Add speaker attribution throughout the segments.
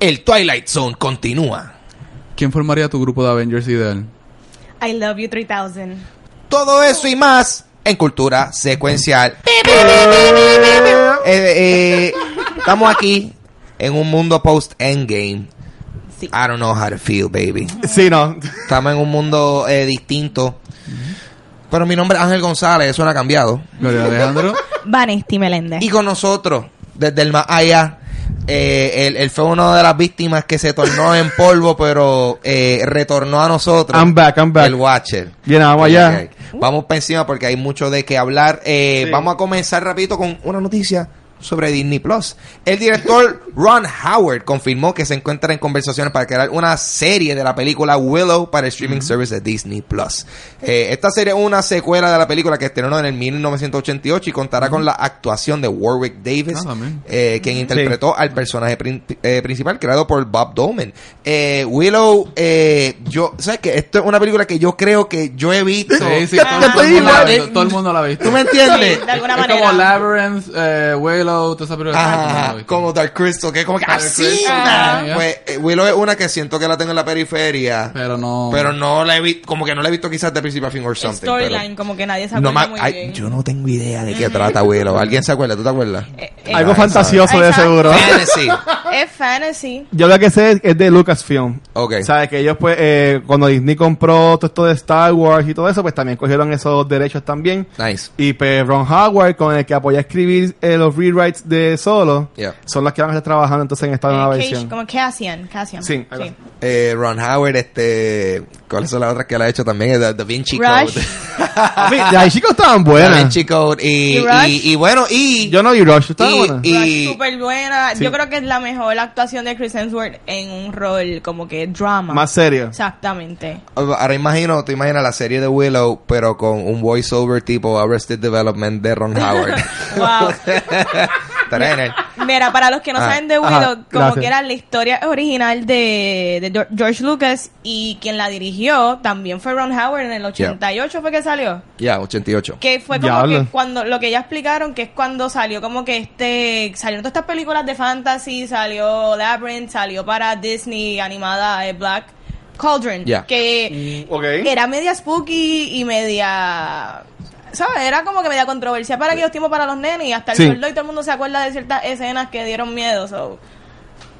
Speaker 1: El Twilight Zone continúa.
Speaker 2: ¿Quién formaría tu grupo de Avengers ideal?
Speaker 3: I Love You 3000.
Speaker 1: Todo eso y más en cultura secuencial. Eh, eh, estamos aquí en un mundo post-endgame.
Speaker 3: Sí.
Speaker 1: I don't know how to feel, baby.
Speaker 4: Sí, no.
Speaker 1: Estamos en un mundo eh, distinto. Pero mi nombre es Ángel González, eso no ha cambiado.
Speaker 2: Gloria Alejandro.
Speaker 3: Vanesti Meléndez.
Speaker 1: Y con nosotros, desde el más allá, eh, él, él fue una de las víctimas que se tornó en polvo, pero eh, retornó a nosotros.
Speaker 4: I'm back, I'm back.
Speaker 1: El Watcher.
Speaker 4: Bien, vamos
Speaker 1: Es lo
Speaker 4: allá.
Speaker 1: que hay. Vamos para encima porque hay mucho de qué hablar. Eh,
Speaker 4: Sí.
Speaker 1: Vamos a comenzar rapidito con una noticia sobre Disney Plus. El director Ron Howard confirmó que se encuentra en conversaciones para crear una serie de la película Willow para el streaming service de Disney Plus. Eh, esta serie es una secuela de la película que estrenó en el 1988 y contará con la actuación de Warwick Davis,
Speaker 2: Ah, también.
Speaker 1: eh, quien interpretó al personaje prin- eh, principal creado por Bob Doman. Eh, Willow, eh, yo, ¿sabes que Esto es una película que yo creo que yo he visto.
Speaker 2: Sí, sí, todo, todo el mundo la ha visto, todo el mundo la ha visto.
Speaker 1: ¿Tú me entiendes?
Speaker 3: Sí, de alguna
Speaker 2: es
Speaker 3: manera.
Speaker 2: como Labyrinth, eh, Willow, toda esa película. Todo el mundo la ha
Speaker 1: Ajá,
Speaker 2: visto.
Speaker 1: como Dark Crystal, que es como que
Speaker 2: Dark
Speaker 1: así.
Speaker 2: Crystal,
Speaker 1: ah,
Speaker 2: ya.
Speaker 1: Pues eh, Willow es una que siento que la tengo en la periferia, pero,
Speaker 2: Pero no.
Speaker 1: no la he visto, como que no la he visto quizás de principio a fin or something. pero-
Speaker 3: Storyline, como que nadie se
Speaker 1: No
Speaker 3: acuerda
Speaker 1: ma-
Speaker 3: muy
Speaker 1: ay,
Speaker 3: bien.
Speaker 1: yo no tengo idea de qué trata Willow. ¿Alguien se acuerda? ¿Tú te acuerdas?
Speaker 3: Eh, eh,
Speaker 1: Ay,
Speaker 4: Algo
Speaker 1: sabe.
Speaker 4: fantasioso de
Speaker 3: Exacto.
Speaker 4: seguro.
Speaker 1: Fantasy.
Speaker 3: Es fantasy.
Speaker 4: Yo lo que sé es de Lucasfilm.
Speaker 1: Ok.
Speaker 4: ¿Sabes? Que ellos, pues, eh, cuando Disney compró todo esto de Star Wars y todo eso, pues también cogieron esos derechos también.
Speaker 1: Nice.
Speaker 4: Y pues Ron Howard, con el que apoya a escribir eh, los rewrites de Solo,
Speaker 1: Yeah.
Speaker 4: son las que van a estar trabajando entonces en esta nueva
Speaker 3: Eh,
Speaker 4: versión.
Speaker 3: Cage, como Cassian. Cassian.
Speaker 4: Sí, algo así.
Speaker 1: Eh, Ron Howard, este, ¿cuáles son las otras que él ha hecho también? The, Da Vinci
Speaker 3: Rush.
Speaker 1: Code.
Speaker 4: A mí, de ahí chicos estaban
Speaker 1: Da
Speaker 4: buenas.
Speaker 1: Vinci Code y,
Speaker 3: ¿Y Rush?
Speaker 1: y- y bueno, y,
Speaker 4: Yo no vi Rush, estaba
Speaker 1: y-
Speaker 4: buena.
Speaker 1: y-
Speaker 3: Súper buena.
Speaker 4: Sí.
Speaker 3: Yo creo que es la mejor actuación de Chris Hemsworth en un rol como que drama.
Speaker 4: Más serio.
Speaker 3: Exactamente.
Speaker 1: Ahora imagino, tú imaginas la serie de Willow, pero con un voiceover tipo Arrested Development de Ron Howard.
Speaker 3: Wow.
Speaker 1: Estaría en él.
Speaker 3: Mira, para los que no
Speaker 1: Ah,
Speaker 3: saben de
Speaker 4: ajá,
Speaker 3: Willow, como
Speaker 4: gracias.
Speaker 3: que era la historia original de, de Gio- George Lucas y quien la dirigió también fue Ron Howard en el 88 fue que salió.
Speaker 1: Ya, 88.
Speaker 3: Que fue como
Speaker 4: Diablo.
Speaker 3: que cuando, lo que ya explicaron, que es cuando salió como que este, salieron todas estas películas de fantasy, salió Labyrinth, salió para Disney animada eh, Black Cauldron,
Speaker 1: Ya.
Speaker 3: que
Speaker 4: Ok.
Speaker 3: era media spooky y media... ¿Sabes? Era como que media controversia para aquellos tiempos para los nenes y hasta el
Speaker 4: Sí.
Speaker 3: sol de hoy todo el mundo se acuerda de ciertas escenas que dieron miedo. so.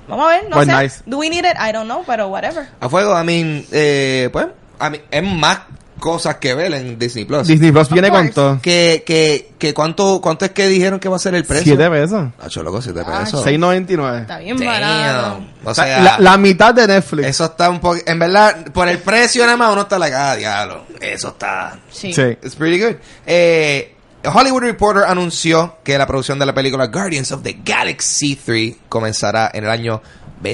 Speaker 3: Vamos a ver, no
Speaker 4: Pues
Speaker 3: sé.
Speaker 4: nice.
Speaker 3: Do we need it? I don't know, pero whatever.
Speaker 1: A fuego, I mean, eh, pues, I mean, es más cosas que ver en Disney Plus.
Speaker 4: Disney Plus viene
Speaker 3: course.
Speaker 4: con todo.
Speaker 1: Que, que, que cuánto, cuánto es que dijeron que va a ser el precio.
Speaker 4: Siete pesos.
Speaker 1: Nacho, loco, siete
Speaker 3: Ah,
Speaker 1: pesos.
Speaker 4: 6.99.
Speaker 3: Está bien barato.
Speaker 1: Damn. O sea,
Speaker 4: la, la mitad de Netflix.
Speaker 1: eso está un poco, en verdad, por el precio nada más uno está la cara, diablo. Eso está,
Speaker 3: Sí.
Speaker 4: Sí.
Speaker 1: It's pretty good. Eh, Hollywood Reporter anunció que la producción de la película Guardians of the Galaxy 3 comenzará en el año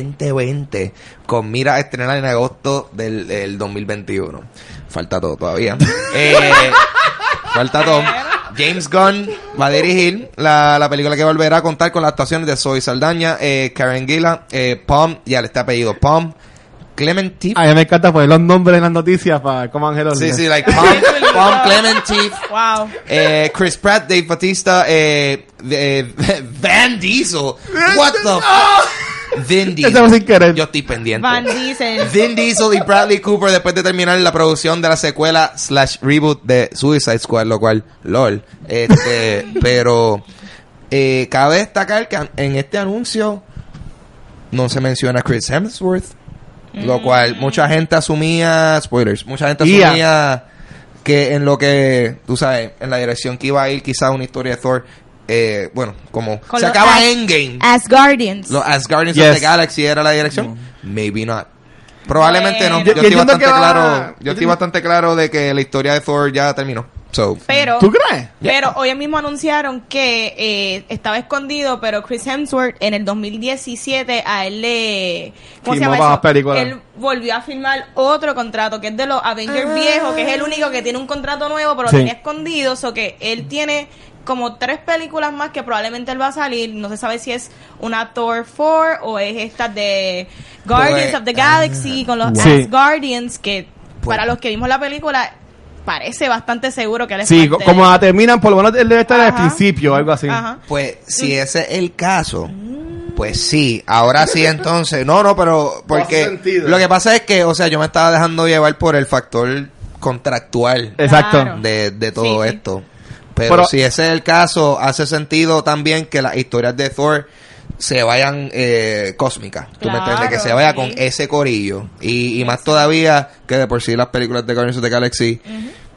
Speaker 1: 2020 con mira a estrenar en agosto del, del 2021. Falta todo todavía. Eh, falta todo. James Gunn va a dirigir la, la película que volverá a contar con las actuaciones de Zoe Saldaña, eh, Karen Gillan, eh, Pom, ya le está apellido Pom, Clementine
Speaker 4: A mí me encanta poner los nombres en las noticias para como Ángel
Speaker 1: Sí,
Speaker 4: Ortiz.
Speaker 1: sí, like Pom, Pom Clementine
Speaker 3: Wow.
Speaker 1: eh, Chris Pratt, Dave Batista, eh, eh, Van Diesel. What the f- Vin Diesel.
Speaker 4: Eso fue Ah. sin querer.
Speaker 1: Yo estoy pendiente.
Speaker 3: Van Diesel.
Speaker 1: Vin Diesel y Bradley Cooper después de terminar la producción de la secuela slash reboot de Suicide Squad, lo cual, lol. Este, pero eh, cabe destacar que an- en este anuncio no se menciona a Chris Hemsworth,
Speaker 3: Mm.
Speaker 1: lo cual mucha gente asumía, spoilers, mucha gente
Speaker 4: Ia.
Speaker 1: asumía que en lo que, tú sabes, en la dirección que iba a ir quizás una historia de Thor, eh, bueno, como
Speaker 3: Con
Speaker 1: se
Speaker 3: los
Speaker 1: acaba
Speaker 3: As-
Speaker 1: Endgame.
Speaker 3: As Guardians.
Speaker 1: Los Asgardians of
Speaker 4: Yes.
Speaker 1: the Galaxy era la dirección. Maybe not. Probablemente no.
Speaker 3: Bueno.
Speaker 1: Yo,
Speaker 4: Yo-
Speaker 1: estoy
Speaker 4: yo entiendo
Speaker 1: bastante
Speaker 4: que va-
Speaker 1: claro.
Speaker 4: yo
Speaker 1: Yo estoy
Speaker 4: entiendo-
Speaker 1: bastante claro de que la historia de Thor ya terminó. So.
Speaker 3: Pero.
Speaker 4: ¿Tú crees?
Speaker 3: Pero hoy mismo anunciaron que eh, estaba escondido, pero Chris Hemsworth en el 2017 a él le... ¿Cómo se
Speaker 4: Filmó
Speaker 3: llama
Speaker 4: para
Speaker 3: eso?
Speaker 4: las películas.
Speaker 3: Él volvió a firmar otro contrato, que es de los Avengers viejos, que es el único que tiene un contrato nuevo, pero
Speaker 4: Sí.
Speaker 3: lo tenía escondido, o que él tiene como tres películas más que probablemente él va a salir. No se sabe si es una Thor 4 o es esta de Guardians
Speaker 1: Pues,
Speaker 3: of the Galaxy con los
Speaker 4: ah, Sí.
Speaker 3: Guardians, que
Speaker 1: Pues.
Speaker 3: para los que vimos la película... Parece bastante seguro que él es
Speaker 4: Sí,
Speaker 3: parte de-
Speaker 4: como la terminan, por lo menos él debe estar al
Speaker 3: Ajá.
Speaker 1: Mm.
Speaker 4: principio o algo así.
Speaker 3: Ajá.
Speaker 1: Pues si ese es el caso, Pues sí, ahora sí entonces. No, no, pero
Speaker 4: hace
Speaker 1: porque
Speaker 4: sentido.
Speaker 1: lo que pasa es que, o sea, yo me estaba dejando llevar por el factor contractual
Speaker 4: Exacto.
Speaker 3: Claro.
Speaker 1: de, de todo
Speaker 3: Sí, sí.
Speaker 1: esto. Pero,
Speaker 4: Pero-
Speaker 1: si ese es el caso, hace sentido también que las historias de Thor se vayan eh, cósmicas. Tú me
Speaker 3: Claro,
Speaker 1: entiendes, que se vaya
Speaker 3: sí.
Speaker 1: con ese corillo. Y, y más todavía que de por sí las películas de Guardians of the Galaxy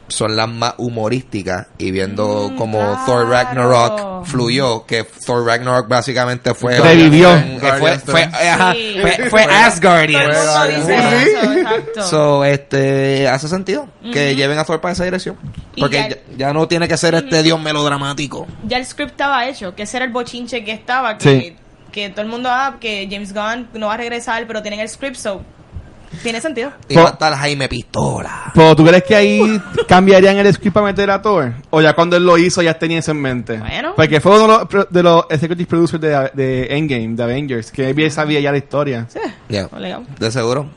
Speaker 1: son las más humorísticas. Y viendo
Speaker 3: Mm,
Speaker 1: como
Speaker 3: claro.
Speaker 1: Thor Ragnarok fluyó, que Thor Ragnarok básicamente fue...
Speaker 4: Revivió.
Speaker 1: que fue, fue, ajá,
Speaker 3: Sí.
Speaker 1: fue- fue
Speaker 3: Todo
Speaker 1: Asgardians.
Speaker 3: el mundo dice
Speaker 4: Sí, Pues, sí.
Speaker 3: eso, exacto.
Speaker 1: So, este, hace sentido que lleven a Thor para esa dirección.
Speaker 3: Y
Speaker 1: Porque
Speaker 3: ya-
Speaker 1: ya, ya no tiene que ser este dios melodramático.
Speaker 3: ya el script estaba hecho, que ese era el bochinche que estaba, que,
Speaker 4: Sí.
Speaker 3: que todo el mundo, ah, que James Gunn no va a regresar, pero tienen el script, so tiene sentido.
Speaker 1: Y
Speaker 4: Po-
Speaker 1: va a estar Jaime Pistola.
Speaker 4: Pero tú crees que ahí cambiarían el script para meter a Thor? O ya cuando él lo hizo ya tenía eso en mente.
Speaker 3: Bueno.
Speaker 4: Porque fue uno de los, pro- de los executive producers de, de Endgame, de Avengers, que él bien sabía ya la historia.
Speaker 3: Sí,
Speaker 1: Ya,
Speaker 3: obligado.
Speaker 1: de seguro.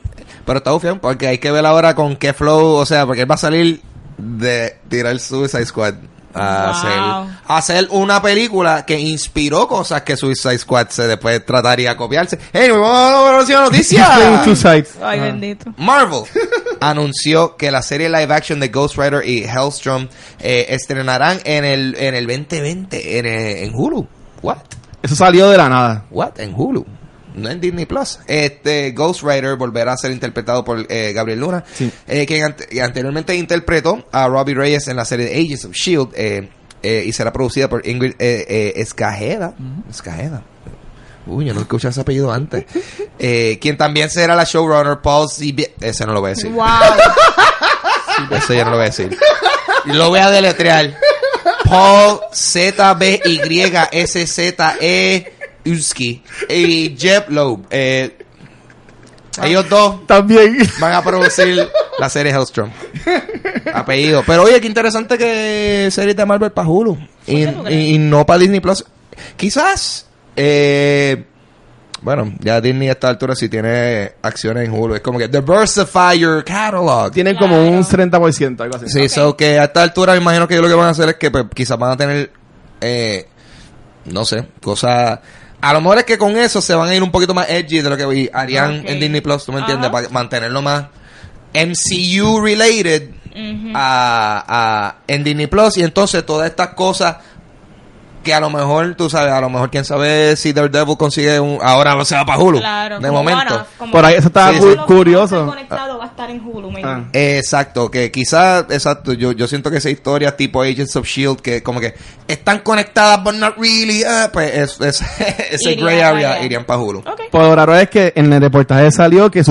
Speaker 1: Pero está bufión, porque hay que ver ahora con qué flow, o sea, porque él va a salir de tirar Suicide Squad. A
Speaker 3: Wow.
Speaker 1: hacer, a hacer una película que inspiró cosas que Suicide Squad se después trataría de copiarse. ¡Hey, vamos a la próxima noticia!
Speaker 4: Two sides.
Speaker 3: Ay,
Speaker 4: Ajá.
Speaker 3: bendito.
Speaker 1: Marvel anunció que la serie live action de Ghost Rider y Hellstrom eh, estrenarán en el en el 2020 en, eh, en Hulu. What?
Speaker 4: Eso salió de la nada.
Speaker 1: What? En Hulu. No en Disney Plus. Este Ghost Rider volverá a ser interpretado por eh, Gabriel Luna,
Speaker 4: Sí.
Speaker 1: eh, quien ante- que anteriormente interpretó a Robbie Reyes en la serie Agents of Shield eh, eh, y será producida por Ingrid eh, eh, Escajeda. Escajeda. Uy, yo no escuché ese apellido antes. Eh, quien también será la showrunner Paul C. Ese no lo voy a decir.
Speaker 3: Wow.
Speaker 1: Eso ya no lo voy a decir. Lo voy a deletrear. Paul Z B Y S Z E Uski y Jeff Loeb. Eh, ellos dos
Speaker 4: También.
Speaker 1: van a producir la serie Hellstrom. Apellido. Pero oye, qué interesante que serie de Marvel para Hulu. Y,
Speaker 3: ¿Por qué tú crees?
Speaker 1: y- y no para Disney Plus. Quizás. eh, bueno, ya Disney a esta altura si tiene acciones en Hulu. Es como que diversify your catalog.
Speaker 4: Tienen
Speaker 3: Claro.
Speaker 4: como un 30%, algo así.
Speaker 1: Sí, so que a esta altura me imagino que ellos lo que van a hacer es que pues, quizás van a tener, eh, no sé, cosas... A lo mejor es que con eso se van a ir un poquito más edgy de lo que vi- harían
Speaker 3: Ok.
Speaker 1: en Disney Plus, ¿tú me entiendes?
Speaker 3: Ajá.
Speaker 1: Para mantenerlo más MCU related
Speaker 3: Ujú.
Speaker 1: a, a, en Disney Plus y entonces todas estas cosas que a lo mejor, tú sabes, a lo mejor quién sabe si Daredevil consigue un... Ahora se va para Hulu.
Speaker 3: Claro,
Speaker 1: de
Speaker 3: como
Speaker 1: momento.
Speaker 3: one-off, como-
Speaker 4: Por ahí eso estaba
Speaker 1: Sí,
Speaker 4: cu-
Speaker 1: sí.
Speaker 3: Lo que
Speaker 4: curioso.
Speaker 3: no está conectado va a estar en Hulu, maybe.
Speaker 4: Ah.
Speaker 1: Exacto, que quizás, exacto, yo, yo siento que esa historia tipo Agents of Shield, E que como que están conectadas, but not really, eh, pues es, es, ese
Speaker 3: Iría
Speaker 1: gray
Speaker 3: pa'
Speaker 1: area
Speaker 3: allá.
Speaker 1: irían para Hulu.
Speaker 3: Ok.
Speaker 4: Por lo raro es que en el reportaje salió que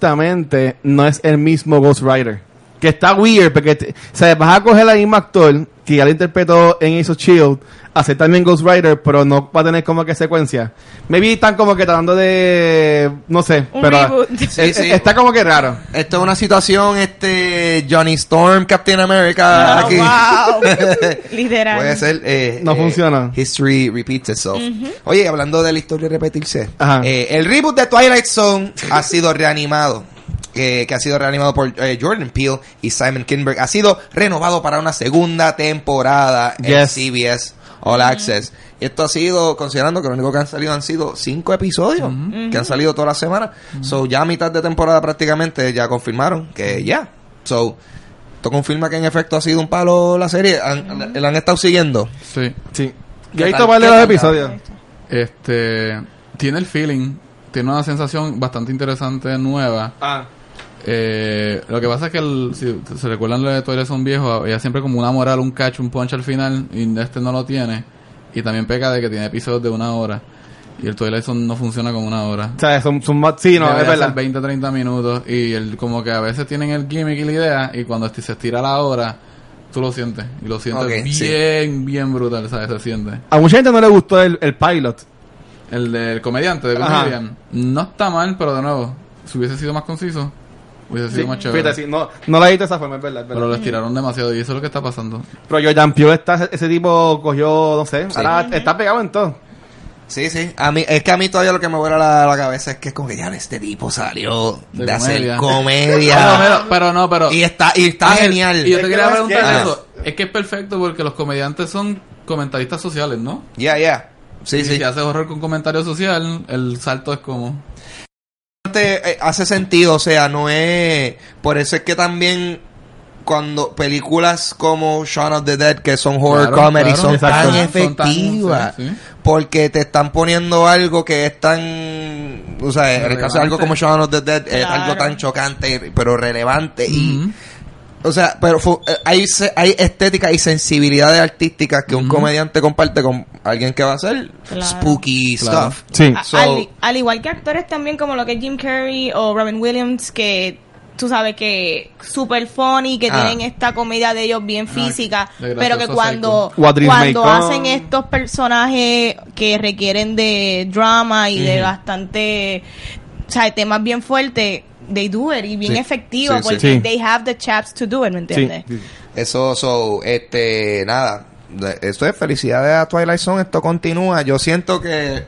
Speaker 4: supuestamente no es el mismo Ghost Rider. Que está weird, porque te- o sea, vas a coger al mismo actor que ya lo interpretó en Ace of Shield, hacer también Ghost Rider, pero no va a tener como que secuencia. Maybe están como que tratando de. No sé,
Speaker 3: Un
Speaker 4: pero.
Speaker 3: reboot.
Speaker 1: Sí,
Speaker 4: Eh,
Speaker 1: sí.
Speaker 4: eh, Está como que raro.
Speaker 1: Esto es una situación, este, Johnny Storm, Captain America,
Speaker 3: Ah,
Speaker 1: aquí.
Speaker 3: wow. Literal.
Speaker 1: Puede ser. eh,
Speaker 4: No
Speaker 1: eh,
Speaker 4: funciona.
Speaker 1: History repeats itself. Oye, hablando de la historia repetirse,
Speaker 4: Ajá.
Speaker 1: eh, el reboot de Twilight Zone ha sido reanimado. eh, que ha sido reanimado por eh, Jordan Peele y Simon Kinberg. Ha sido renovado para una segunda temporada en
Speaker 4: Yes.
Speaker 1: CBS All Access. Y esto ha sido, considerando que lo único que han salido han sido cinco episodios que han salido toda la semana. So, ya a mitad de temporada prácticamente ya confirmaron que ya. So, esto confirma que en efecto ha sido un palo la serie. Han- La han estado siguiendo.
Speaker 2: Sí.
Speaker 4: Sí.
Speaker 1: ¿Qué
Speaker 4: Yo he
Speaker 1: tal?
Speaker 4: visto varios
Speaker 1: ¿Qué
Speaker 4: de los
Speaker 1: tal?
Speaker 4: episodios.
Speaker 2: Este. Tiene el feeling. Tiene una sensación bastante interesante, nueva.
Speaker 4: Ah.
Speaker 2: Eh, lo que pasa es que, el- si se recuerdan lo de Toilet son viejos, ella siempre como una moral, un catch, un punch al final, y este no lo tiene. Y también peca de que tiene episodios de una hora. Y el Toilet Zone no funciona con una hora.
Speaker 4: O sea, son, son más. Sí, no, es
Speaker 2: Debería ser
Speaker 4: verdad.
Speaker 2: 20, 30 minutos. Y el, como que a veces tienen el gimmick y la idea, y cuando esti- se estira la hora, tú lo sientes. Y lo sientes
Speaker 1: Ok, sí.
Speaker 2: bien, bien brutal, ¿sabes? Se siente.
Speaker 4: A mucha gente no le gustó el, el pilot.
Speaker 2: El del comediante, de
Speaker 4: Ajá.
Speaker 2: comedian. No está mal, pero de nuevo, si hubiese sido más conciso, hubiese sido
Speaker 4: Sí,
Speaker 2: más chévere.
Speaker 4: fíjate, sí, no, no la he visto de esa forma, es verdad. Es verdad.
Speaker 2: Pero lo estiraron demasiado y eso es lo que está pasando.
Speaker 4: Pero Jordan Peele está, ese tipo cogió, no sé,
Speaker 1: Sí.
Speaker 4: ahora está pegado en todo.
Speaker 1: Sí, sí. A mí, es que a mí todavía lo que me vuela la, la cabeza es que es como que ya este tipo salió de,
Speaker 2: De
Speaker 1: hacer
Speaker 2: comedia.
Speaker 1: comedia.
Speaker 2: Pero, pero Ah, no, pero...
Speaker 1: y está, y está
Speaker 2: Ángel,
Speaker 1: genial.
Speaker 2: Y yo te quería
Speaker 4: Es que no es
Speaker 2: preguntar
Speaker 1: que-
Speaker 2: eso. Es que es perfecto porque los comediantes son comentaristas sociales, ¿no?
Speaker 1: Ya, ya. Sí,
Speaker 2: y
Speaker 1: sí.
Speaker 2: si haces horror con comentario social, el salto es como...
Speaker 1: Te- eh, hace sentido, o sea, no es... Por eso es que también cuando películas como Shaun of the Dead, que son horror
Speaker 2: Claro,
Speaker 1: comedy,
Speaker 2: claro.
Speaker 1: son,
Speaker 4: Exacto.
Speaker 1: tan
Speaker 2: Son tan-
Speaker 1: efectivas,
Speaker 2: sí, sí.
Speaker 1: porque te están poniendo algo que es tan... O sea, en el caso de algo
Speaker 2: Relevante.
Speaker 1: como Shaun of the Dead, es
Speaker 3: Claro.
Speaker 1: algo tan chocante, pero relevante y...
Speaker 2: Ujú.
Speaker 1: O sea, pero fu- eh, hay, se- hay estética y sensibilidades artísticas que un
Speaker 2: Ujú.
Speaker 1: comediante comparte con alguien que va a hacer
Speaker 3: Claro.
Speaker 1: spooky
Speaker 2: Claro.
Speaker 1: stuff.
Speaker 4: Sí.
Speaker 3: A-
Speaker 1: So-
Speaker 3: al, al igual que actores también como lo que es Jim Carrey o Robin Williams que tú sabes que super funny que
Speaker 1: Ah.
Speaker 3: tienen esta comedia de ellos bien física
Speaker 2: de gracioso
Speaker 3: pero que
Speaker 2: psycho.
Speaker 3: cuando
Speaker 4: What Dreams May
Speaker 3: cuando
Speaker 4: Come.
Speaker 3: hacen estos personajes que requieren de drama y de
Speaker 1: Ujú.
Speaker 3: bastante o sea de temas bien fuertes they do it y bien
Speaker 1: Sí.
Speaker 3: efectivo
Speaker 1: Sí, sí.
Speaker 3: porque
Speaker 4: Sí.
Speaker 3: they have the chaps to do it ¿me entiendes?
Speaker 4: Sí.
Speaker 1: Eso, so, este, nada. De- Esto es felicidades a Twilight Zone. Esto continúa. Yo siento que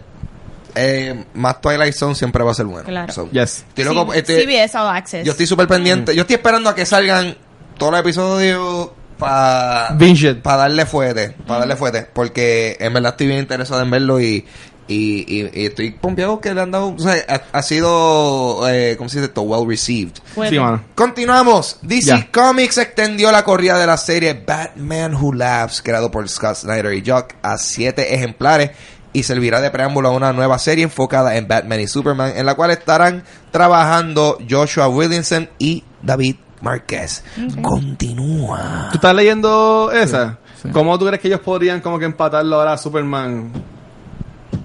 Speaker 1: eh, más Twilight Zone siempre va a ser bueno.
Speaker 3: Claro.
Speaker 1: So,
Speaker 4: Yes.
Speaker 1: estoy loco,
Speaker 3: Sí,
Speaker 1: este,
Speaker 3: CBS All Access
Speaker 1: yo estoy súper pendiente. Yo estoy esperando a que salgan todos los episodios para
Speaker 4: Binge it.
Speaker 1: para darle fuerte. Para
Speaker 3: Mm.
Speaker 1: darle fuerte. Porque en verdad estoy bien interesado en verlo y. Y, y- y estoy pompeado que le han dado. O sea, ha, ha sido. Eh, ¿Cómo se dice esto? Well received.
Speaker 3: Bueno.
Speaker 4: Sí, mano.
Speaker 1: Continuamos. DC
Speaker 4: Ya.
Speaker 1: Comics extendió la corrida de la serie Batman Who Laughs, creado por Scott Snyder y Jock, a siete ejemplares y servirá de preámbulo a una nueva serie enfocada en Batman y Superman, en la cual estarán trabajando Joshua Williamson y David Márquez. Continúa.
Speaker 4: ¿Tú estás leyendo esa?
Speaker 2: Sí, sí.
Speaker 4: ¿Cómo tú crees que ellos podrían como que empatarlo ahora a Superman?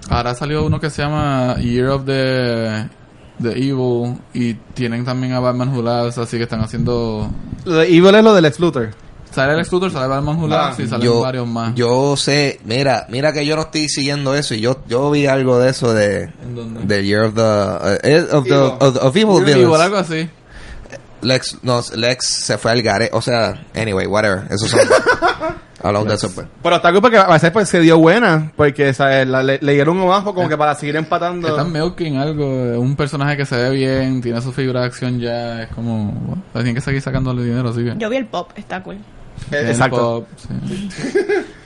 Speaker 2: Ahora salió uno que se llama Year of the, the Evil y tienen también a Batman Who Laughs, así que están haciendo...
Speaker 4: Lo de Evil es lo del Lex Luthor.
Speaker 2: Sale el Extruder, sale Batman Who Laughs y salen varios más.
Speaker 1: Yo sé, mira, mira que yo no estoy siguiendo eso y yo, yo vi algo de eso de,
Speaker 2: ¿En dónde?
Speaker 1: de Year of the, eh, of the,
Speaker 4: Evil.
Speaker 1: of, of Evil
Speaker 2: Evil,
Speaker 1: Villains.
Speaker 2: algo así.
Speaker 1: Lex, no, Lex se fue al gare, o sea, anyway, whatever, eso son, hablamos de eso pues.
Speaker 4: Pero está cool porque a veces pues se dio buena, porque ¿sabes? La, le, le dieron un bajo como que para seguir empatando.
Speaker 2: Están milking algo, eh, un personaje que se ve bien, tiene su figura de acción ya, es como... bueno, tienen que seguir sacándole dinero, así que...
Speaker 3: yo vi el pop está cool
Speaker 4: Eh,
Speaker 2: Tienen
Speaker 4: Exacto.
Speaker 2: pop, sí.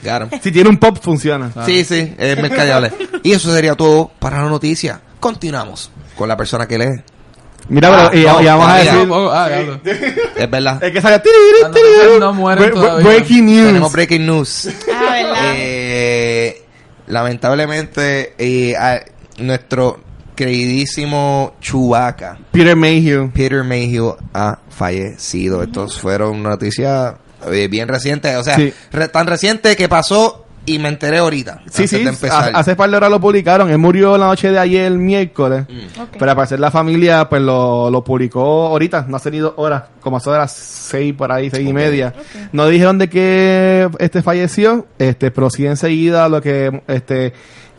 Speaker 1: Got 'em.
Speaker 4: Si tiene un pop, funciona.
Speaker 1: Sí, sí, eh, es mercadiable. Y eso sería todo para la noticia. Continuamos con la persona que lee.
Speaker 4: Mira,
Speaker 1: Ah,
Speaker 4: pero y,
Speaker 1: no,
Speaker 4: y vamos a
Speaker 1: mira.
Speaker 4: decir...
Speaker 2: Tampoco, ah, diablo.
Speaker 1: Es verdad.
Speaker 4: Es que sale...
Speaker 2: Ah, no, no mueren
Speaker 4: Bre- bre-
Speaker 2: todavía.
Speaker 4: breaking
Speaker 1: Tenemos
Speaker 4: news.
Speaker 1: breaking news.
Speaker 3: ah verdad
Speaker 1: Eh, lamentablemente, eh, a- nuestro queridísimo Chubaca,
Speaker 4: Peter Mayhew.
Speaker 1: Peter Mayhew, ha fallecido. Estos fueron noticias eh, bien recientes, o sea,
Speaker 4: Sí.
Speaker 1: re- tan reciente que pasó y me enteré ahorita.
Speaker 4: Sí,
Speaker 1: antes
Speaker 4: sí.
Speaker 1: de
Speaker 4: ha-
Speaker 1: empezar.
Speaker 4: Hace par de horas lo publicaron. Él murió la noche de ayer, el miércoles.
Speaker 1: Mm.
Speaker 3: Ok.
Speaker 4: Pero al parecer la familia pues lo, lo publicó ahorita, no ha tenido horas, como a eso de las seis por ahí, seis y media. No dijeron de que este falleció, este, pero sí enseguida lo que este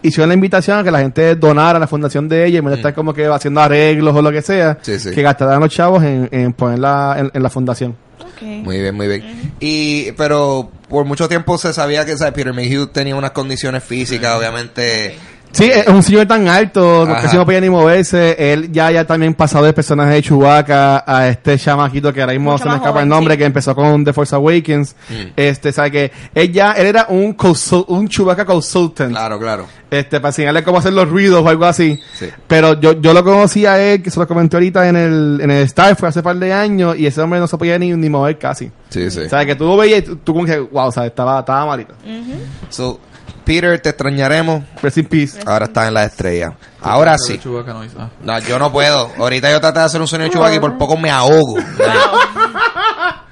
Speaker 4: hicieron la invitación a que la gente donara a la fundación de ella, y me estar como que haciendo arreglos o lo que sea,
Speaker 1: Mm. Sí, sí.
Speaker 4: que gastaran los chavos en, en ponerla en, en la fundación.
Speaker 3: Ok.
Speaker 1: Muy bien, muy bien. Y, pero por mucho tiempo se sabía que ¿sabes? Peter Mayhew tenía unas condiciones físicas, obviamente.
Speaker 4: Sí, es un señor tan alto,
Speaker 1: Ajá.
Speaker 4: casi no podía ni moverse. Él ya ya también pasado del personaje de Chewbacca a este chamaquito que ahora mismo
Speaker 3: Mucho
Speaker 4: se me
Speaker 3: más
Speaker 4: escapa
Speaker 3: joven,
Speaker 4: el nombre,
Speaker 3: sí.
Speaker 4: que empezó con The Force Awakens.
Speaker 1: Mm.
Speaker 4: Este, sabe que él ya, él era un consul- un Chewbacca consultant.
Speaker 1: Claro, claro.
Speaker 4: Este, para enseñarle cómo hacer los ruidos o algo así.
Speaker 1: Sí.
Speaker 4: Pero yo, yo lo conocí a él, que se lo comenté ahorita en el, en el Star, fue hace par de años, y ese hombre no se podía ni, ni mover casi.
Speaker 1: Sí, sí.
Speaker 4: O sea, que tú lo veías y tú, tú como que, wow, o sea, estaba, estaba malito.
Speaker 3: Mm.
Speaker 1: So, Peter, te extrañaremos.
Speaker 4: Rest in peace.
Speaker 1: Ahora estás en la estrella. Ahora
Speaker 2: Creo
Speaker 1: sí.
Speaker 2: que Chewbacca no hizo- ah.
Speaker 1: No, yo no puedo. Ahorita yo traté de hacer un sonido de Chewbacca y por poco me ahogo.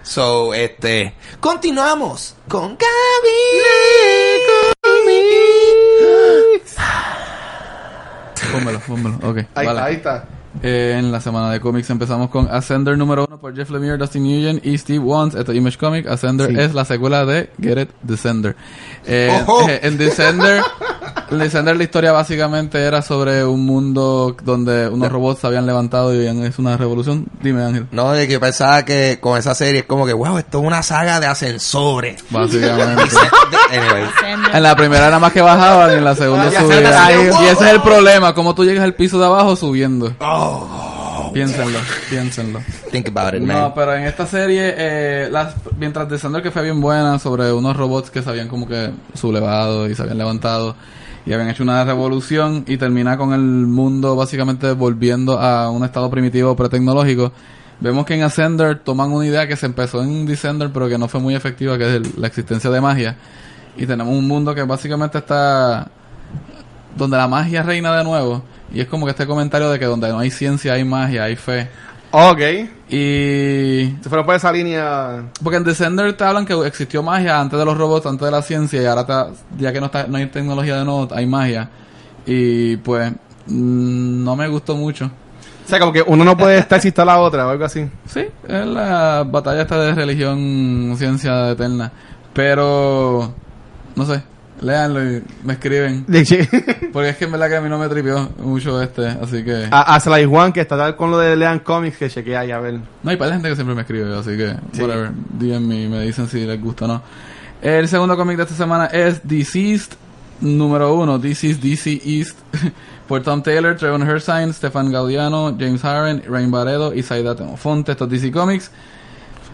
Speaker 1: So, este. Continuamos con Gaby.
Speaker 2: Pónmelo, pónmelo, ok.
Speaker 4: Ahí,
Speaker 2: vale.
Speaker 4: está, ahí está.
Speaker 2: Eh, en la semana de cómics empezamos con Ascender número 1 por Jeff Lemire, Dustin Nguyen y Steve Wands. Esto es Image Comic. Ascender
Speaker 4: Sí.
Speaker 2: es la secuela de Get It Descender. Eh,
Speaker 1: ¡Ojo!
Speaker 2: eh, en Descender, en Descender la historia básicamente era sobre un mundo donde unos robots se habían levantado y habían hecho una revolución. Dime, Ángel.
Speaker 1: No, de que yo pensaba que con esa serie es como que, wow, esto es una saga de ascensores.
Speaker 2: Básicamente.
Speaker 1: Anyway.
Speaker 2: En la primera era más que bajaban y en la segunda
Speaker 1: Ah, ya se
Speaker 2: subían.
Speaker 1: me salió.
Speaker 2: Y ese es el problema, cómo tú llegas al piso de abajo subiendo.
Speaker 1: Oh.
Speaker 2: Piénsenlo, piénsenlo.
Speaker 1: Think about it, man.
Speaker 2: No, pero en esta serie, eh, las, mientras Descender que fue bien buena sobre unos robots que se habían como que sublevado y se habían levantado. y habían hecho una revolución y termina con el mundo básicamente volviendo a un estado primitivo pretecnológico. Vemos que en Ascender toman una idea que se empezó en Descender pero que no fue muy efectiva, que es el- la existencia de magia. Y tenemos un mundo que básicamente está donde la magia reina de nuevo. Y es como que este comentario de que donde no hay ciencia hay magia, hay fe.
Speaker 4: Ok.
Speaker 2: Y
Speaker 4: Se fueron por esa línea.
Speaker 2: porque en Descender te hablan que existió magia antes de los robots, antes de la ciencia, y ahora ta- ya que no, está, no hay tecnología de nuevo, hay magia. Y pues, mm, no me gustó mucho.
Speaker 4: O sea, como que uno no puede estar si está la otra o algo así.
Speaker 2: Sí, es la batalla esta de religión, ciencia eterna. Pero, no sé, léanlo y me escriben.
Speaker 4: De che-
Speaker 2: Porque es que en verdad que a mí no me tripió mucho este, así que...
Speaker 4: a, a Sly Juan, que está tal con lo de Lean Comics, que chequea ahí a ver.
Speaker 2: No, hay para gente que siempre me escribe, así que,
Speaker 4: Sí.
Speaker 2: whatever. Díganme y me dicen si les gusta o no. El segundo cómic de esta semana es Deceased, número uno. Deceased, DC East. Por Tom Taylor, Trevor Herzine, Stefan Gaudiano, James Harren, Rain Baredo y Saida Temofonte. Estos DC Comics.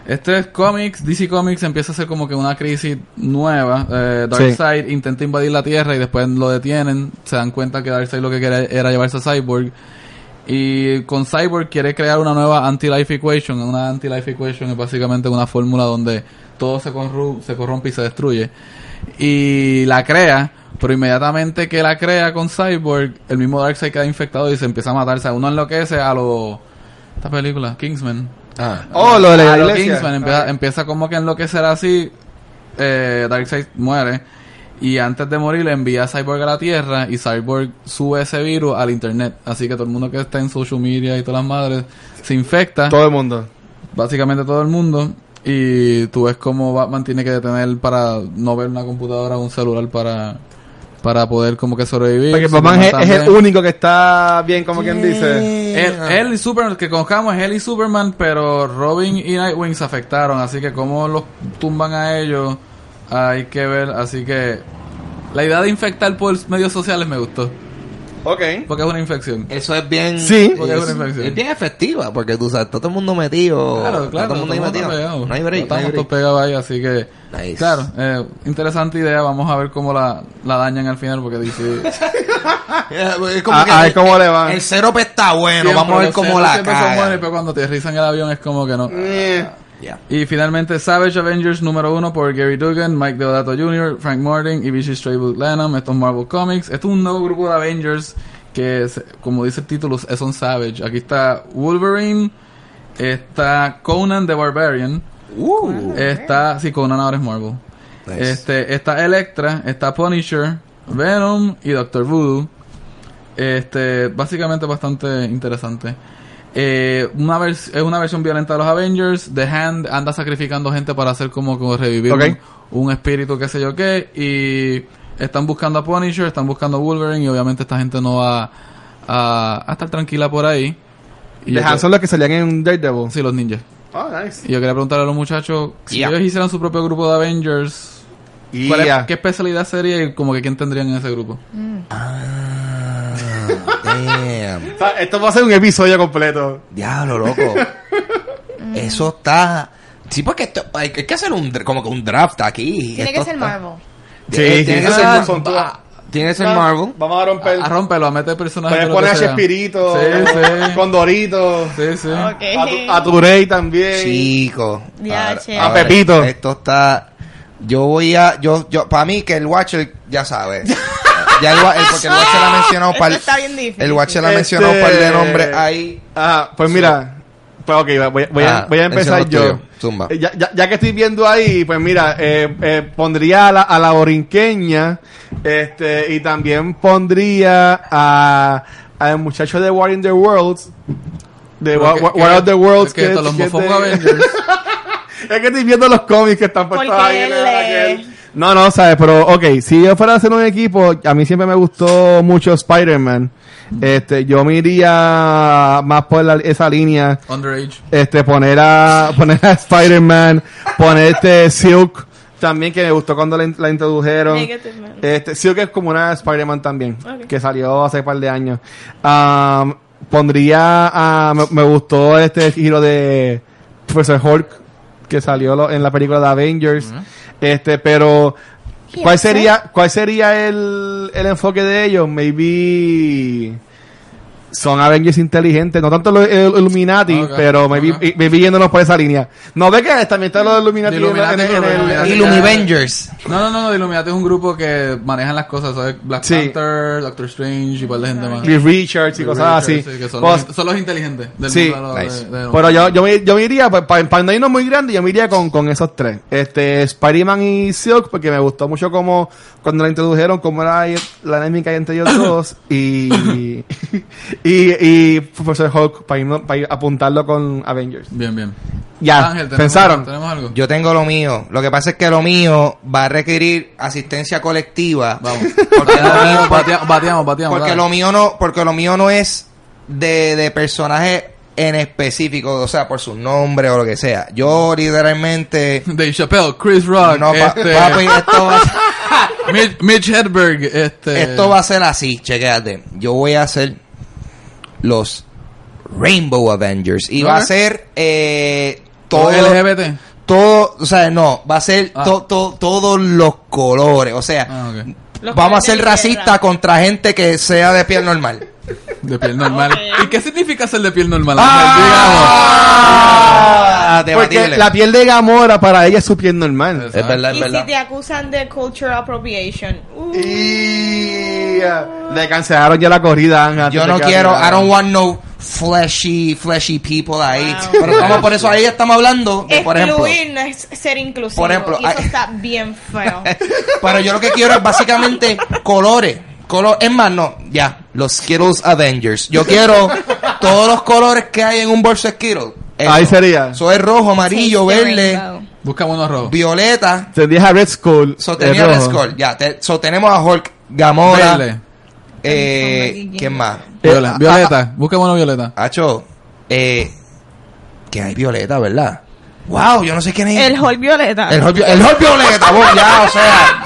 Speaker 2: Este es cómics, DC Comics empieza a ser como que una crisis nueva. Eh, Darkseid intenta invadir la Tierra y después lo detienen. Se dan cuenta que Darkseid lo que quería era llevarse a Cyborg. Y con Cyborg quiere crear una nueva anti-life equation. Una anti-life equation es básicamente una fórmula donde todo se, corru- se corrompe y se destruye. Y la crea, pero inmediatamente que la crea con Cyborg, el mismo Darkseid queda infectado y se empieza a matarse. Uno enloquece a lo... Esta película, Kingsman.
Speaker 1: Ah.
Speaker 4: Oh, lo de la
Speaker 2: A lo
Speaker 4: iglesia.
Speaker 2: Kingsman, empieza, empieza como que enloquecer así. Eh, Darkseid muere. Y antes de morir, le envía a Cyborg a la Tierra. Y Cyborg sube ese virus al internet. Así que todo el mundo que está en social media y todas las madres se infecta.
Speaker 4: Todo el mundo.
Speaker 2: Básicamente todo el mundo. Y tú ves cómo Batman tiene que detener para no ver una computadora o un celular para, para poder como que sobrevivir.
Speaker 4: Porque
Speaker 2: Superman
Speaker 4: Batman es, es el
Speaker 2: también.
Speaker 4: único que está bien, como quien dice.
Speaker 2: Él, él y Superman, que conozcamos es él y Superman, pero Robin y Nightwing se afectaron, así que cómo los tumban a ellos, hay que ver, así que la idea de infectar por medios sociales me gustó,
Speaker 4: Ok.
Speaker 2: porque es una infección.
Speaker 1: Eso es bien.
Speaker 4: Sí.
Speaker 1: es-
Speaker 2: Porque es una infección.
Speaker 1: es bien efectiva, porque tú sabes, todo el mundo metido.
Speaker 2: Claro, claro,
Speaker 1: Todo el mundo ahí
Speaker 2: estamos todos
Speaker 1: metido.
Speaker 2: pegados.
Speaker 1: No hay break. No hay
Speaker 2: Estamos
Speaker 1: break.
Speaker 2: todos pegados ahí, así que
Speaker 1: Nice.
Speaker 2: claro, eh, interesante idea, vamos a ver cómo la, la dañan al final porque dice
Speaker 1: Eh, Es
Speaker 4: A- a ver cómo le va.
Speaker 1: El cero está bueno.
Speaker 2: Siempre,
Speaker 1: vamos a ver
Speaker 2: los
Speaker 1: cómo
Speaker 2: celos
Speaker 1: la
Speaker 2: siempre son buenos,
Speaker 1: caga.
Speaker 2: pero cuando te rizan el avión es como que no.
Speaker 4: Eh.
Speaker 1: Ya.
Speaker 2: Y finalmente Savage Avengers número uno por Gary Dugan, Mike Deodato Jr., Frank Martin y Vichy Straywood Lanham. Esto es Marvel Comics. Esto es un nuevo grupo de Avengers que, es- como dice el título, es un Savage. Aquí está Wolverine, está Conan the Barbarian,
Speaker 1: Uh.
Speaker 2: está... Sí, Conan ahora es Marvel.
Speaker 1: Nice.
Speaker 2: Este, está Electra, está Punisher, Venom y Doctor Voodoo. Este, básicamente bastante interesante. Eh, una vers- es una versión violenta de los Avengers. The Hand anda sacrificando gente para hacer como, como revivir
Speaker 4: Ok.
Speaker 2: un, un espíritu, qué sé yo qué. Y están buscando a Punisher, están buscando a Wolverine. Y obviamente esta gente no va a, a estar tranquila por ahí. Y yo
Speaker 4: The Hand
Speaker 2: creo-
Speaker 4: son los que salían en Daredevil.
Speaker 2: Sí, los ninjas.
Speaker 4: Oh, nice.
Speaker 2: Y yo quería preguntar a los muchachos si
Speaker 1: Yeah.
Speaker 2: ellos hicieran su propio grupo de Avengers.
Speaker 4: Y
Speaker 2: ¿Cuál es-
Speaker 4: ya.
Speaker 2: ¿Qué especialidad sería y como que quién tendrían en ese grupo?
Speaker 1: Ah, damn.
Speaker 4: O sea, esto va a ser un episodio completo.
Speaker 1: Diablo, loco. Eso está. Sí, porque esto, hay, hay que hacer un, dr- como que un draft aquí.
Speaker 3: Tiene que
Speaker 1: Esto
Speaker 3: ser
Speaker 1: está-
Speaker 3: Marvel.
Speaker 4: Sí,
Speaker 1: Eh,
Speaker 4: tiene
Speaker 1: tiene
Speaker 4: que
Speaker 1: que
Speaker 4: ser
Speaker 1: ser
Speaker 4: Marvel.
Speaker 1: Marvel. Tiene que ser Marvel.
Speaker 4: Vamos a
Speaker 2: A,
Speaker 4: romper.
Speaker 2: a romperlo, a meter personajes.
Speaker 4: Puedes
Speaker 2: de lo
Speaker 4: poner a
Speaker 2: que sea.
Speaker 4: Chespirito.
Speaker 2: ah, Sí, sí.
Speaker 4: Con Dorito.
Speaker 2: Sí, sí.
Speaker 3: Ok.
Speaker 4: A, tu, a Turey también.
Speaker 1: Chico.
Speaker 3: Ya,
Speaker 1: Ahora-
Speaker 3: che.
Speaker 1: ahora,
Speaker 4: A Pepito.
Speaker 1: Esto está. Yo voy a. Yo, yo, para mí, que el Watcher ya sabe. ya el, wa- el- porque el Watcher ha mencionado
Speaker 3: Esto
Speaker 1: par-
Speaker 3: está bien difícil.
Speaker 1: El Watcher ha
Speaker 4: Este-
Speaker 1: mencionado un par de nombres ahí.
Speaker 4: Ah, pues mira. Pues ok, va- voy, a- voy a,
Speaker 1: Ah,
Speaker 4: voy a
Speaker 1: menciona
Speaker 4: empezar
Speaker 1: los
Speaker 4: yo.
Speaker 1: tuyos. Zumba.
Speaker 4: Eh, Ya, ya, ya que estoy viendo ahí, pues mira, eh, eh, pondría a la, a la orinqueña este, y también pondría a, al muchacho de War in the World. De
Speaker 2: Pero
Speaker 4: War,
Speaker 2: que-
Speaker 4: War-
Speaker 2: que-
Speaker 4: War of the Worlds.
Speaker 2: es que estos los
Speaker 4: es
Speaker 2: mofocos
Speaker 4: de-
Speaker 2: Avengers.
Speaker 4: Es que estoy viendo los cómics que están puestos
Speaker 3: Porque
Speaker 4: ahí.
Speaker 3: él
Speaker 4: de verdad que
Speaker 3: es.
Speaker 4: él- No, no, sabes, pero ok, si yo fuera a hacer un equipo, a mí siempre me gustó mucho Spider-Man. Este, yo me iría más por la- esa línea.
Speaker 2: Underage.
Speaker 4: Este, poner a, poner a Spider-Man, poner este Silk también que me gustó cuando la, in- la introdujeron.
Speaker 3: Negative Man.
Speaker 4: Este, Silk es como una Spider-Man también,
Speaker 3: Ok.
Speaker 4: que salió hace par de años. Am, pondría a, me, me gustó este giro de Professor Hulk que salió lo- en la película de Avengers. Este, pero ¿Cuál sería, cuál sería el, el enfoque de ellos? Maybe son Avengers inteligentes, no tanto los el- Illuminati,
Speaker 2: Ok,
Speaker 4: pero maybe,
Speaker 2: ok.
Speaker 4: y- maybe yéndonos por esa línea. No ve que también está los Illuminati,
Speaker 2: De Illuminati,
Speaker 4: en, en- en- en-
Speaker 2: Illuminati.
Speaker 1: Illumivengers.
Speaker 2: No, no, no, no, Illuminati es un grupo que manejan las cosas, ¿sabes? Black
Speaker 4: Sí.
Speaker 2: Panther, Doctor Strange y par de gente más.
Speaker 4: Cliff Richards y cosas
Speaker 2: Richards,
Speaker 4: así.
Speaker 2: sí, que son,
Speaker 4: Pues-
Speaker 2: los, son los inteligentes del
Speaker 4: Sí.
Speaker 2: mundo de-
Speaker 1: Nice.
Speaker 2: de- de-
Speaker 4: Pero yo, yo, me, yo me iría, para pa, no irnos muy grande, yo me iría con, con esos tres. Este, Spider-Man y Silk, porque me gustó mucho como, cuando la introdujeron, cómo era ahí la dinámica entre ellos dos. Y, y, y Professor Hulk, para apuntarlo con Avengers.
Speaker 2: Bien, bien.
Speaker 4: Ya,
Speaker 2: Ángel, ¿tenemos
Speaker 4: pensaron.
Speaker 2: algo? ¿Tenemos algo?
Speaker 1: Yo tengo lo mío. Lo que pasa es que lo mío va a requerir asistencia colectiva.
Speaker 2: Vamos.
Speaker 1: Porque lo mío,
Speaker 2: bateamos, bateamos, bateamos, bateamos,
Speaker 1: porque
Speaker 2: dale.
Speaker 1: lo mío no, porque lo mío no es de, de personaje en específico, o sea, por su nombre o lo que sea. Yo literalmente
Speaker 2: Dave Chappelle, Chris Rock,
Speaker 1: no, pa-
Speaker 2: este,
Speaker 1: papi, esto va, a ser-
Speaker 2: Mitch, Mitch Hedberg, este...
Speaker 1: esto va a ser así, chequéate. Yo voy a hacer los Rainbow Avengers y va a
Speaker 2: Ok.
Speaker 1: ser eh,
Speaker 2: todo
Speaker 1: todo
Speaker 2: LGBT.
Speaker 1: todo, o sea, no, va a ser
Speaker 2: Ah.
Speaker 1: to- to- todos los colores, o sea,
Speaker 2: Ah, ok.
Speaker 3: Los
Speaker 1: vamos a
Speaker 3: colores
Speaker 1: ser
Speaker 3: de la
Speaker 1: racistas
Speaker 3: tierra.
Speaker 1: contra gente que sea de piel normal.
Speaker 2: De piel normal.
Speaker 3: Ok.
Speaker 2: ¿Y qué significa ser de piel normal?
Speaker 1: Ah,
Speaker 4: Porque
Speaker 1: debatible.
Speaker 4: la piel de Gamora para ella es su piel normal.
Speaker 2: Ángel, digamos?
Speaker 1: Es verdad, es
Speaker 3: Y si
Speaker 1: verdad.
Speaker 3: te acusan de culture appropriation. Uh,
Speaker 4: Y ah, le cancelaron ya la corrida, Ángel, antes
Speaker 1: Yo
Speaker 4: de
Speaker 1: no
Speaker 4: que
Speaker 1: quiero,
Speaker 4: hablara.
Speaker 1: I don't want no fleshy, fleshy people ahí.
Speaker 3: Wow.
Speaker 1: Pero estamos por eso ahí estamos hablando de, por ejemplo.
Speaker 3: Uh, excluir no es ser inclusivo.
Speaker 1: Por ejemplo,
Speaker 3: y eso
Speaker 1: hay-
Speaker 3: está bien feo.
Speaker 1: Pero yo lo que quiero es básicamente colores. Color, es más, no, ya, los Skittles Avengers. Yo quiero todos los colores que hay en un bolso de Skittles. Eso.
Speaker 4: Ahí sería.
Speaker 1: Eso es rojo, amarillo,
Speaker 3: Taste the
Speaker 1: verde,
Speaker 3: rainbow.
Speaker 2: Buscamos unos rojos.
Speaker 1: violeta.
Speaker 4: Tendrías a Red Skull.
Speaker 1: So,
Speaker 4: de
Speaker 1: tenía Red
Speaker 4: rojo.
Speaker 1: Skull, ya. te- so, tenemos a Hulk,
Speaker 2: Verde.
Speaker 1: Gamora. Eh, ¿Quién más?
Speaker 2: Viola-
Speaker 4: Eh, ah,
Speaker 2: violeta. Buscamos una violeta.
Speaker 1: Hacho, eh, que hay violeta, ¿verdad? Wow, yo no sé quién es.
Speaker 3: El Hulk Violeta.
Speaker 1: El Hulk, vi- el Hulk violeta, vos, ya, o sea.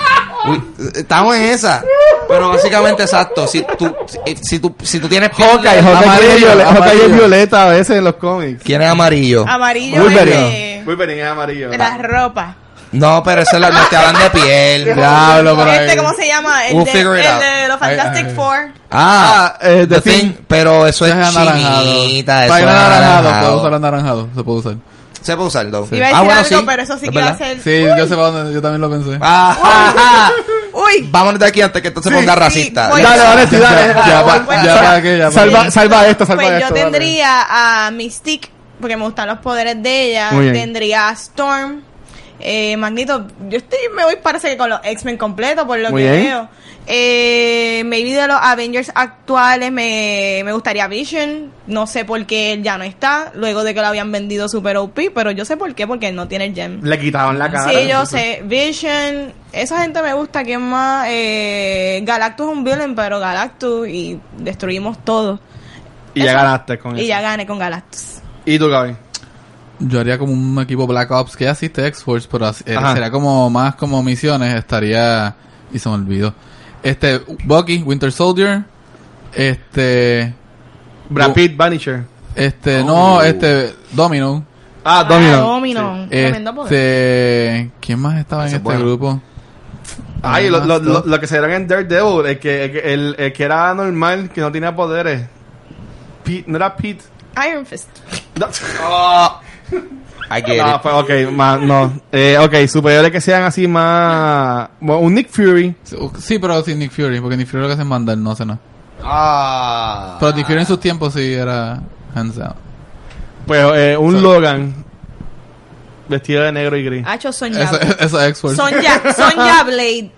Speaker 1: uy, estamos en esa. Pero básicamente, exacto. Si tú, si, si tú, si tú tienes piel
Speaker 4: Hawkeye,
Speaker 1: de-
Speaker 4: Hawkeye
Speaker 1: amarillo,
Speaker 4: es viole- Hawkeye
Speaker 1: amarillo.
Speaker 4: es violeta a veces en los cómics.
Speaker 1: ¿Quién es amarillo?
Speaker 3: Ah. Amarillo
Speaker 4: Wolverine.
Speaker 3: es de-
Speaker 4: Wolverine es amarillo. Ah.
Speaker 3: de la ropa.
Speaker 1: No, pero eso es la, no te hablan de piel.
Speaker 4: Diablo, por ahí.
Speaker 3: Este, ¿cómo se llama? El,
Speaker 1: We'll
Speaker 3: de,
Speaker 1: figure it
Speaker 3: el
Speaker 1: out.
Speaker 3: de los
Speaker 2: Ay,
Speaker 3: Fantastic
Speaker 2: ay.
Speaker 3: Four.
Speaker 1: Ah,
Speaker 4: eh,
Speaker 1: The
Speaker 4: The
Speaker 1: Thing,
Speaker 4: Thing.
Speaker 1: pero eso es
Speaker 2: Ese anaranjado.
Speaker 1: chinita, eso
Speaker 2: Está
Speaker 1: es
Speaker 2: en anaranjado. Podemos
Speaker 1: anaranjado.
Speaker 2: usar anaranjado. Se puede usar.
Speaker 1: Se puede usar, though.
Speaker 3: Iba a decir algo, pero eso
Speaker 1: Ah,
Speaker 3: sí
Speaker 1: ¿Es
Speaker 3: que va a
Speaker 1: verdad?
Speaker 3: ser.
Speaker 2: Sí, yo sé para dónde. Yo también lo pensé.
Speaker 1: Ah, ah, ah.
Speaker 3: Uy,
Speaker 1: Vámonos de aquí antes que esto se ponga
Speaker 3: sí,
Speaker 1: racista.
Speaker 3: voy.
Speaker 4: Dale, dale, sí, dale.
Speaker 2: Ya, ya, pa-
Speaker 3: Bueno,
Speaker 2: ya para que, ya para
Speaker 4: Salva,
Speaker 3: pues-
Speaker 4: salva esto, salva
Speaker 3: pues
Speaker 4: esto.
Speaker 3: yo
Speaker 4: dale.
Speaker 3: tendría a Mystique, porque me gustan los poderes de ella.
Speaker 4: Muy bien.
Speaker 3: Tendría a Storm. Eh, Magneto, yo estoy, me voy parece que con los X-Men completos, por lo
Speaker 4: Muy
Speaker 3: que
Speaker 4: bien.
Speaker 3: veo. Eh, maybe de los Avengers actuales me, me gustaría Vision. No sé por qué él ya no está, luego de que lo habían vendido super OP, pero yo sé por qué, porque él no tiene el gem.
Speaker 4: Le quitaron la cara.
Speaker 3: Sí, yo sé. Vision, esa gente me gusta. ¿Quién más? Eh, Galactus es un violent, pero Galactus y destruimos todo.
Speaker 4: Y ya
Speaker 3: Eso.
Speaker 4: ganaste con
Speaker 3: Y
Speaker 4: eso.
Speaker 3: ya gané con Galactus.
Speaker 4: ¿Y tú, Gaby?
Speaker 2: Yo haría como un equipo Black Ops que ya asiste X-Force, pero así- eh,
Speaker 4: Ajá.
Speaker 2: sería como más como misiones. Estaría. Y se me olvidó. Este, Bucky, Winter Soldier. Este.
Speaker 4: Brad
Speaker 2: Oh.
Speaker 4: Pitt, Vanisher.
Speaker 2: Este, no, este, Domino.
Speaker 4: Ah,
Speaker 3: Ah,
Speaker 4: Domino.
Speaker 3: Domino. Tremendo poder.
Speaker 2: Este, ¿quién más estaba en
Speaker 1: Ese es
Speaker 2: este
Speaker 1: bueno.
Speaker 2: grupo?
Speaker 4: Ay,
Speaker 2: Ah,
Speaker 4: lo, lo, lo,
Speaker 2: esto.
Speaker 4: lo que se dieron en Daredevil, el que, el, que- el- el que era normal, que no tenía poderes. Pete, no era Pete.
Speaker 3: Iron Fist.
Speaker 4: No,
Speaker 1: Ah, I get
Speaker 4: No,
Speaker 1: it.
Speaker 4: pues, ok, más, no. Eh, ok, superiores que sean así más... bueno, un Nick Fury.
Speaker 2: Sí, pero sin Nick Fury, porque Nick Fury lo que hace es mandar, no sé, no.
Speaker 1: Ah.
Speaker 2: Pero Nick Fury en sus tiempos sí era hands down.
Speaker 4: Pues eh, un
Speaker 2: So-
Speaker 4: Logan vestido de negro y gris.
Speaker 3: Hacho Sonya.
Speaker 2: Eso, eso es X-Force.
Speaker 3: Sonya, Sonya Blade.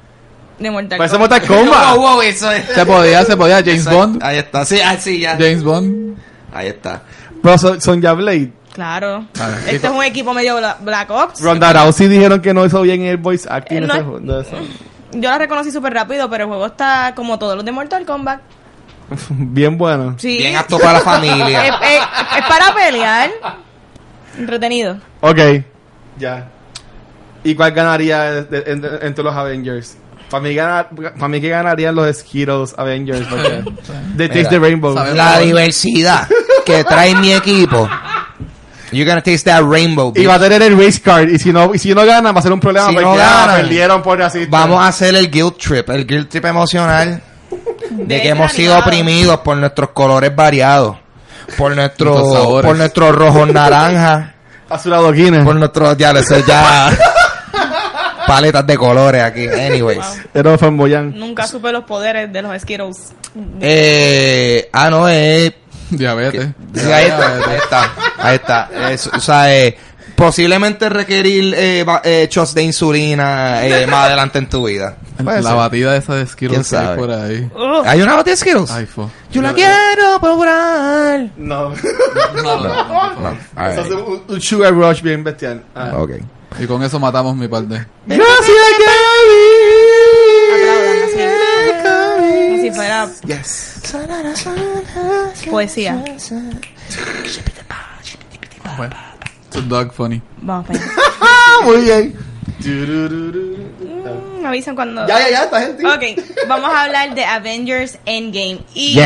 Speaker 3: De Mortal
Speaker 4: Parece
Speaker 3: Kombat.
Speaker 4: Pues, Mortal
Speaker 1: Wow,
Speaker 4: Kombat.
Speaker 1: wow, eso es.
Speaker 2: Se podía, se podía, James
Speaker 1: Eso-
Speaker 2: Bond.
Speaker 1: Ahí está, sí, ah, sí, ya.
Speaker 2: James Bond.
Speaker 1: Ahí está.
Speaker 4: Pero son, son ya Blade.
Speaker 3: Claro.
Speaker 2: A
Speaker 4: Ah,
Speaker 2: ver,
Speaker 3: Este
Speaker 2: chicos.
Speaker 3: es un equipo medio bla- Black Ops.
Speaker 4: Ronda Rousey dijeron que no hizo bien el voice acting.
Speaker 3: Eh,
Speaker 4: de
Speaker 3: no
Speaker 4: ese
Speaker 3: es-
Speaker 4: ju- de eso.
Speaker 3: Yo la reconocí súper rápido, pero el juego está como todos los de Mortal Kombat.
Speaker 4: bien bueno.
Speaker 3: Sí.
Speaker 1: Bien apto para la
Speaker 3: es,
Speaker 1: familia.
Speaker 3: es- es para pelear. Entretenido.
Speaker 4: Ok. Ya. ¿Y cuál ganaría de- de- en- de- entre los Avengers? Para mí, gana- pa' mí que ganarían los Skittles Avengers. Porque
Speaker 2: Sí.
Speaker 4: de
Speaker 1: Mira,
Speaker 4: Taste the Rainbow.
Speaker 2: sabe-
Speaker 1: La diversidad que trae mi equipo You're gonna taste that rainbow.
Speaker 4: Y
Speaker 1: bitch.
Speaker 4: va a tener el race card. Y si no, y si no gana, va a ser un problema.
Speaker 1: Si
Speaker 4: porque
Speaker 1: no
Speaker 4: ah,
Speaker 1: ganan,
Speaker 4: perdieron por así.
Speaker 1: Vamos a hacer el guilt trip, el guilt trip emocional de que hemos sido
Speaker 3: Desgranado.
Speaker 1: oprimidos por nuestros colores variados, por nuestro,
Speaker 2: Nuestros sabores.
Speaker 1: por nuestro rojo naranja,
Speaker 4: a su lado, Guinness.
Speaker 1: por nuestros ya, eso ya paletas de colores aquí. Anyways,
Speaker 4: Era fanboyán.
Speaker 3: Nunca supe los poderes de los Skittles.
Speaker 1: eh, ah no eh,
Speaker 2: Diabetes.
Speaker 1: sí, ahí
Speaker 2: Ah,
Speaker 1: está, ahí está, ahí está. Es- o sea, eh, posiblemente requerir eh, va- eh, shots de insulina eh, más adelante en tu vida. Puede
Speaker 2: La
Speaker 1: ser.
Speaker 2: batida esa de
Speaker 1: ¿Quién
Speaker 2: Skittles que hay
Speaker 1: sabe?
Speaker 2: por ahí.
Speaker 3: Ugh.
Speaker 1: Hay una batida de Skittles.
Speaker 2: Ay, fo.
Speaker 1: Yo la quiero probar.
Speaker 4: No.
Speaker 1: No.
Speaker 4: Eso hace un, un sugar rush bien bestial. Ah.
Speaker 1: Ok.
Speaker 2: Y con eso matamos mi parte.
Speaker 3: Aplaudan, así. Como si fuera
Speaker 1: Yes.
Speaker 3: poesía.
Speaker 2: Bueno. It's a dog funny.
Speaker 3: Vamos para allá.
Speaker 4: Ah, muy bien. Turururu.
Speaker 3: Mm, Me avisan cuando.
Speaker 4: Ya, ya, ya, está gente.
Speaker 3: Ok, vamos a hablar de Avengers Endgame. Y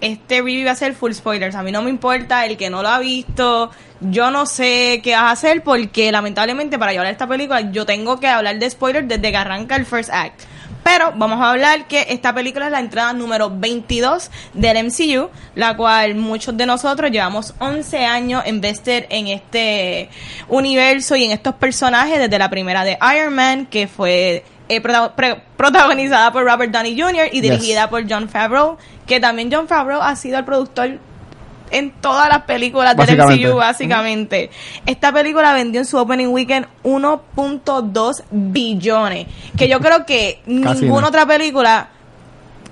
Speaker 3: este review va a ser full spoilers. A mí no me importa el que no lo ha visto. Yo no sé qué vas a hacer porque lamentablemente para yo hablar de esta película yo tengo que hablar de spoilers desde que arranca el first act. Pero vamos a hablar que esta película es la entrada número 22 del MCU, la cual muchos de nosotros llevamos 11 años invested en este universo y en estos personajes desde la primera de Iron Man, que fue eh, prota- pre- protagonizada por Robert Downey Jr. y
Speaker 4: Yes.
Speaker 3: dirigida por John Favreau, que también John Favreau ha sido el productor en todas las películas del
Speaker 4: Básicamente.
Speaker 3: MCU, básicamente. Esta película vendió en su opening weekend 1.2 billones, que yo creo que
Speaker 4: Casi
Speaker 3: ninguna
Speaker 4: no.
Speaker 3: otra película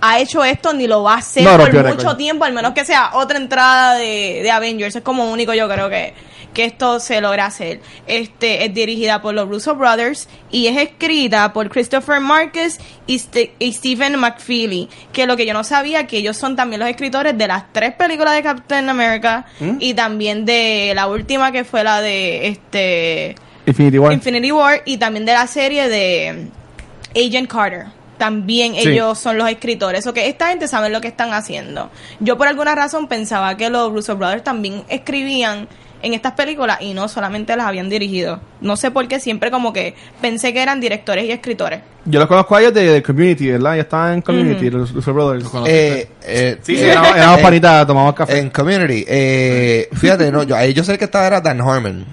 Speaker 3: ha hecho esto ni lo va a hacer
Speaker 4: No
Speaker 3: por
Speaker 4: rompió
Speaker 3: mucho
Speaker 4: récord.
Speaker 3: tiempo, al menos que sea otra entrada de, de Avengers. Es como único, yo creo que, que esto se logra hacer. Este es dirigida por los Russo Brothers y es escrita por Christopher Marcus y, Ste- y Stephen McFeely. Que lo que yo no sabía, que ellos son también los escritores de las tres películas de Captain America
Speaker 4: ¿Mm?
Speaker 3: y también de la última que fue la de este
Speaker 4: Infinity War.
Speaker 3: Infinity War y también de la serie de mm, Agent Carter. También
Speaker 4: Sí.
Speaker 3: ellos son los escritores. O que esta gente sabe lo que están haciendo. Yo por alguna razón pensaba que los Russo Brothers también escribían en estas películas y no solamente las habían dirigido. No sé por qué siempre como que pensé que eran directores y escritores.
Speaker 4: Yo los conozco a ellos de, de Community, ¿verdad? Ya estaban en Community, los, los Brothers.
Speaker 2: Los conociste.
Speaker 1: Eh, eh,
Speaker 4: Sí, sí,
Speaker 1: eh,
Speaker 4: éramos, éramos
Speaker 1: eh,
Speaker 4: panitas, tomamos café.
Speaker 1: En Community. Eh, fíjate, no, yo, ahí yo sé que estaba era Dan Harmon.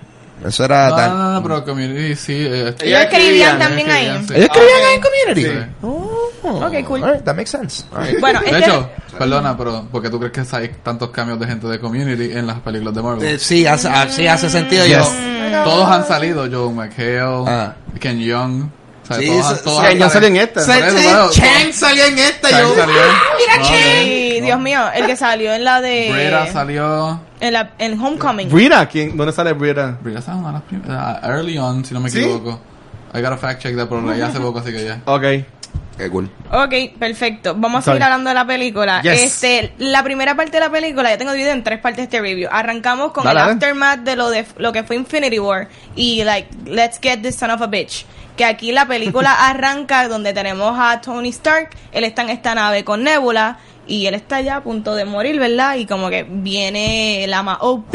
Speaker 1: Eso era
Speaker 2: no,
Speaker 1: Dan.
Speaker 2: no, no, pero Community sí. eh,
Speaker 3: Ellos escribían también ahí.
Speaker 2: escribían, sí.
Speaker 1: Ellos escribían ahí en
Speaker 2: Sí.
Speaker 1: Community. Oh.
Speaker 3: Ok, cool.
Speaker 1: Alright, that makes sense. Alright.
Speaker 3: Bueno,
Speaker 2: De
Speaker 3: este-
Speaker 2: hecho, perdona, pero porque tú crees que hay tantos cambios de gente de Community en las películas de Marvel?
Speaker 1: Eh, sí, hace, ah, sí, hace sentido.
Speaker 2: Yes.
Speaker 1: Yo,
Speaker 2: Todos han salido, Joe McHale,
Speaker 1: Ah.
Speaker 2: Ken Young. o sea,
Speaker 1: Sí,
Speaker 2: todos
Speaker 1: sí,
Speaker 2: han- todos
Speaker 1: sí,
Speaker 2: han-
Speaker 4: ya salen estas.
Speaker 2: Por eso, bueno,
Speaker 1: Chang salió en esta.
Speaker 2: Chang
Speaker 1: yo,
Speaker 2: salió. No,
Speaker 3: Ay, Dios mío, el que salió en la
Speaker 2: Brera
Speaker 3: de...
Speaker 2: salió.
Speaker 3: En, la, en Homecoming.
Speaker 4: Brita, ¿quién? ¿Dónde sale Brita?
Speaker 2: Brera salió una de las primeras. Early on, si no me
Speaker 4: ¿Sí?
Speaker 2: equivoco. I gotta fact check that, pero la leí hace poco, así que ya.
Speaker 4: Ok.
Speaker 1: Qué cool.
Speaker 3: Ok, perfecto. Vamos a
Speaker 4: Sorry.
Speaker 3: seguir hablando de la película.
Speaker 4: Yes.
Speaker 3: Este, la primera parte de la película ya tengo dividido en tres partes este review. Arrancamos con
Speaker 4: Dale,
Speaker 3: el
Speaker 4: dale.
Speaker 3: aftermath de lo de lo que fue Infinity War y like Let's get this son of a bitch. Que aquí la película arranca donde tenemos a Tony Stark, él está en esta nave con Nebula y él está ya a punto de morir, ¿verdad? Y como que viene la más OP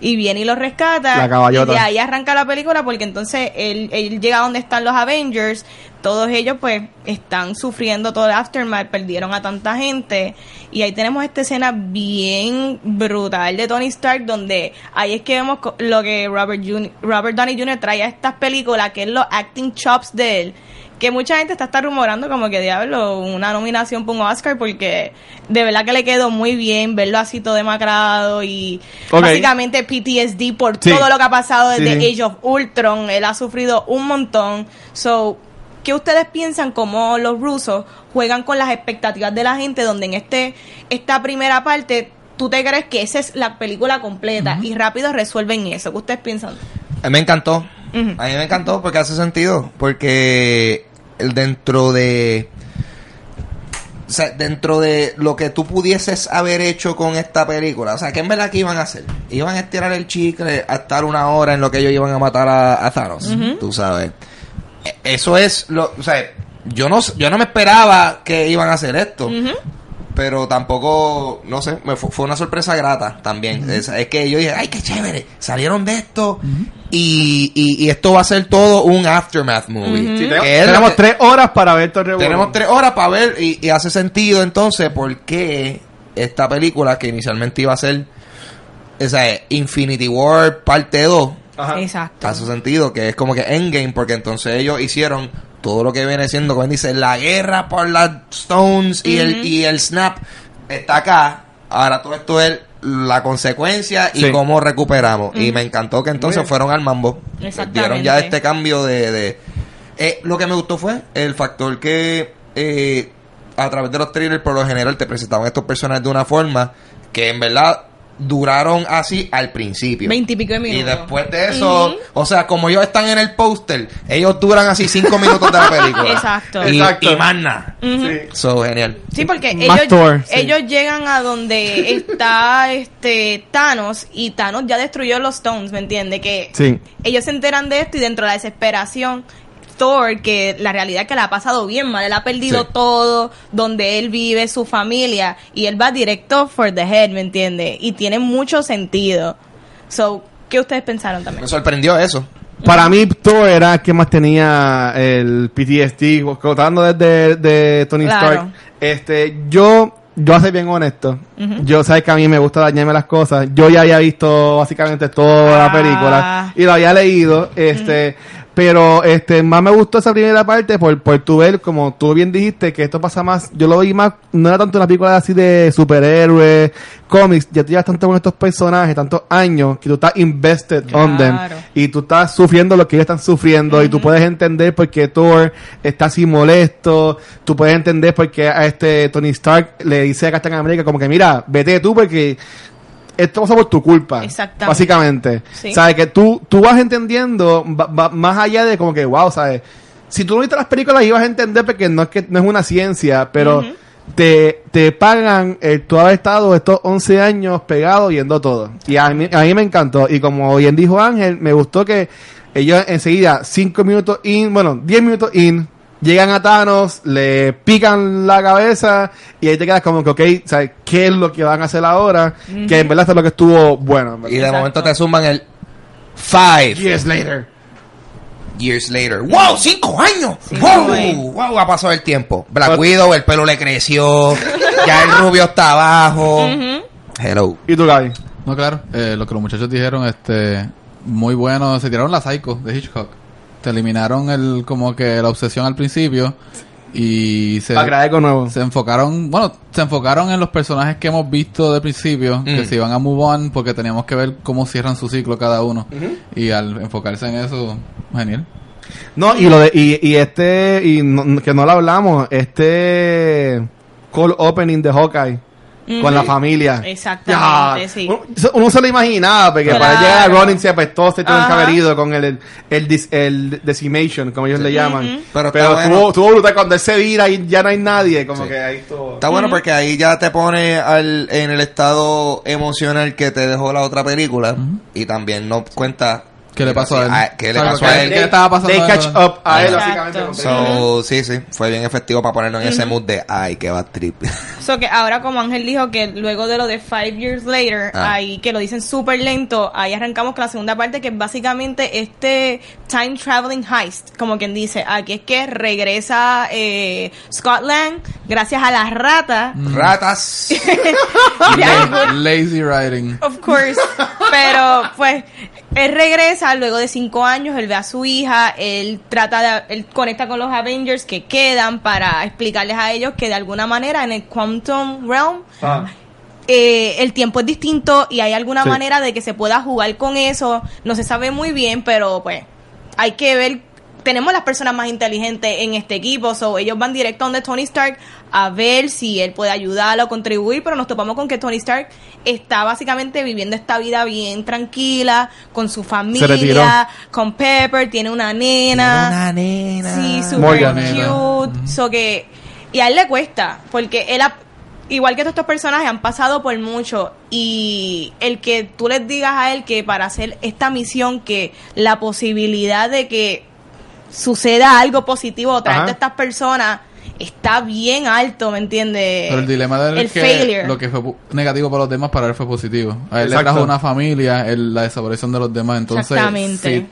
Speaker 3: y viene y lo rescata.
Speaker 4: La caballota.
Speaker 3: Y de ahí arranca la película porque entonces él, él llega a donde están los Avengers. Todos ellos pues están sufriendo todo el aftermath, perdieron a tanta gente. Y ahí tenemos esta escena bien brutal de Tony Stark donde ahí es que vemos co- lo que Robert, Juni- Robert Downey Jr. trae a estas películas, que es los acting chops de él. Que mucha gente está, hasta rumorando como que diablo, una nominación para un Oscar porque de verdad que le quedó muy bien verlo así todo demacrado y
Speaker 4: Ok.
Speaker 3: básicamente PTSD por
Speaker 4: Sí.
Speaker 3: todo lo que ha pasado desde
Speaker 4: Sí, sí.
Speaker 3: Age of Ultron. Él ha sufrido un montón. So, ¿qué ustedes piensan como los rusos juegan con las expectativas de la gente? Donde en este esta primera parte tú te crees que esa es la película completa y rápido resuelven eso. ¿Qué ustedes piensan?
Speaker 1: A mí Eh, me encantó.
Speaker 3: Ujú.
Speaker 1: A mí me encantó porque hace sentido. Porque el dentro de. O sea, dentro de lo que tú pudieses haber hecho con esta película. O sea, que en verdad que iban a hacer? Iban a estirar el chicle a estar una hora en lo que ellos iban a matar a, a Thanos. Tú sabes. E- Eso es lo. O sea, yo no, yo no me esperaba que iban a hacer esto. Pero tampoco, no sé, me fu- fue una sorpresa grata también. Es, es que yo dije, ay, qué chévere, salieron de esto y, y- y esto va a ser todo un aftermath movie.
Speaker 4: Sí,
Speaker 1: Que
Speaker 3: Mm.
Speaker 4: tenemos,
Speaker 1: es lo
Speaker 4: tenemos
Speaker 1: que-
Speaker 4: tres horas para ver Torre
Speaker 1: tenemos tres horas para ver y, y hace sentido entonces por qué esta película que inicialmente iba a ser esa es Infinity War parte 2
Speaker 3: Exacto.
Speaker 1: hace sentido que es como que Endgame porque entonces ellos hicieron todo lo que viene siendo como él dice la guerra por las Stones y el
Speaker 3: Ujú.
Speaker 1: y el snap está acá ahora todo esto es la consecuencia y
Speaker 4: Sí.
Speaker 1: cómo recuperamos y me encantó que entonces
Speaker 4: bien.
Speaker 1: fueron al mambo
Speaker 3: Exactamente.
Speaker 1: dieron ya este cambio de, de- Eh, lo que me gustó fue el factor que eh, a través de los thrillers por lo general te presentaban estos personajes de una forma que en verdad duraron así al principio
Speaker 3: Veintipico de
Speaker 1: y
Speaker 3: minutos.
Speaker 1: después de eso,
Speaker 3: Ujú.
Speaker 1: o sea, como ellos están en el póster, ellos duran así cinco minutos de la película.
Speaker 3: Exacto.
Speaker 1: Y,
Speaker 4: Exacto.
Speaker 1: y más nada.
Speaker 3: Ujú.
Speaker 1: So, genial.
Speaker 3: Sí, porque
Speaker 4: Más
Speaker 3: ellos,
Speaker 4: Thor, sí.
Speaker 3: ellos llegan a donde está este Thanos y Thanos ya destruyó los Stones, ¿me entiende? Que
Speaker 4: Sí.
Speaker 3: ellos se enteran de esto y dentro de la desesperación, Thor, que la realidad es que la ha pasado bien mal, él ha perdido
Speaker 1: Sí.
Speaker 3: todo, donde él vive, su familia, y él va directo for the head, ¿me entiende? Y tiene mucho sentido. So, ¿qué ustedes pensaron también?
Speaker 1: Me sorprendió eso.
Speaker 4: Para mí, Thor era el que más tenía el PTSD, contando desde de Tony
Speaker 3: Claro.
Speaker 4: Stark. Este, yo, yo voy a ser bien honesto. Yo sabes que a mí me gusta dañarme las cosas. Yo ya había visto básicamente toda la
Speaker 3: Ah.
Speaker 4: película y lo había leído. Este, pero este, más me gustó esa primera parte por, por tu ver, como tú bien dijiste, que esto pasa más. Yo lo vi más, no era tanto una película así de superhéroes, cómics. Ya tú llevas tanto con estos personajes, tantos años, que tú estás invested on them
Speaker 3: Claro.
Speaker 4: y tú estás sufriendo lo que ellos están sufriendo y tú puedes entender por qué Thor está así molesto, tú puedes entender por qué a este Tony Stark le dice a Captain America como que mira, vete tú porque esto pasa por tu culpa.
Speaker 3: Exactamente.
Speaker 4: Básicamente.
Speaker 3: Sí.
Speaker 4: ¿Sabes? Que tú, tú vas entendiendo va- va- más allá de como que, wow, ¿sabes? Si tú no viste las películas ibas a entender porque no es que no es una ciencia, pero
Speaker 3: Ujú.
Speaker 4: te, te pagan el tú haber estado estos 11 años pegado viendo todo. Y a mí, a mí me encantó. Y como bien dijo Ángel, me gustó que ellos enseguida, 5 minutos in, bueno, 10 minutos in, llegan a Thanos, le pican la cabeza y ahí te quedas como que, ok, ¿sabes qué es lo que van a hacer ahora? Que en verdad es lo que estuvo bueno. en
Speaker 1: Y de
Speaker 4: verdad.
Speaker 1: momento te suman el five
Speaker 4: Years later.
Speaker 1: years later. ¡Wow! ¡Cinco años!
Speaker 3: Cinco
Speaker 1: ¡Wow!
Speaker 3: años.
Speaker 1: ¡Wow! Ha pasado el tiempo. Black
Speaker 4: But-
Speaker 1: Widow, el pelo le creció. ya el rubio está abajo.
Speaker 3: Ujú.
Speaker 1: Hello.
Speaker 4: ¿Y tú, Gaby?
Speaker 2: No, claro, eh, lo que los muchachos dijeron, este, muy bueno, se tiraron la psycho de Hitchcock. Te eliminaron el, como que la obsesión al principio y se,
Speaker 4: Para crear algo nuevo.
Speaker 2: se enfocaron, bueno, se enfocaron en los personajes que hemos visto de principio, que
Speaker 1: Mm.
Speaker 2: se iban a move on porque teníamos que ver cómo cierran su ciclo cada uno. Y al enfocarse en eso, genial.
Speaker 4: No, y lo de, y, y este, y no- que no lo hablamos, este call opening de Hawkeye
Speaker 3: Ujú.
Speaker 4: con la familia.
Speaker 3: Exactamente, sí.
Speaker 4: Uno, uno se lo imaginaba, porque
Speaker 3: Claro.
Speaker 4: para llegar a Ronin se pues todos se tienen que
Speaker 3: Ajá.
Speaker 4: haber ido con el, el, el, dis- el decimation, como ellos le llaman.
Speaker 3: Ujú.
Speaker 1: Pero
Speaker 4: Pero,
Speaker 1: está
Speaker 4: estuvo,
Speaker 1: bueno.
Speaker 4: estuvo brutal cuando él se vira y ya no hay nadie, como
Speaker 1: Sí.
Speaker 4: que ahí estuvo.
Speaker 1: Está bueno porque ahí ya te pone al, en el estado emocional que te dejó la otra película y también no cuenta Ah,
Speaker 2: ¿Qué le pasó a él?
Speaker 1: ¿Qué le
Speaker 2: Claro,
Speaker 1: pasó
Speaker 2: porque
Speaker 1: a
Speaker 2: él-
Speaker 1: él?
Speaker 2: ¿Qué estaba pasando?
Speaker 4: They catch up a él,
Speaker 3: Exacto.
Speaker 4: básicamente. con-
Speaker 1: So, sí, sí, fue bien efectivo para ponernos en ese mood de ay, que va trip.
Speaker 3: So que ahora como Ángel dijo que luego de lo de Five Years Later,
Speaker 1: Ah.
Speaker 3: ahí que lo dicen súper lento, ahí arrancamos con la segunda parte que es básicamente este time traveling heist, como quien dice, aquí es que regresa eh, Scotland gracias a las ratas,
Speaker 1: Ratas.
Speaker 3: de
Speaker 2: La-
Speaker 3: algún-
Speaker 2: Lazy writing.
Speaker 3: Of course. Pero pues él regresa luego de cinco años, él ve a su hija, él trata de, él conecta con los Avengers que quedan para explicarles a ellos que de alguna manera en el Quantum Realm
Speaker 4: Ah.
Speaker 3: eh, el tiempo es distinto y hay alguna
Speaker 4: Sí.
Speaker 3: manera de que se pueda jugar con eso. No se sabe muy bien, pero pues hay que ver. Tenemos las personas más inteligentes en este equipo, so ellos van directo donde Tony Stark a ver si él puede ayudarlo o contribuir, pero nos topamos con que Tony Stark está básicamente viviendo esta vida bien tranquila, con su
Speaker 4: retiró.
Speaker 3: familia, con Pepper, tiene una nena.
Speaker 1: nena.
Speaker 3: Sí,
Speaker 4: Muy
Speaker 3: super
Speaker 2: bonita.
Speaker 3: cute. So que, y a él le cuesta, porque él, ha- igual que todos estos personajes, han pasado por mucho. Y el que tú les digas a él que para hacer esta misión, que la posibilidad de que suceda algo positivo, traerte
Speaker 4: Ajá.
Speaker 3: a estas personas está bien alto, ¿me entiendes?
Speaker 2: Pero el dilema de él
Speaker 3: Eh, El
Speaker 2: es que
Speaker 3: failure.
Speaker 2: lo que fue pu- negativo para los demás, para él fue positivo. A él
Speaker 4: Exacto.
Speaker 2: le trajo una familia, él- la desaparición de los demás. Entonces,
Speaker 3: Exactamente.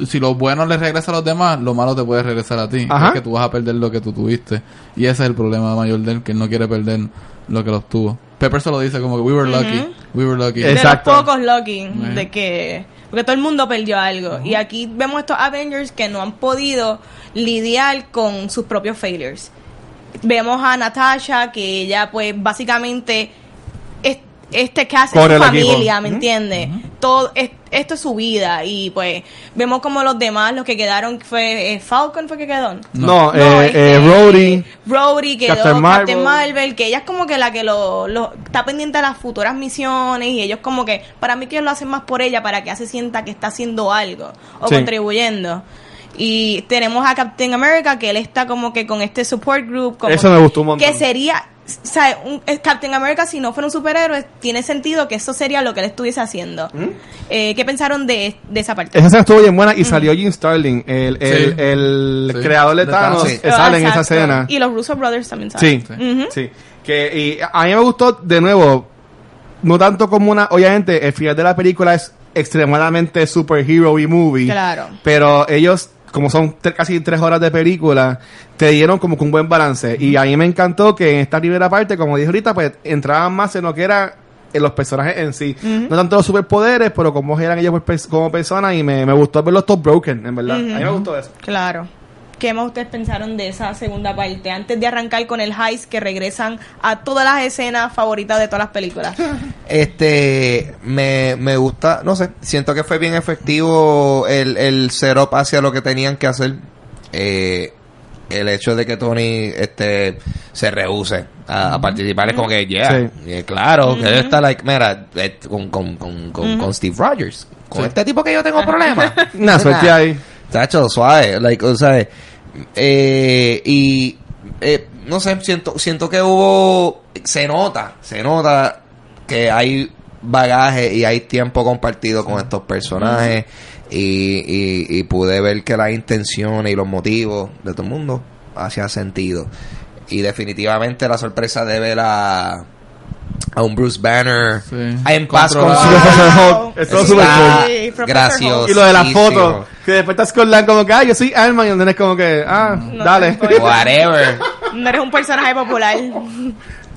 Speaker 2: Si, si lo bueno le regresa a los demás, lo malo te puede regresar a ti.
Speaker 4: Ajá.
Speaker 2: Es que tú vas a perder lo que tú tuviste. Y ese es el problema mayor de él, que él no quiere perder lo que lo obtuvo. Pepper se lo dice como que we were lucky, we were lucky.
Speaker 4: Es- Exacto.
Speaker 3: de los pocos Lucky
Speaker 2: Ujú.
Speaker 3: de que porque todo el mundo perdió algo y aquí vemos estos Avengers que no han podido lidiar con sus propios failures vemos a Natasha que ella pues básicamente es- este cast
Speaker 4: Corre
Speaker 3: es su
Speaker 4: el equipo.
Speaker 3: familia me
Speaker 4: Ujú.
Speaker 3: entiendes todo es- esto es su vida y pues vemos como los demás los que quedaron fue eh, Falcon fue que quedó
Speaker 4: No,
Speaker 3: no,
Speaker 4: eh,
Speaker 3: este,
Speaker 4: eh, Rhodey.
Speaker 3: Rhodey quedó
Speaker 4: Captain
Speaker 3: Captain
Speaker 4: Marvel.
Speaker 3: Marvel. que ella es como que la que lo, lo- está pendiente de las futuras misiones y ellos como que, para mí que ellos lo hacen más por ella, para que ella se sienta que está haciendo algo o
Speaker 4: Sí.
Speaker 3: contribuyendo. Y tenemos a Captain America, que él está como que con este support group. Como
Speaker 4: Eso me gustó un montón.
Speaker 3: Que sería, o sea, un- eh, Captain America, si no fuera un superhéroe, tiene sentido que eso sería lo que él estuviese haciendo. Eh, ¿Qué pensaron de, de esa parte?
Speaker 4: ¿Mm? Esa escena estuvo bien buena y salió Jim Starling, el, el,
Speaker 2: Sí.
Speaker 4: el
Speaker 2: Sí.
Speaker 4: creador de
Speaker 2: De
Speaker 4: Thanos,
Speaker 1: Thanos. Sí.
Speaker 4: que sale en esa
Speaker 3: Ah, Exacto.
Speaker 4: escena.
Speaker 3: Y Mm-hmm. los Russo Brothers también
Speaker 4: Sí,
Speaker 3: salen.
Speaker 4: sí.
Speaker 3: Ujú.
Speaker 4: Que, y a mí me gustó, de nuevo, no tanto como una... Obviamente, el final de la película es extremadamente superhero y movie.
Speaker 3: Claro.
Speaker 4: Pero ellos, como son tre- casi tres horas de película, te dieron como que un buen balance. Y a mí me encantó que en esta primera parte, como dije ahorita, pues entraban más en lo que era en los personajes en sí. No tanto los superpoderes, pero como eran ellos por pers- como personas. Y me, me gustó verlos todos broken, en verdad. A mí me gustó eso.
Speaker 3: Claro. ¿Qué más ustedes pensaron de esa segunda parte? Antes de arrancar con el heist que regresan a todas las escenas favoritas de todas las películas.
Speaker 1: Este, me, me gusta, no sé, siento que fue bien efectivo el, el setup hacia lo que tenían que hacer. Eh, el hecho de que Tony este se rehúse a, a participar es como que, yeah,
Speaker 4: Sí.
Speaker 1: eh, claro, que él está like, mira, eh, con, con, con, con, con Steve Rogers, con
Speaker 4: Sí.
Speaker 1: este tipo que yo tengo problemas.
Speaker 4: Una suerte ahí.
Speaker 1: Tacho, suave, like, o sea, eh, y eh, no sé, siento, siento que hubo, se nota, se nota que hay bagaje y hay tiempo compartido con estos personajes y, y, y pude ver que las intenciones y los motivos de todo el mundo hacían sentido. Y definitivamente la sorpresa de ver a, a un Bruce Banner
Speaker 2: Sí.
Speaker 1: en paz con
Speaker 2: Controlado.
Speaker 1: su...
Speaker 2: Wow.
Speaker 4: Professor Hulk. Estuvo
Speaker 1: Está
Speaker 4: súper cool.
Speaker 3: Sí, Professor
Speaker 1: gracioso.
Speaker 3: Hulk.
Speaker 4: Y lo de las
Speaker 1: Sí,
Speaker 4: fotos,
Speaker 1: sí,
Speaker 4: que después estás con la como que, ah, yo soy Iron Man, y el nene es como que, ah,
Speaker 3: No,
Speaker 4: dale.
Speaker 3: no, no, no.
Speaker 1: Whatever.
Speaker 3: No eres un personaje popular.
Speaker 1: So,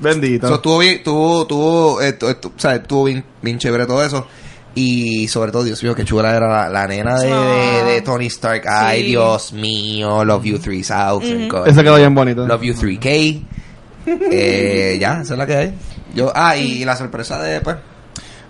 Speaker 4: Bendito.
Speaker 1: estuvo bien, tuvo, tuvo, eh, tu- estu- o sea, estuvo bien, bien chévere todo eso. Y sobre todo, Dios mío, qué chula era la, la nena de, de- de Tony Stark. Ay,
Speaker 3: Sí.
Speaker 1: Dios mío, Love You 3000. God.
Speaker 4: Eso quedó bien bonito.
Speaker 1: Love You 3K. Eh, ya, esa es la que hay. Yo, ah, y, la sorpresa de, pues,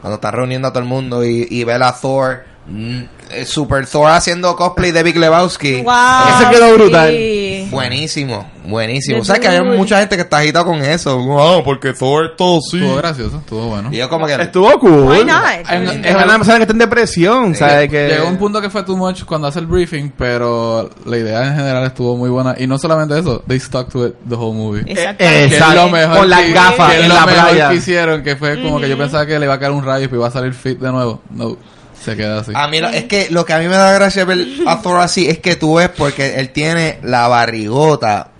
Speaker 1: cuando está reuniendo a todo el mundo y, y ver a Thor, mm, eh, Super Thor haciendo cosplay de Big Lebowski.
Speaker 3: Wow.
Speaker 4: Eso quedó brutal.
Speaker 3: sí.
Speaker 1: Buenísimo, buenísimo.
Speaker 3: De
Speaker 1: O sea, que hay
Speaker 3: Thor.
Speaker 1: mucha gente que está agitado con eso. Wow, porque Thor es todo sí.
Speaker 2: Estuvo gracioso, estuvo bueno.
Speaker 1: Y yo como que...
Speaker 4: Estuvo cool.
Speaker 3: Why not?
Speaker 2: Hay una-
Speaker 4: Es una persona que está en depresión, ¿sabes? Que...
Speaker 2: Llegó un punto que fue too much cuando hace el briefing, pero la idea en general estuvo muy buena. Y no solamente eso, they stuck to it the whole movie.
Speaker 4: Eh,
Speaker 2: Que es
Speaker 4: Exacto.
Speaker 2: lo mejor
Speaker 4: Con las
Speaker 2: que-
Speaker 4: gafas
Speaker 2: que es
Speaker 4: en
Speaker 2: lo
Speaker 4: la
Speaker 2: mejor
Speaker 4: playa.
Speaker 2: que hicieron, que fue como que yo pensaba que le iba a caer un rayo y pues iba a salir fit de nuevo. No, se queda así.
Speaker 1: A mí lo- es que lo que a mí me da gracia ver a Thor así es que tú ves porque él tiene la barrigota,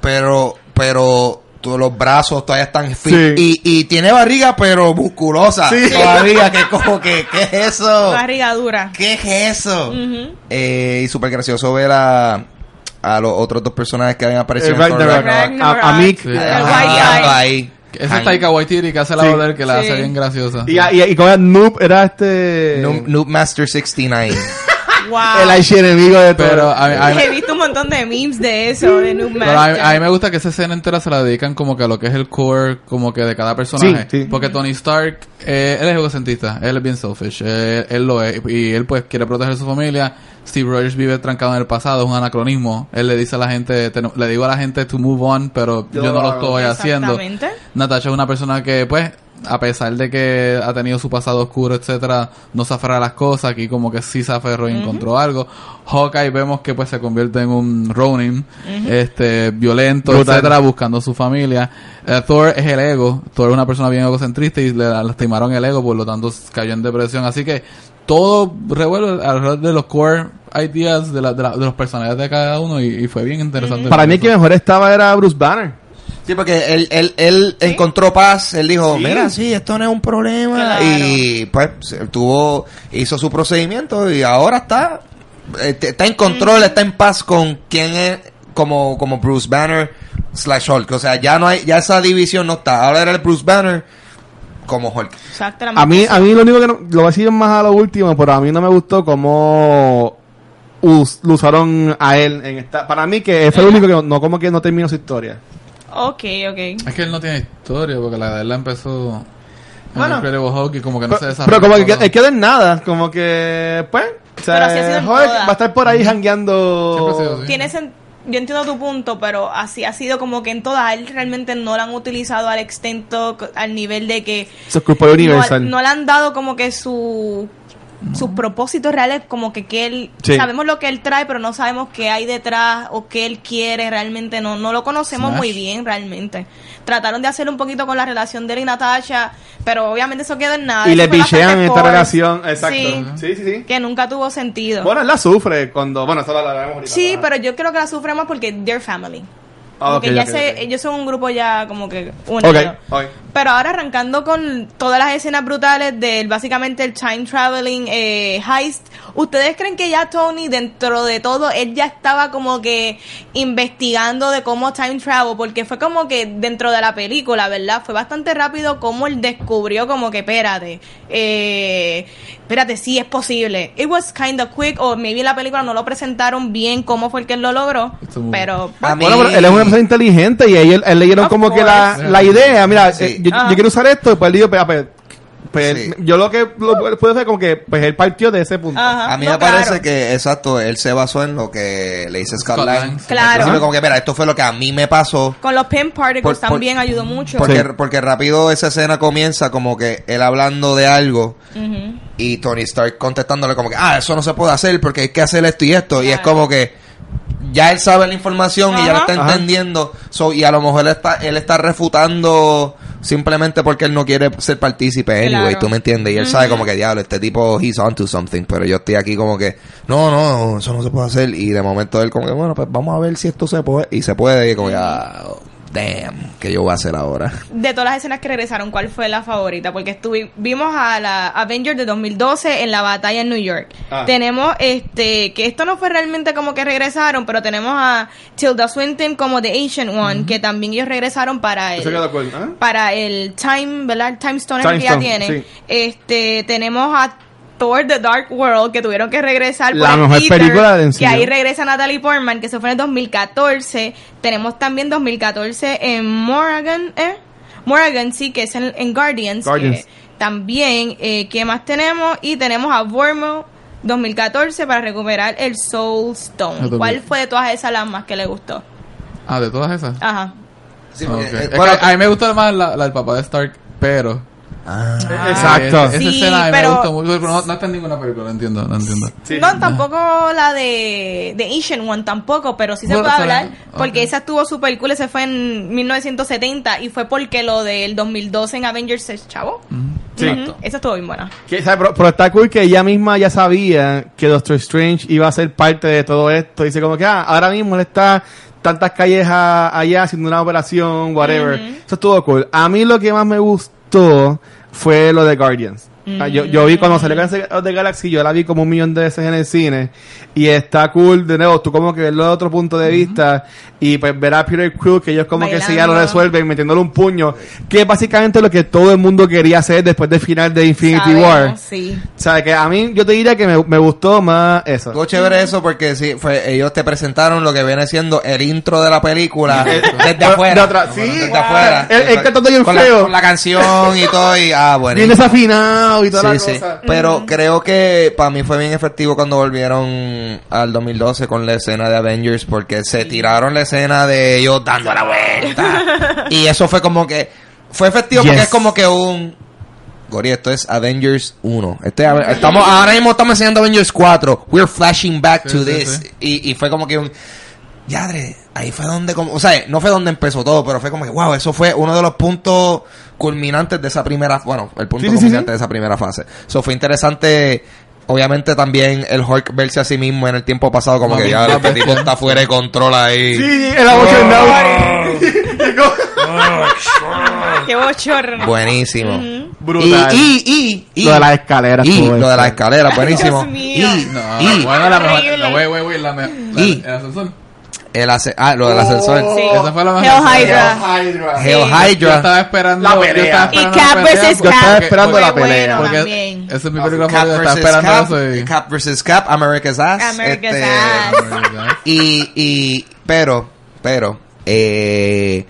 Speaker 1: pero pero tú- los brazos todavía están fit
Speaker 4: Sí.
Speaker 1: y, y tiene barriga pero musculosa
Speaker 4: Sí.
Speaker 1: todavía que como que qué es eso
Speaker 3: Barriga dura.
Speaker 1: qué es eso
Speaker 3: Ujú.
Speaker 1: Eh, y súper gracioso ver a, a los otros dos personajes que habían
Speaker 4: Eh,
Speaker 1: aparecido en Thor
Speaker 4: Ragnarok.
Speaker 1: Ragnarok.
Speaker 4: A, a Mick.
Speaker 2: Sí.
Speaker 3: Eh,
Speaker 1: Ah,
Speaker 3: White
Speaker 1: diablo
Speaker 3: Guy.
Speaker 1: ahí.
Speaker 2: Ese es Taika Waititi que hace la
Speaker 4: Sí.
Speaker 2: poder que la
Speaker 3: Sí.
Speaker 2: hace bien graciosa.
Speaker 4: Y, y, y con el Noob era este...
Speaker 1: Noob- Noob Master 69
Speaker 3: Wow.
Speaker 4: El archi enemigo de todo.
Speaker 2: pero a mí, a mí-
Speaker 3: He visto un montón de memes de eso, de Noob
Speaker 2: pero a mí-
Speaker 3: Master.
Speaker 2: a mí me gusta que esa escena entera se la dedican como que a lo que es el core como que de cada personaje.
Speaker 4: Sí, sí.
Speaker 2: Porque Tony Stark, eh, él es egocentista, él es bien selfish, eh, él lo es. Y él pues quiere proteger a su familia. Steve Rogers vive trancado en el pasado, es un anacronismo. Él le dice a la gente, te- le digo a la gente to move on, pero
Speaker 4: Yo
Speaker 2: yo,
Speaker 4: lo
Speaker 2: no lo
Speaker 4: hago.
Speaker 2: estoy haciendo.
Speaker 3: Exactamente.
Speaker 2: Natasha es una persona que, pues, a pesar de que ha tenido su pasado oscuro, etcétera, no se aferra a las cosas. Aquí como que sí se aferró y encontró algo. Hawkeye vemos que, pues, se convierte en un Ronin, este, violento,
Speaker 4: Brutal.
Speaker 2: etcétera, buscando su familia. Eh, Thor es el ego. Thor es una persona bien egocentrista y le lastimaron el ego, por lo tanto cayó en depresión. Así que todo revuelve alrededor de los core ideas de, la- de la- de los personajes de cada uno y, y fue bien interesante.
Speaker 4: Para
Speaker 2: ver
Speaker 4: mí el
Speaker 2: eso.
Speaker 4: que mejor estaba era Bruce Banner.
Speaker 1: Sí, porque él, él, él encontró paz, él dijo, mira, sí, esto no es un problema.
Speaker 3: Claro.
Speaker 1: Y pues se- tuvo, hizo su procedimiento y ahora está, eh, te- está en control, está en paz con quien es como, como Bruce Banner slash Hulk. O sea, ya no hay, ya esa división no está. Ahora era el Bruce Banner como Hulk.
Speaker 3: Exacto, la
Speaker 4: A mí, a mí lo único que no, lo voy a decir más a lo último, pero a mí no me gustó cómo us- lo usaron a él en esta. Para mí que fue el único que no, no- como que no terminó su historia.
Speaker 3: Ok, ok.
Speaker 2: Es que él no tiene historia, porque la de él la empezó en
Speaker 1: Bueno.
Speaker 2: Incredible Hulk y como que no
Speaker 4: Pero,
Speaker 2: se desarrolló.
Speaker 4: pero como que él queda en nada, como que pues, o sea,
Speaker 3: Pero así ha sido en
Speaker 4: Hulk
Speaker 3: todas.
Speaker 4: va a estar por ahí jangueando.
Speaker 2: Siempre ha sido así.
Speaker 3: Tienes yo entiendo tu punto, pero así ha sido como que en todas. Él realmente no la han utilizado al extento, al nivel de que
Speaker 4: Eso es culpa de Universal.
Speaker 3: no, no le han dado como que su sus propósitos reales como que que él
Speaker 4: Sí.
Speaker 3: sabemos lo que él trae pero no sabemos qué hay detrás o qué él quiere realmente no no lo conocemos
Speaker 2: Smash.
Speaker 3: muy bien realmente trataron de hacerlo un poquito con la relación de él y Natasha pero obviamente eso quedó en nada
Speaker 4: y
Speaker 3: Eso
Speaker 4: le
Speaker 3: fue bastante
Speaker 4: pichean esta
Speaker 3: forced,
Speaker 4: relación. Exacto.
Speaker 3: Sí.
Speaker 4: sí, sí. sí.
Speaker 3: que nunca tuvo sentido
Speaker 4: Bueno, él la sufre cuando. Bueno, eso la hablaremos ahorita.
Speaker 3: sí
Speaker 4: Ajá.
Speaker 3: pero yo creo que la sufre más porque they're family
Speaker 4: Ah,
Speaker 3: Como
Speaker 4: ok,
Speaker 3: que ya
Speaker 4: ok,
Speaker 3: se-
Speaker 4: ok.
Speaker 3: ellos son un grupo ya como que unido
Speaker 4: Ok, ok.
Speaker 3: pero ahora arrancando con todas las escenas brutales del básicamente el time traveling eh, heist, ¿ustedes creen que ya Tony dentro de todo él ya estaba como que investigando de cómo time travel? Porque fue como que dentro de la película, ¿verdad? Fue bastante rápido como él descubrió como que espérate, eh, espérate, sí es posible. It was kind of quick o maybe en la película no lo presentaron bien cómo fue el que él lo logró,
Speaker 2: Esto es muy-
Speaker 3: pero
Speaker 1: A mí-
Speaker 4: Bueno, pero él es una persona inteligente y ellos él leyeron
Speaker 3: Of
Speaker 4: como que la,
Speaker 2: course.
Speaker 4: la idea. Mira,
Speaker 1: Sí.
Speaker 4: eh, yo, yo
Speaker 3: Ajá.
Speaker 4: quiero usar esto. Pues él dijo, pues, pues, pues,
Speaker 1: Sí.
Speaker 4: yo lo que lo, puedo hacer como que pues él partió de ese punto.
Speaker 3: Ajá,
Speaker 1: A mí
Speaker 3: Ah, no,
Speaker 1: me parece
Speaker 3: claro.
Speaker 1: que, exacto, él se basó en lo que le dice Scott
Speaker 2: Scott Lang,
Speaker 1: Lang.
Speaker 2: sí.
Speaker 3: Claro.
Speaker 1: Al principio Como que, mira, esto fue lo que a mí me pasó.
Speaker 3: Con los pen particles
Speaker 1: Por- por-
Speaker 3: también ayudó mucho.
Speaker 1: Porque,
Speaker 4: Sí.
Speaker 1: porque rápido esa escena comienza como que él hablando de algo
Speaker 3: Ujú.
Speaker 1: y Tony Stark contestándole como que, ah, eso no se puede hacer porque hay que hacer esto y esto. Y es
Speaker 3: Claro.
Speaker 1: como que ya él sabe la información y ya la está
Speaker 4: Ajá. Ajá.
Speaker 1: entendiendo. So, y a lo mejor él está, él está refutando simplemente porque él no quiere ser partícipe anyway,
Speaker 3: Claro.
Speaker 1: tú me entiendes. Y él sabe como que, diablo, este tipo, he's onto something. Pero yo estoy aquí como que, no, no, eso no se puede hacer. Y de momento él como que, bueno, pues vamos a ver si esto se puede. Y se puede. Y como que, ah, oh, damn, ¿qué yo voy a hacer ahora?
Speaker 3: De todas las escenas que regresaron, ¿cuál fue la favorita? Porque estuvi- vimos a la Avengers de 2012 en la batalla en New York.
Speaker 4: Ah.
Speaker 3: Tenemos este que esto no fue realmente como que regresaron, pero tenemos a Tilda Swinton como The Ancient One, que también ellos regresaron para
Speaker 4: Eso
Speaker 3: el,
Speaker 4: queda de acuerdo, ¿eh?
Speaker 3: para el Time, ¿verdad? El Time Stone
Speaker 4: Time
Speaker 3: que ya
Speaker 4: Stone,
Speaker 3: tiene.
Speaker 4: sí.
Speaker 3: Este, tenemos a Thor The Dark World que tuvieron que regresar
Speaker 4: La
Speaker 3: el
Speaker 4: mejor
Speaker 3: Ether,
Speaker 4: película de MCU.
Speaker 3: que ahí regresa Natalie Portman que se fue en el 2014 tenemos también 2014 en Morgan eh Morgan sí que es en, en Guardians,
Speaker 4: Guardians.
Speaker 3: que también eh, qué más tenemos y tenemos a Wormo 2014 para recuperar el Soul
Speaker 2: Yo
Speaker 3: Stone
Speaker 2: también.
Speaker 3: ¿cuál fue de todas esas las más que le gustó?
Speaker 2: Ah, de todas esas.
Speaker 3: Ajá
Speaker 1: Sí,
Speaker 2: Ah, ok.
Speaker 1: porque, eh,
Speaker 2: Es que
Speaker 1: bueno,
Speaker 2: a, a mí me gusta más la, la del papá de Stark, pero. eh,
Speaker 1: ah.
Speaker 4: Exacto.
Speaker 2: Esa, esa
Speaker 3: Sí,
Speaker 2: escena a mí
Speaker 3: pero-
Speaker 2: me gusta mucho, pero no, no está en ninguna película, no entiendo, no entiendo.
Speaker 4: Sí.
Speaker 3: No, tampoco la de, de Ancient One, tampoco, pero sí se
Speaker 2: Bueno,
Speaker 3: puede
Speaker 2: está
Speaker 3: hablar,
Speaker 2: bien.
Speaker 3: porque
Speaker 2: Ok.
Speaker 3: esa estuvo super cool, ese fue en 1970 y fue porque lo del 2012 en Avengers se chavo.
Speaker 4: Sí.
Speaker 3: Esa estuvo bien buena.
Speaker 4: Que, o sea, pero, pero está cool que ella misma ya sabía que Doctor Strange iba a ser parte de todo esto. Dice como que ah, ahora mismo él está tantas calles a- allá haciendo una operación, whatever. Eso estuvo cool. A mí lo que más me gustó fue lo de Guardians. Ah, Yo, yo vi cuando salió Guardians of the Galaxy, yo la vi como un millón de veces en el cine. Y está cool, de nuevo, tú como que verlo de otro punto de vista. Y pues ver a Peter Crew, que ellos como que si ya lo
Speaker 3: Bailando.
Speaker 4: resuelven, metiéndole un puño. Que es básicamente lo que todo el mundo quería hacer después del final de Infinity
Speaker 3: Sabemos,
Speaker 4: War.
Speaker 3: Sí.
Speaker 4: O sea, que a mí yo te diría que me, me gustó más eso.
Speaker 1: Estuvo chévere eso porque sí, fue, ellos te presentaron lo que viene siendo el intro de la película
Speaker 2: Eh,
Speaker 1: desde
Speaker 4: De-
Speaker 1: afuera.
Speaker 4: de atrás, sí.
Speaker 1: desde
Speaker 4: Wow.
Speaker 1: afuera.
Speaker 4: Él- él cantando bien
Speaker 1: con la,
Speaker 4: feo.
Speaker 1: con la canción y todo y ah, bueno.
Speaker 4: Bien desafinado y
Speaker 1: Sí,
Speaker 4: toda
Speaker 1: sí.
Speaker 4: la cosa.
Speaker 1: Pero creo que para mí fue bien efectivo cuando volvieron al 2012 con la escena de Avengers porque se tiraron la escena de ellos dando la vuelta. y eso fue como que fue efectivo porque
Speaker 4: Yes.
Speaker 1: es como que un Gori, esto es Avengers 1. Este, a ver, estamos, ahora mismo estamos enseñando Avengers 4. We're flashing back
Speaker 2: Sí,
Speaker 1: to
Speaker 2: sí,
Speaker 1: this.
Speaker 2: sí.
Speaker 1: Y, y fue como que un... Yadre, ahí fue donde... Como, o sea, no fue donde empezó todo, pero fue como que, wow, eso fue uno de los puntos culminantes de esa primera... Bueno, el punto
Speaker 4: Sí, sí, sí,
Speaker 1: culminante
Speaker 4: sí.
Speaker 1: de esa primera fase. Eso fue interesante... Obviamente también el Hulk verse a sí mismo en el tiempo pasado como que ya este tipo está fuera de control ahí.
Speaker 4: el abochornado.
Speaker 3: Qué bochorno.
Speaker 1: Buenísimo.
Speaker 4: Brutal.
Speaker 1: Y, y, y, y-
Speaker 4: Lo de las escaleras.
Speaker 1: Y
Speaker 4: todo
Speaker 1: lo de
Speaker 4: eso.
Speaker 1: las escaleras, buenísimo.
Speaker 3: Dios mío.
Speaker 1: Y,
Speaker 2: No,
Speaker 1: y
Speaker 2: bueno, la mejor.
Speaker 3: Horrible.
Speaker 2: La, wey, wey, wey, la me- la-
Speaker 1: Y-
Speaker 2: el ascensor.
Speaker 1: el ase- ah, lo del ascensor.
Speaker 3: Sí.
Speaker 2: Esa fue la mejor.
Speaker 3: Hell Hydra.
Speaker 1: Hell
Speaker 2: Yo
Speaker 1: Hydra.
Speaker 2: estaba esperando
Speaker 4: La pelea.
Speaker 2: Yo estaba
Speaker 3: Y
Speaker 2: esperando
Speaker 3: Cap
Speaker 2: la pelea
Speaker 3: versus
Speaker 2: porque-
Speaker 4: Yo estaba
Speaker 3: Cap.
Speaker 4: esperando la
Speaker 3: Fue bueno
Speaker 4: pelea.
Speaker 2: Porque
Speaker 3: también.
Speaker 2: esa es mi película
Speaker 1: Cap
Speaker 2: favorita. Estaba
Speaker 1: versus
Speaker 2: esperando
Speaker 1: Cap,
Speaker 2: eso y...
Speaker 1: Cap versus Cap, America's Ass.
Speaker 3: America's
Speaker 1: este,
Speaker 3: Ass.
Speaker 1: Y, y, pero, pero, eh,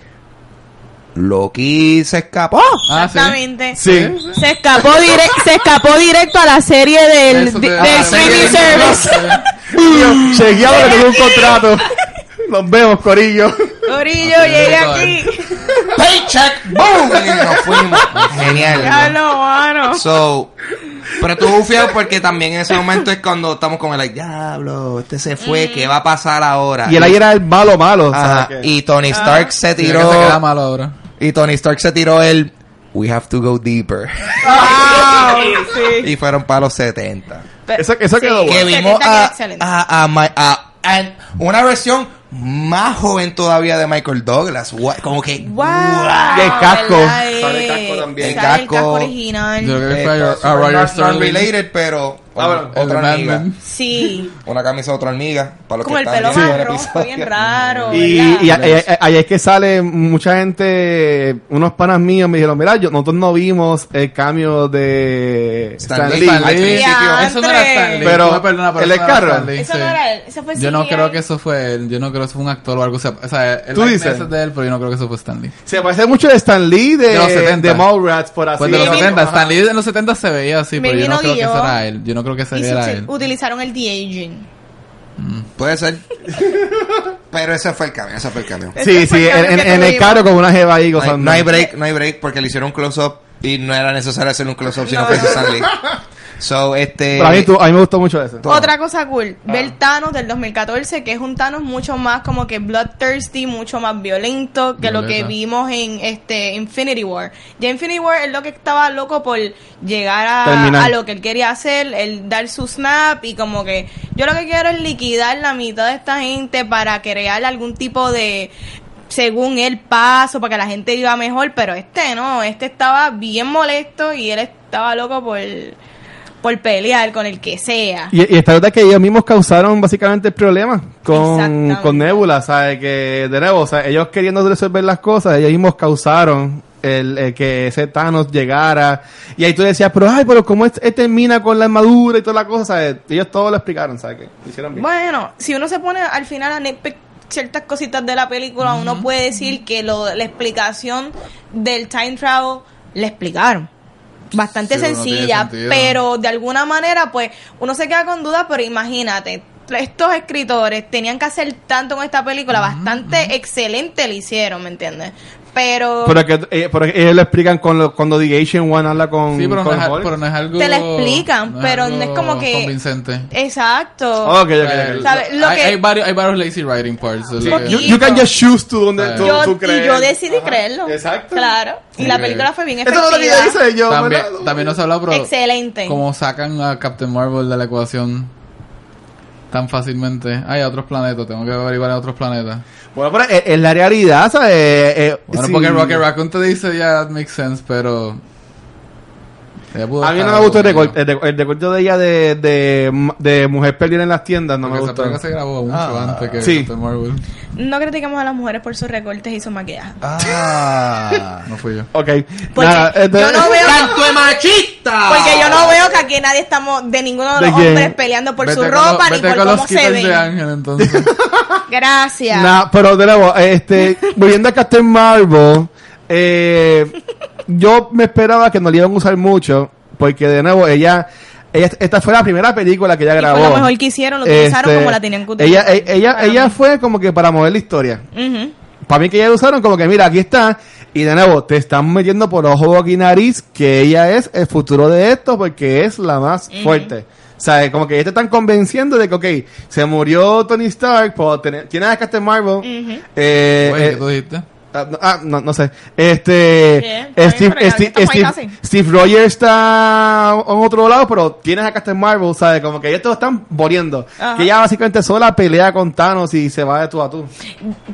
Speaker 1: Loki se escapó.
Speaker 2: Ah, sí.
Speaker 3: Exactamente.
Speaker 4: Sí.
Speaker 3: Se escapó, direc- se escapó directo a la serie del,
Speaker 2: Eso
Speaker 3: di-
Speaker 2: te-
Speaker 3: del
Speaker 2: ah,
Speaker 3: streaming
Speaker 2: sí.
Speaker 3: service.
Speaker 4: Yo, Chequeado que tengo un contrato. Los vemos, Corillo.
Speaker 3: Corillo,
Speaker 2: Ah, sí,
Speaker 3: llega
Speaker 2: todo
Speaker 3: aquí.
Speaker 1: Paycheck, boom. Y nos fuimos.
Speaker 3: Ya
Speaker 1: Genial.
Speaker 3: lo Ah, mano.
Speaker 1: So, pero tú bufias porque también en ese momento es cuando estamos con el like, diablo, este se fue,
Speaker 3: Mm.
Speaker 1: ¿qué va a pasar ahora?
Speaker 4: Y él ahí era el malo, malo.
Speaker 1: Ah, Ajá,
Speaker 4: ¿sabes?
Speaker 1: y
Speaker 3: Ah.
Speaker 1: Tony Stark se
Speaker 2: Tiene que se
Speaker 1: tiró.
Speaker 2: queda malo ahora.
Speaker 1: Y Tony Stark se tiró el We have to go deeper.
Speaker 3: Wow, sí.
Speaker 1: y fueron para los 70.
Speaker 4: Eso- eso quedó
Speaker 1: Que
Speaker 4: bueno.
Speaker 1: vimos
Speaker 3: 70 queda
Speaker 1: a,
Speaker 3: excelente.
Speaker 1: a, a, Mi- a- a- una versión más joven todavía de Michael Douglas. Gua- Como que.
Speaker 3: Wow.
Speaker 1: guau.
Speaker 4: Y el casco.
Speaker 3: ¿verdad? Eh,
Speaker 1: Sale el casco también.
Speaker 3: Sale
Speaker 1: El
Speaker 3: el
Speaker 1: casco.
Speaker 3: casco
Speaker 2: Yo
Speaker 3: original.
Speaker 2: creo que
Speaker 1: Eh,
Speaker 2: fue a-
Speaker 1: super
Speaker 2: a Roger
Speaker 1: not-
Speaker 2: Sterling.
Speaker 1: related, pero.
Speaker 4: Ah,
Speaker 1: otra
Speaker 2: El de Mad
Speaker 1: amiga.
Speaker 2: Men.
Speaker 3: Sí.
Speaker 1: Una camisa de otra amiga. Para los
Speaker 3: Como
Speaker 1: que
Speaker 3: el
Speaker 1: están
Speaker 3: pelo
Speaker 1: viendo el
Speaker 3: marrón, fue bien
Speaker 1: episodio.
Speaker 3: raro.
Speaker 4: Y, y
Speaker 3: ¿verdad?
Speaker 4: a- a- a- ahí es que sale mucha gente, unos panas míos me dijeron, mira, yo, nosotros no vimos el cambio de
Speaker 1: Stan
Speaker 4: Stan
Speaker 1: Lee.
Speaker 4: Lee".
Speaker 1: Al principio.
Speaker 3: Ya.
Speaker 2: Eso no era Stanley.
Speaker 4: Pero,
Speaker 2: Tú me perdonas, pero
Speaker 4: ¿el
Speaker 2: eso no
Speaker 4: escarro?
Speaker 2: era Stanley,
Speaker 3: Eso
Speaker 2: sí.
Speaker 3: no era él. Eso fue
Speaker 2: Yo no
Speaker 3: CGI.
Speaker 2: creo que eso fue él. Yo no creo que eso fue un actor o algo. O sea, o sea el
Speaker 4: ¿Tú
Speaker 2: like
Speaker 4: dices?
Speaker 2: message de él, pero yo no creo que eso fue Stanley.
Speaker 4: Se parece mucho a Stan Lee de,
Speaker 2: De los
Speaker 4: de,
Speaker 2: 70.
Speaker 4: Mallrats, por así
Speaker 2: Pues de los
Speaker 4: decirlo.
Speaker 2: 70.
Speaker 4: Ajá.
Speaker 2: Stanley en los 70 se veía así, pero yo
Speaker 3: Maybe
Speaker 2: no
Speaker 3: no
Speaker 2: creo que
Speaker 3: guió.
Speaker 2: eso era él. Yo no creo que
Speaker 3: Y
Speaker 2: ese era
Speaker 3: sutil-
Speaker 2: él.
Speaker 3: utilizaron el de-aging.
Speaker 1: Puede ser. pero ese fue el cambio. Ese fue el cambio.
Speaker 4: Sí,
Speaker 3: Ese fue
Speaker 4: sí,
Speaker 3: el
Speaker 4: en,
Speaker 3: cambio
Speaker 4: en-
Speaker 3: que
Speaker 4: en el
Speaker 3: tuvimos.
Speaker 4: carro con una jeva ahí
Speaker 1: No hay,
Speaker 4: gozando.
Speaker 1: no hay break, no hay break porque le hicieron un close-up y no era necesario hacer un close-up si no
Speaker 3: No.
Speaker 1: fuese Stanley. So, este.
Speaker 4: Pero a mí, tú- a mí me gustó mucho eso.
Speaker 1: Todo.
Speaker 3: Otra cosa cool, ver Thanos del 2014, que es un Thanos mucho más como que bloodthirsty, mucho más violento que lo que
Speaker 2: Violeta.
Speaker 3: vimos en este Infinity War. Ya Infinity War es lo que estaba loco por llegar a,
Speaker 4: Terminar.
Speaker 3: a lo que él quería hacer, el dar su snap y como que yo lo que quiero es liquidar la mitad de esta gente para crear algún tipo de según él paso para que la gente iba mejor, pero este no, este estaba bien molesto y él estaba loco por por pelear con el que sea.
Speaker 4: Y, y esta verdad que ellos mismos causaron básicamente el problema con,
Speaker 3: Exactamente.
Speaker 4: con Nebula, ¿sabes? Que de nuevo, o sea, ellos queriendo resolver las cosas, ellos mismos causaron el, el que ese Thanos llegara. Y ahí tú decías, pero ay, pero ¿cómo es- él termina con la armadura y toda la cosa? ¿sabes? Ellos todo lo explicaron, ¿sabes? Que lo hicieron bien.
Speaker 3: Bueno, si uno se pone al final a nitpick ciertas cositas de la película, uno puede decir que lo, la explicación del time travel le explicaron. Bastante
Speaker 2: Sí, pero no tiene
Speaker 3: sencilla,
Speaker 2: sentido.
Speaker 3: pero de alguna manera, pues, uno se queda con dudas, pero imagínate, estos escritores tenían que hacer tanto con esta película, bastante excelente le hicieron, ¿me entiendes? Pero,
Speaker 4: Pero, que, eh, pero ellos lo explican con lo- cuando The Asian One habla con,
Speaker 2: Sí, pero no,
Speaker 4: con
Speaker 2: es, al-
Speaker 4: Hulk.
Speaker 2: pero no es algo.
Speaker 3: Te la explican, pero no es
Speaker 2: algo
Speaker 3: como que-
Speaker 2: Convincente.
Speaker 3: exacto.
Speaker 4: Ok, ok,
Speaker 2: O
Speaker 4: ok,
Speaker 2: sea,
Speaker 4: ok.
Speaker 2: el-
Speaker 3: ¿Sabes? Lo
Speaker 2: hay,
Speaker 3: que-
Speaker 2: hay varios, hay varios lazy writing parts. de lo que-
Speaker 4: You, you can just choose to donde
Speaker 2: Ah.
Speaker 4: tú,
Speaker 3: Yo-
Speaker 4: tú crees.
Speaker 3: y yo decidí creerlo.
Speaker 4: Exacto.
Speaker 3: Claro. Y la
Speaker 2: Ok.
Speaker 3: película fue bien
Speaker 4: Eso
Speaker 3: efectiva.
Speaker 4: no es lo que yo hice yo.
Speaker 2: también,
Speaker 4: ¿verdad?
Speaker 2: también nos ha hablado, pero.
Speaker 3: Excelente.
Speaker 2: Como sacan a Captain Marvel de la ecuación tan fácilmente. Hay otros planetas, tengo que averiguar en otros planetas.
Speaker 4: Bueno, pero es, es la realidad, ¿sabes? Eh, eh,
Speaker 2: Bueno,
Speaker 4: sí.
Speaker 2: porque Rocket Raccoon te dice, ya, that makes sense, pero. ella pudo
Speaker 4: A mí
Speaker 2: estar
Speaker 4: no me gustó el
Speaker 2: algo,
Speaker 4: recorte, el recor- el recorte de ella de, de, de mujer perdida en las tiendas, no
Speaker 2: Porque
Speaker 4: me
Speaker 2: esa
Speaker 4: gustó.
Speaker 2: película se grabó mucho
Speaker 1: Ah,
Speaker 2: antes que
Speaker 4: sí.
Speaker 2: Captain Marvel.
Speaker 3: No critiquemos a las mujeres por sus recortes y su maquillaje.
Speaker 1: Ah.
Speaker 2: No fui yo.
Speaker 4: Ok.
Speaker 3: Porque
Speaker 4: Nada,
Speaker 3: Pues
Speaker 4: este-
Speaker 3: yo
Speaker 4: entonces-
Speaker 3: no veo...
Speaker 1: ¡Canto de machista!
Speaker 3: Porque yo no veo que aquí nadie estamos de ninguno de
Speaker 4: ¿De
Speaker 3: los
Speaker 4: quién?
Speaker 3: hombres peleando por su
Speaker 2: Vete con los-
Speaker 3: ropa ni
Speaker 2: vete
Speaker 3: por
Speaker 2: con
Speaker 3: cómo
Speaker 2: los
Speaker 3: se
Speaker 2: quitters de
Speaker 3: ven.
Speaker 2: Ángel, entonces.
Speaker 3: Gracias.
Speaker 4: Nah, pero de nuevo, este, volviendo a Captain Marvel, eh, yo me esperaba que no le iban a usar mucho, porque de nuevo, ella, ella esta fue la primera película que ella
Speaker 3: Y
Speaker 4: grabó.
Speaker 3: fue lo mejor que hicieron, lo utilizaron
Speaker 4: Este,
Speaker 3: como la tenían que
Speaker 4: Ella,
Speaker 3: utilizar.
Speaker 4: e- ella,
Speaker 3: Para
Speaker 4: ella
Speaker 3: mí.
Speaker 4: fue como que para mover la historia.
Speaker 3: Ujú.
Speaker 4: Para mí que ya lo usaron como que, mira, aquí está. Y de nuevo, te están metiendo por ojo, boca y nariz que ella es el futuro de esto porque es la más fuerte. O sea, como que ya te están convenciendo de que, ok, se murió Tony Stark, pues, tiene- tienes a Captain Marvel.
Speaker 3: Ujú.
Speaker 4: eh,
Speaker 2: Güey,
Speaker 4: eh,
Speaker 2: ¿Qué tú dijiste?
Speaker 4: Ah, no, ah, no, no sé. Este.
Speaker 3: Bien, está bien,
Speaker 4: Steve,
Speaker 3: pero ya
Speaker 4: Steve,
Speaker 3: estamos ahí
Speaker 4: Steve-
Speaker 3: casi.
Speaker 4: Steve Rogers está en otro lado, pero tienes a Captain Marvel, ¿sabes? Como que ellos todos están muriendo.
Speaker 3: Ajá.
Speaker 4: Que ella básicamente sola pelea con Thanos y se va de tú a tú.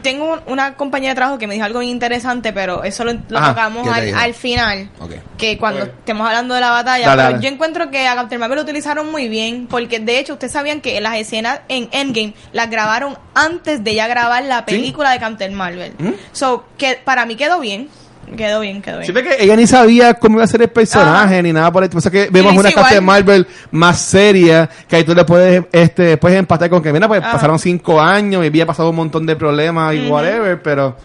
Speaker 3: Tengo un- una compañera de trabajo que me dijo algo bien interesante, pero eso lo, lo
Speaker 4: Ajá,
Speaker 3: tocamos
Speaker 1: ¿qué te
Speaker 3: al,
Speaker 1: dijo?
Speaker 3: al final.
Speaker 1: Ok.
Speaker 3: Que cuando
Speaker 4: Ok.
Speaker 3: estemos hablando de la batalla,
Speaker 4: Dale,
Speaker 3: pero
Speaker 4: dale.
Speaker 3: yo encuentro que a Captain Marvel lo utilizaron muy bien, porque de hecho ustedes sabían que las escenas en Endgame las grabaron antes de ya grabar la película de Captain Marvel.
Speaker 4: ¿Mm?
Speaker 3: So, que para mí quedó bien, quedó bien, quedó bien.
Speaker 4: Siempre que ella ni sabía cómo iba a ser el personaje
Speaker 3: Ajá.
Speaker 4: ni nada por el O sea que
Speaker 3: lo
Speaker 4: vemos
Speaker 3: hizo
Speaker 4: una
Speaker 3: Ah. igual.
Speaker 4: Captain Marvel más seria, que ahí tú le puedes, este, puedes empatar con que, mira, pues
Speaker 3: Ajá.
Speaker 4: pasaron cinco años y había pasado un montón de problemas y
Speaker 3: Ujú.
Speaker 4: whatever, pero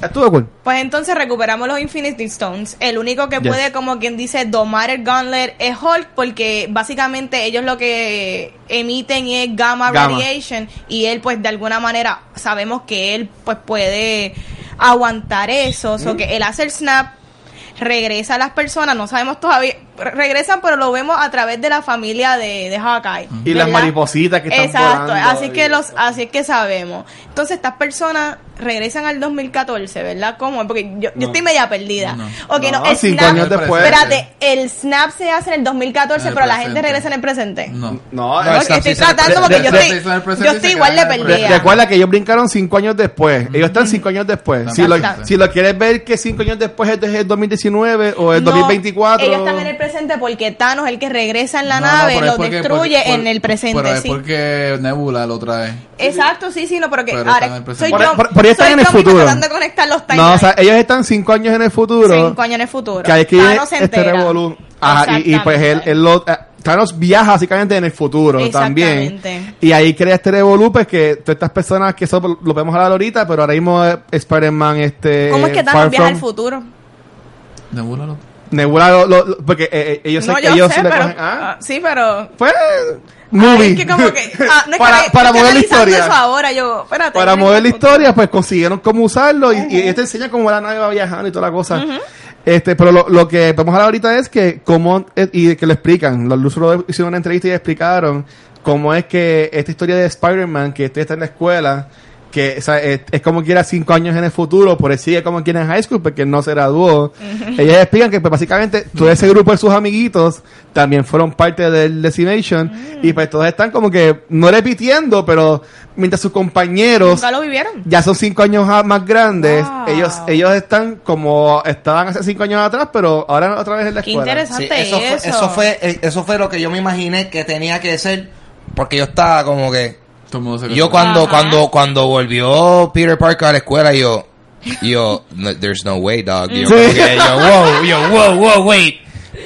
Speaker 4: estuvo cool.
Speaker 3: Pues entonces recuperamos los Infinity Stones. El único que
Speaker 4: Yes.
Speaker 3: puede, como quien dice, domar el Gauntlet es Hulk, porque básicamente ellos lo que emiten es gamma,
Speaker 4: Gamma.
Speaker 3: radiation. Y él, pues de alguna manera, sabemos que él pues puede aguantar eso. O
Speaker 4: Mm.
Speaker 3: que él hace el snap, regresa a las personas, no sabemos todavía. re- Regresan, pero lo vemos a través de la familia de, de Hawkeye.
Speaker 4: Y las
Speaker 3: ¿verdad?
Speaker 4: maripositas que están
Speaker 3: Exacto,
Speaker 4: volando
Speaker 3: así
Speaker 4: y-
Speaker 3: que los, así es que sabemos. Entonces estas personas regresan al 2014, ¿verdad? ¿Cómo? es? Porque yo, yo
Speaker 4: No.
Speaker 3: estoy media perdida.
Speaker 2: No.
Speaker 3: Ok, no,
Speaker 4: No,
Speaker 3: el
Speaker 4: cinco
Speaker 3: snap,
Speaker 4: años después.
Speaker 3: espérate, el snap se hace en el 2014,
Speaker 2: En el
Speaker 3: pero la
Speaker 2: presente.
Speaker 3: gente regresa en el presente.
Speaker 2: No.
Speaker 4: No,
Speaker 1: No,
Speaker 3: Ok,
Speaker 1: el snap se
Speaker 3: estoy
Speaker 1: hizo en el
Speaker 3: tratando
Speaker 1: pre-
Speaker 3: porque
Speaker 1: el
Speaker 3: yo
Speaker 1: snap
Speaker 2: se hizo en el
Speaker 3: estoy,
Speaker 2: presente
Speaker 3: yo
Speaker 2: y
Speaker 3: estoy
Speaker 2: se
Speaker 3: igual de
Speaker 2: quedaron en el
Speaker 4: Re-
Speaker 2: presente.
Speaker 3: perdida.
Speaker 4: Recuerda que ellos brincaron cinco años después. Ellos están cinco años después. Si lo,
Speaker 3: Exacto.
Speaker 4: si lo quieres ver, que cinco años después es el 2019 o el
Speaker 3: No,
Speaker 4: 2024.
Speaker 3: Ellos están en el presente porque Thanos, el que regresa en la
Speaker 2: No, no,
Speaker 3: nave,
Speaker 2: pero es
Speaker 3: los
Speaker 2: porque-
Speaker 3: destruye
Speaker 2: porque-
Speaker 3: en el presente.
Speaker 2: Pero es
Speaker 3: sí.
Speaker 2: porque Nebula lo trae.
Speaker 3: Exacto, sí, sí, no, pero que
Speaker 2: Pero están en
Speaker 3: ahora
Speaker 2: el presente.
Speaker 3: soy
Speaker 4: Por-
Speaker 3: yo,
Speaker 4: por- por ahí están
Speaker 3: soy
Speaker 4: en el
Speaker 3: yo misma
Speaker 4: futuro.
Speaker 3: tratando de conectar los
Speaker 4: No, o
Speaker 3: timelines.
Speaker 4: sea, ellos están cinco años en el futuro.
Speaker 3: Cinco años en el futuro.
Speaker 4: Que hay que
Speaker 3: Thanos se
Speaker 4: este
Speaker 3: entera.
Speaker 4: revolú. Ajá, y, y pues él,
Speaker 3: Exactamente.
Speaker 4: él lo, eh, Thanos viaja básicamente en el futuro también.
Speaker 3: Exactamente.
Speaker 4: Y ahí crea este revolú, pues que todas estas personas que eso lo podemos hablar ahorita, pero ahora mismo eh, Spider-Man, este.
Speaker 3: ¿Cómo es que
Speaker 4: Far
Speaker 3: Thanos viaja
Speaker 4: From-
Speaker 3: al futuro?
Speaker 2: Nebula lo
Speaker 4: Nebula, lo- lo- lo- porque eh, eh, ellos,
Speaker 3: no,
Speaker 4: se-
Speaker 3: yo
Speaker 4: ellos
Speaker 3: sé,
Speaker 4: se le
Speaker 3: pero,
Speaker 4: cogen- ah.
Speaker 3: ah, sí, pero...
Speaker 4: Pues, movie.
Speaker 3: Es que como que... ah, no es
Speaker 4: para
Speaker 3: que, estoy
Speaker 4: para mover la
Speaker 3: analizando
Speaker 4: historia.
Speaker 3: eso ahora, yo... espérate,
Speaker 4: Para
Speaker 3: yo no
Speaker 4: mover la
Speaker 3: encuentro.
Speaker 4: historia, pues consiguieron cómo usarlo y, y te enseña cómo la nave va viajando y toda la cosa. Este, pero lo, lo que podemos hablar ahorita es que cómo, eh, y que lo explican, los Luz lo hicieron una entrevista y explicaron cómo es que esta historia de Spider-Man, que este está en la escuela, que o sea, es, es como quiera cinco años en el futuro, por él sigue como quiera en high school, porque no se graduó. Ellas explican que pues, básicamente todo ese grupo de sus amiguitos también fueron parte del Destination
Speaker 3: Mm.
Speaker 4: y pues todos están como que no repitiendo, pero mientras sus compañeros
Speaker 3: Nunca lo vivieron.
Speaker 4: ya son cinco años a- más grandes.
Speaker 3: Wow.
Speaker 4: Ellos ellos están como estaban hace cinco años atrás, pero ahora otra vez en la
Speaker 3: Qué
Speaker 4: escuela.
Speaker 3: interesante.
Speaker 1: Sí, eso, fue,
Speaker 3: Bastante eso.
Speaker 1: eso fue eh, eso fue lo que yo me imaginé que tenía que ser porque yo estaba como que
Speaker 2: Todo el mundo se
Speaker 1: yo cuando
Speaker 3: Ajá.
Speaker 1: cuando cuando volvió Peter Parker a la escuela yo yo no, there's no way dog yo,
Speaker 4: Sí.
Speaker 1: como que, yo wow yo wow wow wait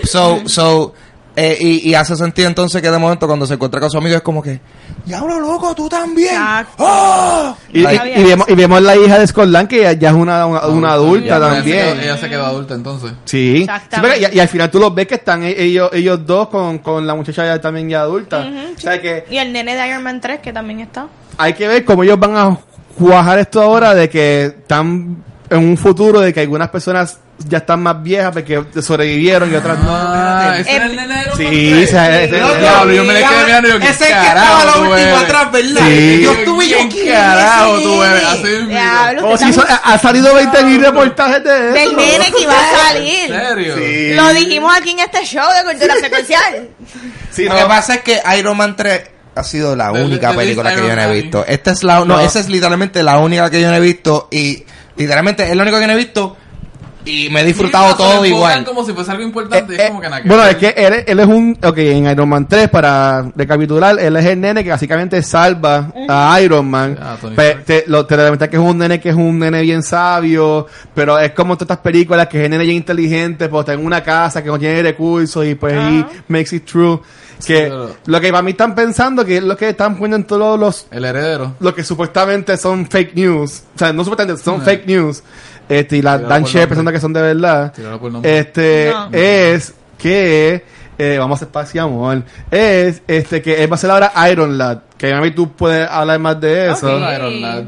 Speaker 1: so so eh, y, y hace sentido entonces que de momento cuando se encuentra con su amigo es como que diablo loco tú también
Speaker 3: Exacto.
Speaker 1: ¡Oh!
Speaker 4: Y,
Speaker 1: Ay,
Speaker 4: y- y vemos, y vemos la hija de Scott Lang, que ya, ya es una, una, una adulta
Speaker 1: Ah, ya, ya,
Speaker 4: también.
Speaker 2: Ella se quedó, ella se quedó adulta entonces.
Speaker 4: Sí, Sí,
Speaker 3: Exactamente.
Speaker 4: pero y, y al final tú los ves que están e- ellos ellos dos con, con la muchacha ya también ya adulta.
Speaker 3: Ujú,
Speaker 4: O sea que
Speaker 3: Y el nene de Iron Man 3, que también está.
Speaker 4: hay que ver cómo ellos van a cuajar esto ahora de que están en un futuro de que algunas personas ya están más viejas porque sobrevivieron y otras no.
Speaker 2: Ah, ese
Speaker 3: espérate.
Speaker 1: em,
Speaker 2: era el nene de los
Speaker 4: Sí, o sea, es-
Speaker 2: Loco,
Speaker 4: es-
Speaker 2: diablo, yo me le quedé mirando y yo, ¿qué
Speaker 1: Ese que
Speaker 2: carajo
Speaker 1: estaba la
Speaker 2: tú
Speaker 1: última
Speaker 2: eres?
Speaker 1: atrás, ¿verdad?
Speaker 4: Sí.
Speaker 1: Yo estuve yo
Speaker 2: ¿Quién
Speaker 1: ¿quién es
Speaker 2: carajo
Speaker 1: ese
Speaker 2: tú eres?
Speaker 1: nene?
Speaker 2: Así mismo.
Speaker 3: Diablo,
Speaker 4: Oh,
Speaker 3: usted
Speaker 4: sí,
Speaker 3: está-
Speaker 4: son- ha, ha salido 20 mil reportajes de eso.
Speaker 3: Del nene que iba a
Speaker 2: ¿En
Speaker 3: salir.
Speaker 2: serio?
Speaker 4: Sí.
Speaker 3: Lo dijimos aquí en este show de cultura secuencial.
Speaker 4: Sí,
Speaker 1: lo
Speaker 4: no.
Speaker 1: que pasa es que Iron Man 3 ha sido la
Speaker 2: The-
Speaker 1: única
Speaker 2: the
Speaker 1: película
Speaker 2: least
Speaker 1: que yo no he
Speaker 2: Iron Man.
Speaker 1: visto. Esta es la no,
Speaker 4: No.
Speaker 1: esa es literalmente la única que yo no he visto y literalmente es la única que no he visto y me he disfrutado
Speaker 2: Sí, pero se
Speaker 1: todo
Speaker 2: le enfocan
Speaker 1: igual.
Speaker 2: como si fuese algo importante.
Speaker 4: Eh,
Speaker 2: es como que nada que
Speaker 4: bueno,
Speaker 2: ver.
Speaker 4: es que él, es- él es un. Ok, en Iron Man 3, para recapitular, él es el nene que básicamente salva a Iron Man.
Speaker 2: Ah, Tony
Speaker 4: Pe-
Speaker 2: Stark.
Speaker 4: te, lo, te lo lamentas que es un nene que es un nene bien sabio, pero es como todas estas películas que es el nene bien inteligente, pues está en una casa que no tiene recursos y pues he
Speaker 3: Ajá.
Speaker 4: makes it true. Que
Speaker 2: claro.
Speaker 4: lo que para mí están pensando que es lo que están poniendo en todos los
Speaker 2: El heredero.
Speaker 4: lo que supuestamente son fake news. O sea, no supuestamente, son
Speaker 2: No.
Speaker 4: fake news. Este, y la
Speaker 2: Tirado
Speaker 4: Dan
Speaker 2: por
Speaker 4: Shea
Speaker 2: nombre.
Speaker 4: pensando que son de verdad.
Speaker 2: Tirado por nombre.
Speaker 4: Este,
Speaker 3: No.
Speaker 4: es que, eh, vamos a espacio, amor. Es, este, que él va a ser ahora Iron Lad. Que a mí
Speaker 2: Ah,
Speaker 4: tú puedes hablar más de eso.
Speaker 2: Bueno, Iron Lad,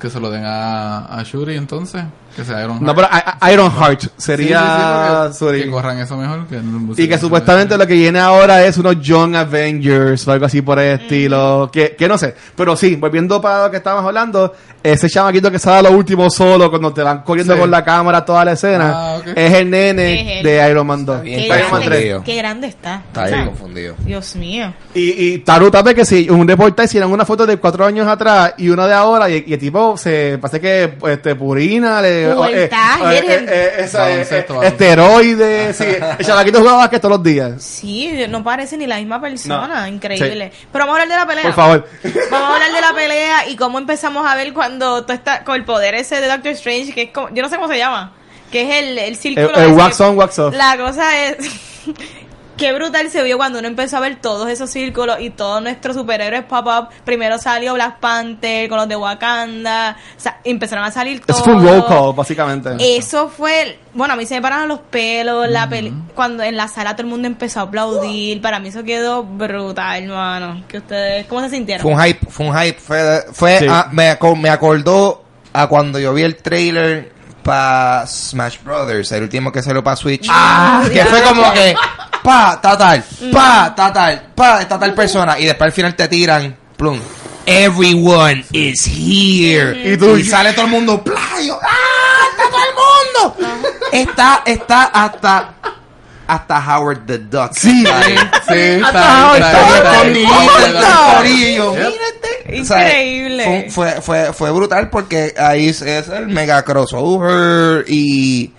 Speaker 2: que se lo den a, a Shuri entonces. Que sea Iron
Speaker 4: No, pero I- I- Iron Heart sería. sorry.
Speaker 2: que corran eso mejor. Que
Speaker 4: Y que supuestamente lo que viene ahora es unos Young Avengers o algo así por el
Speaker 1: Mm.
Speaker 4: estilo. Que, que no sé. Pero sí, volviendo para lo que estábamos hablando, ese chamaquito que sale a lo último solo cuando te van corriendo
Speaker 2: Sí.
Speaker 4: con la cámara toda la escena,
Speaker 2: Ah, ok.
Speaker 4: es el nene
Speaker 3: Es él.
Speaker 4: de Iron Man 2.
Speaker 1: bien
Speaker 3: Qué
Speaker 1: Está
Speaker 4: Iron Man 3.
Speaker 3: grande,
Speaker 1: confundido.
Speaker 3: qué grande está.
Speaker 1: Está
Speaker 3: O sea,
Speaker 1: bien confundido.
Speaker 3: Dios mío.
Speaker 4: Y, y Taru también que si un reportaje hicieron una foto de cuatro años atrás y una de ahora y, y el tipo se parece que este purina le
Speaker 3: Pubertad,
Speaker 4: eh, eh, eh, eh, esa, eh,
Speaker 2: Baloncesto,
Speaker 4: eh,
Speaker 2: baloncesto.
Speaker 4: esteroides sí, el chamaquito jugaba básquet todos los días
Speaker 3: Sí, no parece ni la misma persona.
Speaker 4: No.
Speaker 3: Increíble. Pero vamos a hablar de la pelea.
Speaker 4: por favor
Speaker 3: Vamos a hablar de la pelea y cómo empezamos a ver cuando tú estás con el poder ese de Doctor Strange, que es como, yo no sé cómo se llama, que es el, el círculo.
Speaker 4: El- el
Speaker 3: ese
Speaker 4: wax
Speaker 3: que-
Speaker 4: on, wax off.
Speaker 3: La cosa es, qué brutal se vio cuando uno empezó a ver todos esos círculos y todos nuestros superhéroes pop-up. Primero salió Black Panther con los de Wakanda, sa- empezaron a salir todos.
Speaker 4: eso fue un roll call básicamente
Speaker 3: Eso fue, el- bueno, a mí se me pararon los pelos, la peli- cuando en la sala todo el mundo empezó a aplaudir, para mí eso quedó brutal, hermano. ¿Qué ustedes, ¿Cómo se sintieron?
Speaker 1: Fue un hype, fue un hype. Fue, fue
Speaker 4: Sí.
Speaker 1: a- me, aco- me acordó a cuando yo vi el trailer para Smash Brothers, el último que salió para Switch. que fue como que, pa, ta tal, pa, ta tal, pa, ta tal persona. Y después al final te tiran, plum. Everyone is here.
Speaker 4: Y tú-
Speaker 1: sale todo el mundo, playo. ¡Ah! ¡Está todo el mundo! Está, está hasta. Hasta Howard the Duck.
Speaker 4: Sí.
Speaker 1: Está ahí.
Speaker 2: Sí, está
Speaker 4: Hasta
Speaker 2: bien, está bien, está
Speaker 4: ahora,
Speaker 2: bien,
Speaker 1: Corillo,
Speaker 2: está bien, está bien.
Speaker 1: corillo.
Speaker 3: Yep.
Speaker 1: O sea,
Speaker 3: Increíble.
Speaker 1: Fue, fue, fue, fue brutal porque ahí es, es el mega crossover y...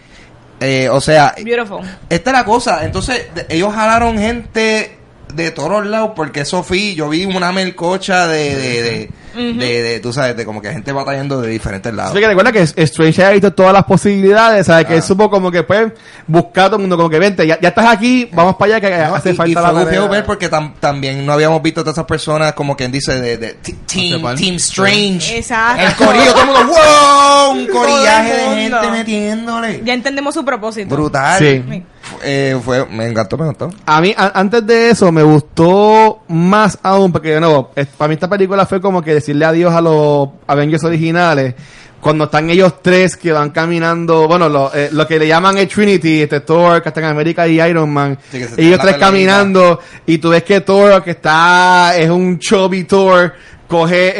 Speaker 1: eh, o sea,
Speaker 3: Beautiful.
Speaker 1: esta es la cosa. Entonces, de- ellos jalaron gente de todos lados porque eso fui. Yo vi una melcocha de... de, de de- de- tú sabes, de como que gente batallando de diferentes lados.
Speaker 4: Así que recuerda que Strange ha visto todas las posibilidades, ¿sabes? Que
Speaker 1: Ah.
Speaker 4: supo como que pues buscar a todo el mundo, como que vente, ya, ya estás aquí, vamos para allá que
Speaker 1: No,
Speaker 4: hace
Speaker 1: y,
Speaker 4: falta
Speaker 1: y
Speaker 4: la
Speaker 1: fue gufeo
Speaker 4: tarea.
Speaker 1: ver porque tam- también no habíamos visto a todas esas personas como quien dice de, de t-
Speaker 2: No sé
Speaker 1: team,
Speaker 2: cuál.
Speaker 1: team Strange.
Speaker 3: Exacto.
Speaker 1: El corillo, todo el mundo, wow, un
Speaker 3: Todo el
Speaker 1: corillaje de
Speaker 3: mundo.
Speaker 1: gente metiéndole.
Speaker 3: Ya entendemos su propósito.
Speaker 1: Brutal.
Speaker 4: Sí.
Speaker 1: Eh, fue, me encantó, me encantó.
Speaker 4: A mí, a- antes de eso, me gustó más aún, porque de nuevo, es- para mí esta película fue como que decirle adiós a los Avengers originales. Cuando están ellos tres que van caminando, bueno, lo, eh, lo que le llaman el Trinity, este Thor, Captain America y Iron Man.
Speaker 1: Sí, que se
Speaker 4: ellos
Speaker 1: la
Speaker 4: tres
Speaker 1: pela
Speaker 4: caminando y tú ves que Thor, que está, es un chubby Thor, coge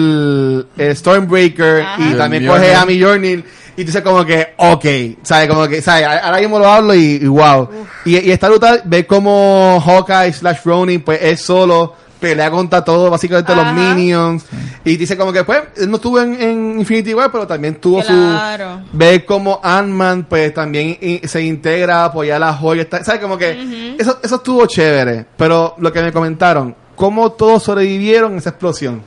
Speaker 4: el, el Stormbreaker
Speaker 3: Ajá.
Speaker 4: y
Speaker 2: El
Speaker 4: también
Speaker 2: Mjolnir.
Speaker 4: coge a mi Journey y dice como que, ok, ¿sabes? Como que, ¿sabes? Ahora mismo lo hablo y, y wow. Y, y está brutal ver como Hawkeye slash Ronin, pues él solo pelea contra todo, básicamente
Speaker 3: Ajá.
Speaker 4: los minions. Y dice como que, pues, él no estuvo en, en Infinity War, pero también tuvo
Speaker 3: Claro.
Speaker 4: su... Ver como Ant-Man, pues, también i- se integra, apoyar las joyas, ta- ¿sabes? Como que eso, eso estuvo chévere. Pero lo que me comentaron, ¿cómo todos sobrevivieron a esa explosión?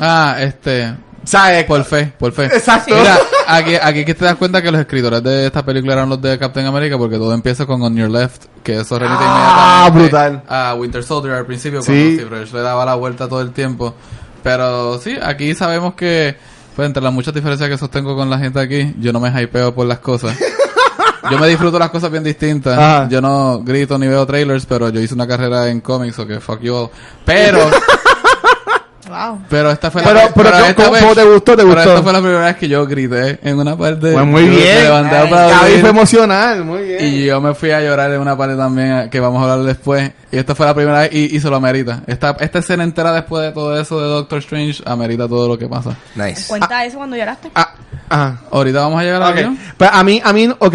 Speaker 2: Ah, este.
Speaker 4: ¿Sabes?
Speaker 2: Por fe, por fe.
Speaker 4: Exacto.
Speaker 2: Mira, aquí, aquí que te das cuenta que los escritores de esta película eran los de Captain America porque todo empieza con On Your Left, que eso remite
Speaker 4: Ah,
Speaker 2: inmediatamente a Winter Soldier al principio,
Speaker 4: Sí.
Speaker 2: cuando Steve Rogers le daba la vuelta todo el tiempo. Pero sí, aquí sabemos que, pues entre las muchas diferencias que sostengo con la gente aquí, yo no me hypeo por las cosas. Yo me disfruto las cosas bien distintas.
Speaker 4: Ajá.
Speaker 2: Yo no grito ni veo trailers, pero yo hice una carrera en cómics, o que fuck you all. Pero...
Speaker 3: Wow.
Speaker 2: Pero esta fue
Speaker 4: Pero-
Speaker 2: la
Speaker 4: pero ¿cómo-
Speaker 2: esta
Speaker 4: cómo te gustó? ¿Te
Speaker 2: pero
Speaker 4: gustó?
Speaker 2: esta fue la primera vez que yo grité en una parte.
Speaker 4: Pues muy
Speaker 2: Yo Me
Speaker 4: bien.
Speaker 2: levanté a
Speaker 4: Ay,
Speaker 2: aplaudir,
Speaker 4: Gaby fue emocional, muy bien.
Speaker 2: y yo me fui a llorar en una parte también eh, que vamos a hablar después. Y esta fue la primera vez y, y se lo amerita. Esta, esta escena entera después de todo eso de Doctor Strange amerita todo lo que pasa.
Speaker 1: Nice.
Speaker 3: Cuenta eso cuando lloraste.
Speaker 4: Ah, ajá.
Speaker 2: Ahorita vamos a llegar a
Speaker 4: Ok.
Speaker 2: la avión.
Speaker 4: Pues a mí, a mí, ok.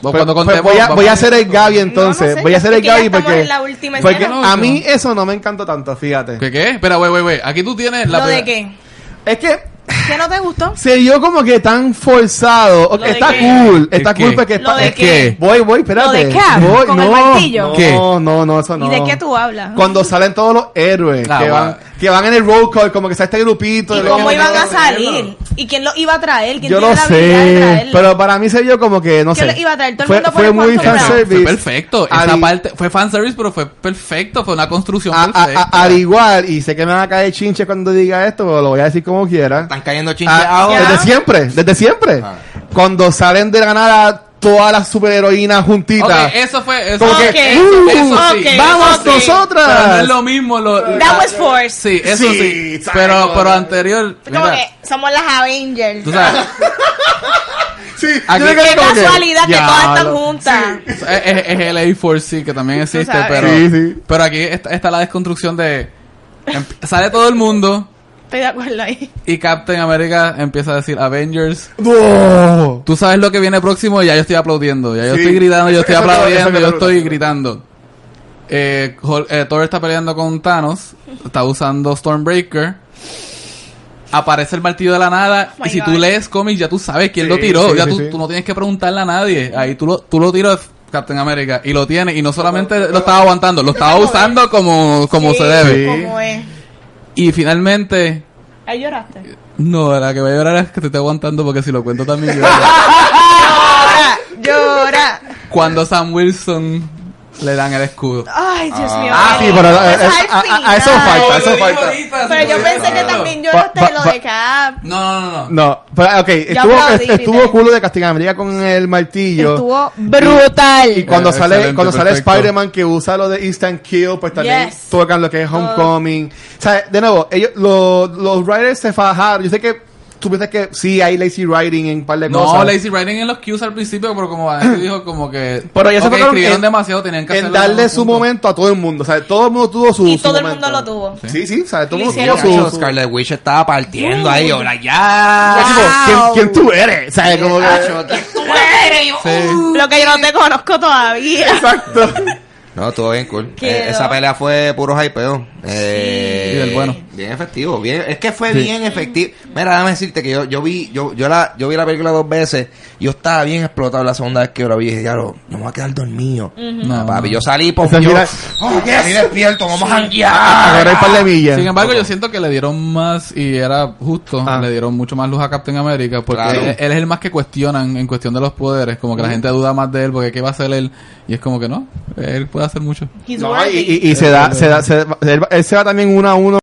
Speaker 2: Vos
Speaker 4: Pues-
Speaker 2: cuando
Speaker 4: pues
Speaker 2: contemos,
Speaker 4: voy, a,
Speaker 2: vamos
Speaker 4: voy a
Speaker 2: ir.
Speaker 4: hacer el Gaby entonces.
Speaker 3: No, no sé,
Speaker 4: voy a hacer el
Speaker 3: es que ya
Speaker 4: Gaby
Speaker 3: estamos
Speaker 4: porque.
Speaker 3: en la última
Speaker 4: porque
Speaker 3: escena.
Speaker 4: a mí eso no me encantó tanto, fíjate.
Speaker 2: ¿Qué qué? Espera, wey, wey, wey. Aquí tú tienes la
Speaker 3: ¿Lo
Speaker 2: primera-
Speaker 3: de qué?
Speaker 4: Es que
Speaker 3: ¿Qué no te gustó?
Speaker 4: se dio como que tan forzado. Ok,
Speaker 3: ¿Lo de
Speaker 4: está
Speaker 3: qué?
Speaker 4: cool,
Speaker 2: ¿Qué
Speaker 4: está
Speaker 2: qué?
Speaker 4: cool porque es
Speaker 3: ¿Lo
Speaker 4: pa-
Speaker 3: de
Speaker 4: es-
Speaker 3: qué?
Speaker 4: Voy, voy, espérate.
Speaker 3: ¿Lo de Cap?
Speaker 4: Voy,
Speaker 3: ¿con el
Speaker 4: no,
Speaker 3: martillo?
Speaker 4: No,
Speaker 2: ¿Qué?
Speaker 4: no, no, eso no.
Speaker 3: ¿Y de qué tú hablas?
Speaker 4: Cuando salen todos los héroes
Speaker 2: Ah,
Speaker 4: que,
Speaker 2: bueno.
Speaker 4: van, que van en el roll call, como que está este grupito.
Speaker 3: ¿Y
Speaker 4: de-
Speaker 3: cómo iban a salir? ¿Y quién lo iba a traer? ¿Quién
Speaker 4: Yo
Speaker 3: tiene
Speaker 4: lo
Speaker 3: la habilidad de
Speaker 4: sé,
Speaker 3: traerlo?
Speaker 4: pero para mí se vio como que, no
Speaker 3: Yo
Speaker 4: sé.
Speaker 3: le iba a traer todo el
Speaker 4: fue,
Speaker 3: mundo por
Speaker 4: fue
Speaker 3: el
Speaker 4: muy
Speaker 3: cuarto round.
Speaker 2: Fue
Speaker 4: fanservice.
Speaker 2: perfecto. Esa
Speaker 4: Al-
Speaker 2: parte fue fanservice, pero fue perfecto. Fue una construcción
Speaker 4: a- a-
Speaker 2: perfecta.
Speaker 4: a- al igual, y sé que me van a caer chinches cuando diga esto, pero lo voy a decir como quiera.
Speaker 1: Están cayendo chinches
Speaker 4: Ah,
Speaker 1: ahora.
Speaker 4: desde siempre, desde siempre.
Speaker 1: Ah.
Speaker 4: Cuando salen de la nada todas las superheroínas juntitas.
Speaker 2: Ok, eso fue. Eso,
Speaker 4: como
Speaker 3: Ok,
Speaker 4: que,
Speaker 2: eso-
Speaker 4: ¡uh!
Speaker 2: eso sí.
Speaker 3: ok,
Speaker 4: ¡Vamos
Speaker 3: eso sí.
Speaker 4: nosotras!
Speaker 2: Pero no es lo mismo. Lo,
Speaker 3: That was forced.
Speaker 2: Sí, eso
Speaker 4: Sí,
Speaker 2: sí.
Speaker 4: exacto.
Speaker 2: Pero, pero anterior.
Speaker 3: Fue como
Speaker 2: mira,
Speaker 3: que somos las Avengers.
Speaker 2: tú sabes.
Speaker 4: Sí,
Speaker 2: Aquí-
Speaker 4: yo me quedé
Speaker 3: Qué
Speaker 4: como que-
Speaker 3: casualidad que todas están
Speaker 2: Diablo.
Speaker 3: juntas.
Speaker 2: Es, es- es el A4C que también existe,
Speaker 3: sabes.
Speaker 2: pero,
Speaker 4: Sí, sí.
Speaker 2: pero aquí está, está la desconstrucción de... em- Sale todo el mundo
Speaker 3: Estoy de acuerdo ahí.
Speaker 2: y Captain America empieza a decir Avengers.
Speaker 4: ¡No!
Speaker 2: Tú sabes lo que viene próximo y ya yo estoy aplaudiendo. Ya yo
Speaker 4: Sí.
Speaker 2: estoy gritando, yo
Speaker 4: Eso-
Speaker 2: estoy
Speaker 4: eso acaba- eso
Speaker 2: aplaudiendo, yo
Speaker 4: acaba de
Speaker 2: estoy
Speaker 4: preguntar.
Speaker 2: gritando. Eh, Hol- eh, Thor está peleando con Thanos, está usando Stormbreaker. Aparece el martillo de la nada
Speaker 3: Oh
Speaker 2: y
Speaker 3: my
Speaker 2: si
Speaker 3: God.
Speaker 2: tú lees cómics ya tú sabes quién
Speaker 4: Sí,
Speaker 2: lo tiró.
Speaker 4: sí,
Speaker 2: ya
Speaker 4: sí,
Speaker 2: tú,
Speaker 4: sí.
Speaker 2: tú no tienes que preguntarle a nadie. Ahí tú lo, tú lo tiras Captain America y lo tiene y no solamente lo estaba aguantando, lo estaba usando como, como
Speaker 3: Sí,
Speaker 2: se debe.
Speaker 3: Como es.
Speaker 2: Y finalmente...
Speaker 3: Ahí lloraste.
Speaker 2: No, la que voy a llorar es que te estoy aguantando porque si lo cuento también lloro.
Speaker 3: Llora, llora.
Speaker 2: cuando Sam Wilson le dan el escudo.
Speaker 3: Ay, Dios mío.
Speaker 4: Ah, sí, pero a,
Speaker 3: Eso es al
Speaker 4: a- a- a eso
Speaker 3: final.
Speaker 4: falta, eso falta.
Speaker 3: Pero yo pensé que también lloraste
Speaker 4: Va- va-
Speaker 3: lo de ah, Cap.
Speaker 2: No, no, no, no.
Speaker 4: No, pero ok,
Speaker 3: aplaudí,
Speaker 4: estuvo, estuvo
Speaker 3: Peter.
Speaker 4: culo de Castigan América con el martillo.
Speaker 3: Estuvo brutal.
Speaker 4: Y cuando
Speaker 2: Eh,
Speaker 4: sale,
Speaker 2: excelente,
Speaker 4: cuando sale
Speaker 2: perfecto.
Speaker 4: Spider-Man que usa lo de Instant Kill, pues también
Speaker 3: Yes. Oh.
Speaker 4: tocan lo que es Homecoming. O sea, de nuevo, ellos, los, los writers se fajaron. Yo sé que tú piensas que sí hay lazy writing en un par de
Speaker 2: No,
Speaker 4: cosas.
Speaker 2: Lazy Writing en los cues al principio, pero como Vanessa dijo, como que.
Speaker 4: Pero ya
Speaker 2: ok,
Speaker 4: se enfocaron
Speaker 2: escribieron
Speaker 4: en-
Speaker 2: demasiado, tenían que
Speaker 4: En
Speaker 2: hacerlo
Speaker 4: darle
Speaker 2: algún
Speaker 4: su
Speaker 2: punto.
Speaker 4: momento a todo el mundo. O sea, todo el mundo tuvo su
Speaker 3: Y
Speaker 4: su
Speaker 3: todo el
Speaker 4: momento.
Speaker 3: mundo lo tuvo.
Speaker 4: Sí, sí, o sea, todo el
Speaker 3: Y
Speaker 4: mundo
Speaker 3: lo
Speaker 4: tuvo
Speaker 1: Chacho,
Speaker 4: su... su-
Speaker 1: Scarlet Witch estaba
Speaker 3: Uh.
Speaker 1: partiendo ahí, ahora ya.
Speaker 4: Ya, tipo, ¿quién, quién tú eres? O sea, como que-
Speaker 1: Chacho, ¿quién tú eres? Yo,
Speaker 2: Sí.
Speaker 3: Lo que yo no te conozco todavía.
Speaker 4: Exacto.
Speaker 1: No, todo bien cool.
Speaker 3: Quedó.
Speaker 1: Eh, esa pelea fue puro hypeo. Eh,
Speaker 2: Sí, del bueno.
Speaker 1: Bien efectivo. Bien, es que fue bien efectivo. Mira, déjame decirte que yo, yo vi, yo, yo la, yo vi la película dos veces. Yo estaba bien explotado la segunda vez que yo la vi. Y dije, "Diablo, no me voy a quedar dormido.
Speaker 2: No,
Speaker 1: No, papi,
Speaker 2: no.
Speaker 1: yo salí por
Speaker 4: Esa
Speaker 1: yo,
Speaker 4: mira-
Speaker 1: oh, salí despierto, vamos a
Speaker 4: Agarré
Speaker 1: janguear.
Speaker 4: un par de millas.
Speaker 2: Sin embargo, yo siento que le dieron más, y era justo,
Speaker 4: Ah.
Speaker 2: le dieron mucho más luz a Captain America, porque e-,
Speaker 1: Claro.
Speaker 2: él, él es el más que cuestionan en cuestión de los poderes, como que la gente duda más de él, porque qué va a hacer él, y es como que no, él puede hacer mucho.
Speaker 3: He's
Speaker 4: No, y,
Speaker 3: worthy.
Speaker 4: y- y se da, se da, se, él, él se va también uno a uno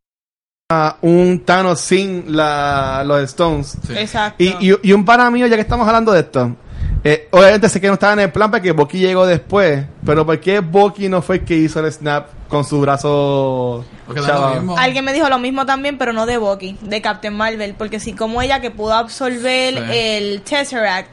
Speaker 4: a un Thanos sin la, los Stones.
Speaker 2: Sí.
Speaker 3: Exacto.
Speaker 4: Y, y, y un pana mío, ya que estamos hablando de esto, eh, obviamente sé que no estaba en el plan porque Bucky llegó después, pero ¿por qué Bucky no fue el que hizo el snap con su brazo
Speaker 2: Porque da lo
Speaker 4: chavado?
Speaker 2: mismo.
Speaker 3: Alguien me dijo lo mismo también, pero no de Bucky, de Captain Marvel, porque si como ella que pudo absorber
Speaker 2: Sí.
Speaker 3: el Tesseract,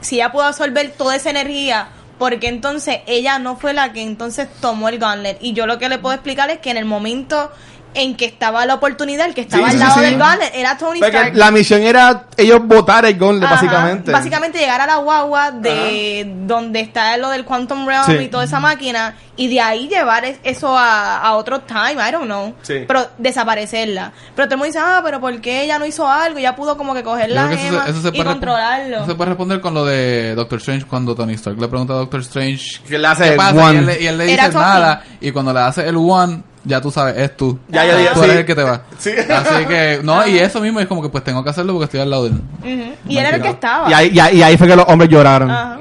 Speaker 3: si ella pudo absorber toda esa energía, porque entonces ella no fue la que entonces tomó el gauntlet. Y yo lo que le puedo explicar es que en el momento en que estaba la oportunidad, el que estaba
Speaker 4: Sí,
Speaker 3: al
Speaker 4: sí,
Speaker 3: lado
Speaker 4: sí.
Speaker 3: del gauntlet era Tony
Speaker 4: Porque
Speaker 3: Stark.
Speaker 4: la misión era ellos votar el gauntlet,
Speaker 3: Ajá,
Speaker 4: básicamente.
Speaker 3: Básicamente llegar a la guagua de donde está lo del Quantum Realm
Speaker 4: Sí.
Speaker 3: y toda esa máquina y de ahí llevar es- eso a, a otro time, I don't know.
Speaker 4: Sí.
Speaker 3: Pero desaparecerla. Pero todo el mundo dice, ah, pero ¿por qué ella no hizo algo? Ya pudo como que coger
Speaker 2: Yo
Speaker 3: la
Speaker 2: creo que
Speaker 3: gema y
Speaker 2: puede respon-
Speaker 3: controlarlo.
Speaker 2: eso se puede responder con lo de Doctor Strange cuando Tony Stark le pregunta a Doctor Strange
Speaker 4: Que le hace
Speaker 2: qué pasa y él, le-
Speaker 4: one.
Speaker 2: y él le
Speaker 3: Era
Speaker 2: dice
Speaker 3: Tony.
Speaker 2: nada y cuando le hace el one ya tú sabes es tú
Speaker 4: Ya,
Speaker 3: ya, ya,
Speaker 2: tú
Speaker 4: sí.
Speaker 2: eres el que te va
Speaker 4: Sí.
Speaker 2: así que no
Speaker 3: Ah.
Speaker 2: y eso mismo es como que pues tengo que hacerlo porque estoy al lado de él
Speaker 3: Ujú. Y él era el que estaba.
Speaker 4: Y ahí, y ahí- y ahí fue que los hombres lloraron.
Speaker 3: Ajá.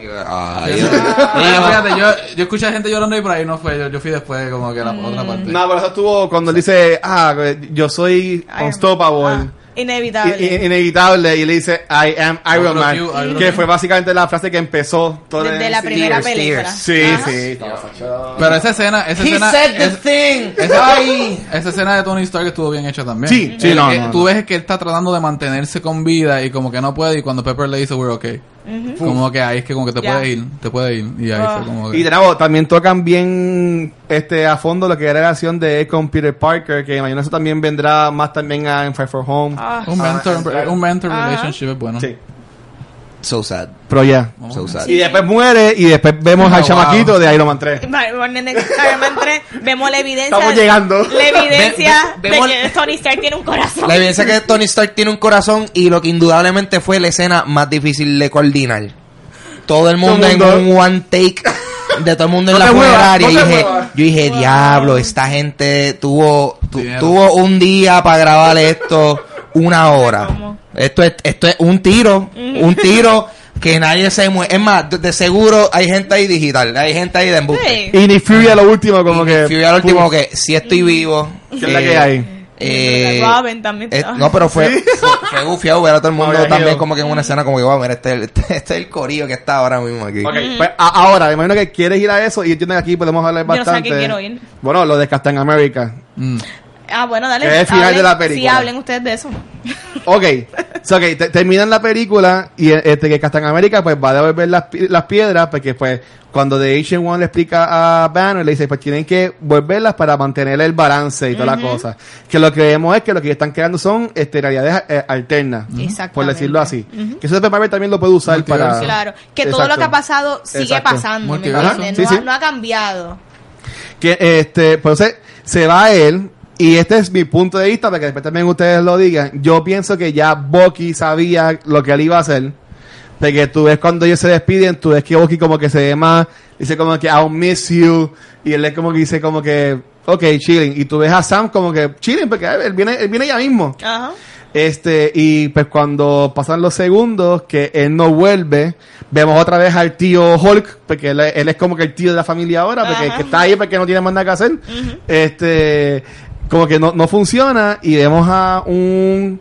Speaker 1: Ay,
Speaker 2: Sí,
Speaker 1: Dios.
Speaker 2: fíjate yo, yo escuché a gente llorando y por ahí no fue yo, yo fui después como que a la
Speaker 3: Mm.
Speaker 2: otra parte
Speaker 4: No, pero eso estuvo cuando él dice, ah, yo soy
Speaker 3: Iron-
Speaker 4: unstoppable.
Speaker 3: Ah, inevitable.
Speaker 4: I- i- inevitable y le dice I am Iron
Speaker 2: Otro
Speaker 4: Man
Speaker 2: cue, Iron
Speaker 4: que
Speaker 2: Man.
Speaker 4: fue básicamente la frase que empezó todo
Speaker 3: Desde
Speaker 4: el-
Speaker 3: la
Speaker 4: sí,
Speaker 3: primera
Speaker 1: Tears,
Speaker 3: película.
Speaker 1: Tears.
Speaker 4: sí
Speaker 3: Ajá.
Speaker 4: sí
Speaker 2: pero esa escena esa
Speaker 1: He
Speaker 2: escena
Speaker 1: said the
Speaker 2: es-
Speaker 1: thing.
Speaker 2: esa,
Speaker 1: Ay.
Speaker 2: esa escena de Tony Stark estuvo bien hecha también
Speaker 4: Sí, sí,
Speaker 2: Eh,
Speaker 4: no,
Speaker 2: eh,
Speaker 4: no,
Speaker 2: tú
Speaker 4: no.
Speaker 2: ves que él está tratando de mantenerse con vida y como que no puede y cuando Pepper le dice we're okay como que ahí es que como que te
Speaker 3: Ya.
Speaker 2: puede ir te puede ir y ahí fue
Speaker 3: Ah.
Speaker 2: como que
Speaker 4: y de nuevo, también tocan bien este a fondo lo que era la relación de él con Peter Parker que imagino eso también vendrá más también a en Fire for Home
Speaker 3: Ah.
Speaker 2: Un mentor, un mentor relationship es bueno.
Speaker 4: sí
Speaker 1: So sad.
Speaker 4: pero ya
Speaker 2: Vamos a
Speaker 1: So
Speaker 2: ver.
Speaker 1: sad.
Speaker 4: y después muere y después vemos
Speaker 2: Oh,
Speaker 4: al
Speaker 2: wow.
Speaker 4: chamaquito de Iron Man 3
Speaker 3: Vale, bueno, en el Iron Man 3 vemos la evidencia.
Speaker 4: Estamos llegando.
Speaker 3: La evidencia
Speaker 1: Ve- ve- vemos-
Speaker 3: de que Tony Stark tiene un corazón.
Speaker 1: La evidencia que Tony Stark tiene un corazón y lo que indudablemente fue la escena más difícil de coordinar. Todo el mundo,
Speaker 4: Todo el mundo.
Speaker 1: en un one take de todo el mundo en
Speaker 4: No
Speaker 1: la
Speaker 4: te muevas,
Speaker 1: funeraria.
Speaker 4: no
Speaker 1: Y
Speaker 4: te
Speaker 1: dije,
Speaker 4: muevas.
Speaker 1: yo dije, diablo, esta gente tuvo, tu-
Speaker 2: Dinero.
Speaker 1: tuvo un día para grabar esto, una hora.
Speaker 3: ¿Cómo? Mm.
Speaker 1: Esto es, esto es un tiro, un tiro que nadie se mueve. Es más, de, de seguro hay gente ahí digital, hay gente ahí de embuste.
Speaker 3: Sí.
Speaker 4: y Nick Fury a lo último como que
Speaker 1: Fui al último que si estoy vivo.
Speaker 4: ¿Qué es la que hay?
Speaker 1: eh,
Speaker 3: Robin también
Speaker 1: eh,
Speaker 3: estaba.
Speaker 1: no, pero fue, fue, fue gufiado ver a todo el mundo
Speaker 4: Había
Speaker 1: también
Speaker 4: ido.
Speaker 1: como que en una escena como que, wow, mira, este, es el- este, es el corillo que está ahora mismo aquí.
Speaker 4: Ok, pues a- ahora, me imagino que quieres ir a eso y entiendo que aquí podemos hablar
Speaker 3: Mm. Yo no sé a qué
Speaker 4: bastante.
Speaker 3: quiero ir.
Speaker 4: Bueno, lo de Captain America.
Speaker 2: Mm.
Speaker 3: Ah, bueno, dale.
Speaker 4: Que es el final de la película.
Speaker 3: Sí, hablen ustedes de eso.
Speaker 4: Ok, So, ok, te- terminan la película y eh, este que Captain América pues va a devolver las, pi- las piedras porque pues cuando The Ancient One le explica a Banner le dice pues tienen que volverlas para mantener el balance y toda la cosa. Que lo que vemos es que lo que están creando son este, realidades eh, alternas.
Speaker 3: Exactamente.
Speaker 4: Por decirlo así.
Speaker 3: Ujú.
Speaker 4: Que eso después Marvel también lo puede usar
Speaker 2: Multiverso.
Speaker 4: para...
Speaker 3: Claro, que todo lo
Speaker 4: Exacto.
Speaker 3: que ha pasado sigue
Speaker 4: Exacto.
Speaker 3: pasando, ¿me
Speaker 2: Multiverso.
Speaker 3: entiendes?
Speaker 4: Sí,
Speaker 3: no,
Speaker 4: sí.
Speaker 3: Ha, no ha cambiado.
Speaker 4: Que este, pues se, se va él. Y este es mi punto de vista, para que después también ustedes lo digan. Yo pienso que ya Bucky sabía lo que él iba a hacer. De que tú ves cuando ellos se despiden, tú ves que Bucky como que se ve más, dice como que I'll miss you. Y él es como que dice como que, ok, chilling. Y tú ves a Sam como que chilling, porque ay, él viene, él viene ya mismo.
Speaker 3: Ajá.
Speaker 4: Este, y pues cuando pasan los segundos, que él no vuelve, vemos otra vez al tío Hulk, porque él, él es como que el tío de la familia ahora, porque
Speaker 3: Ajá.
Speaker 4: que está ahí porque no tiene más nada que hacer. Este, como que no, no funciona, y vemos a un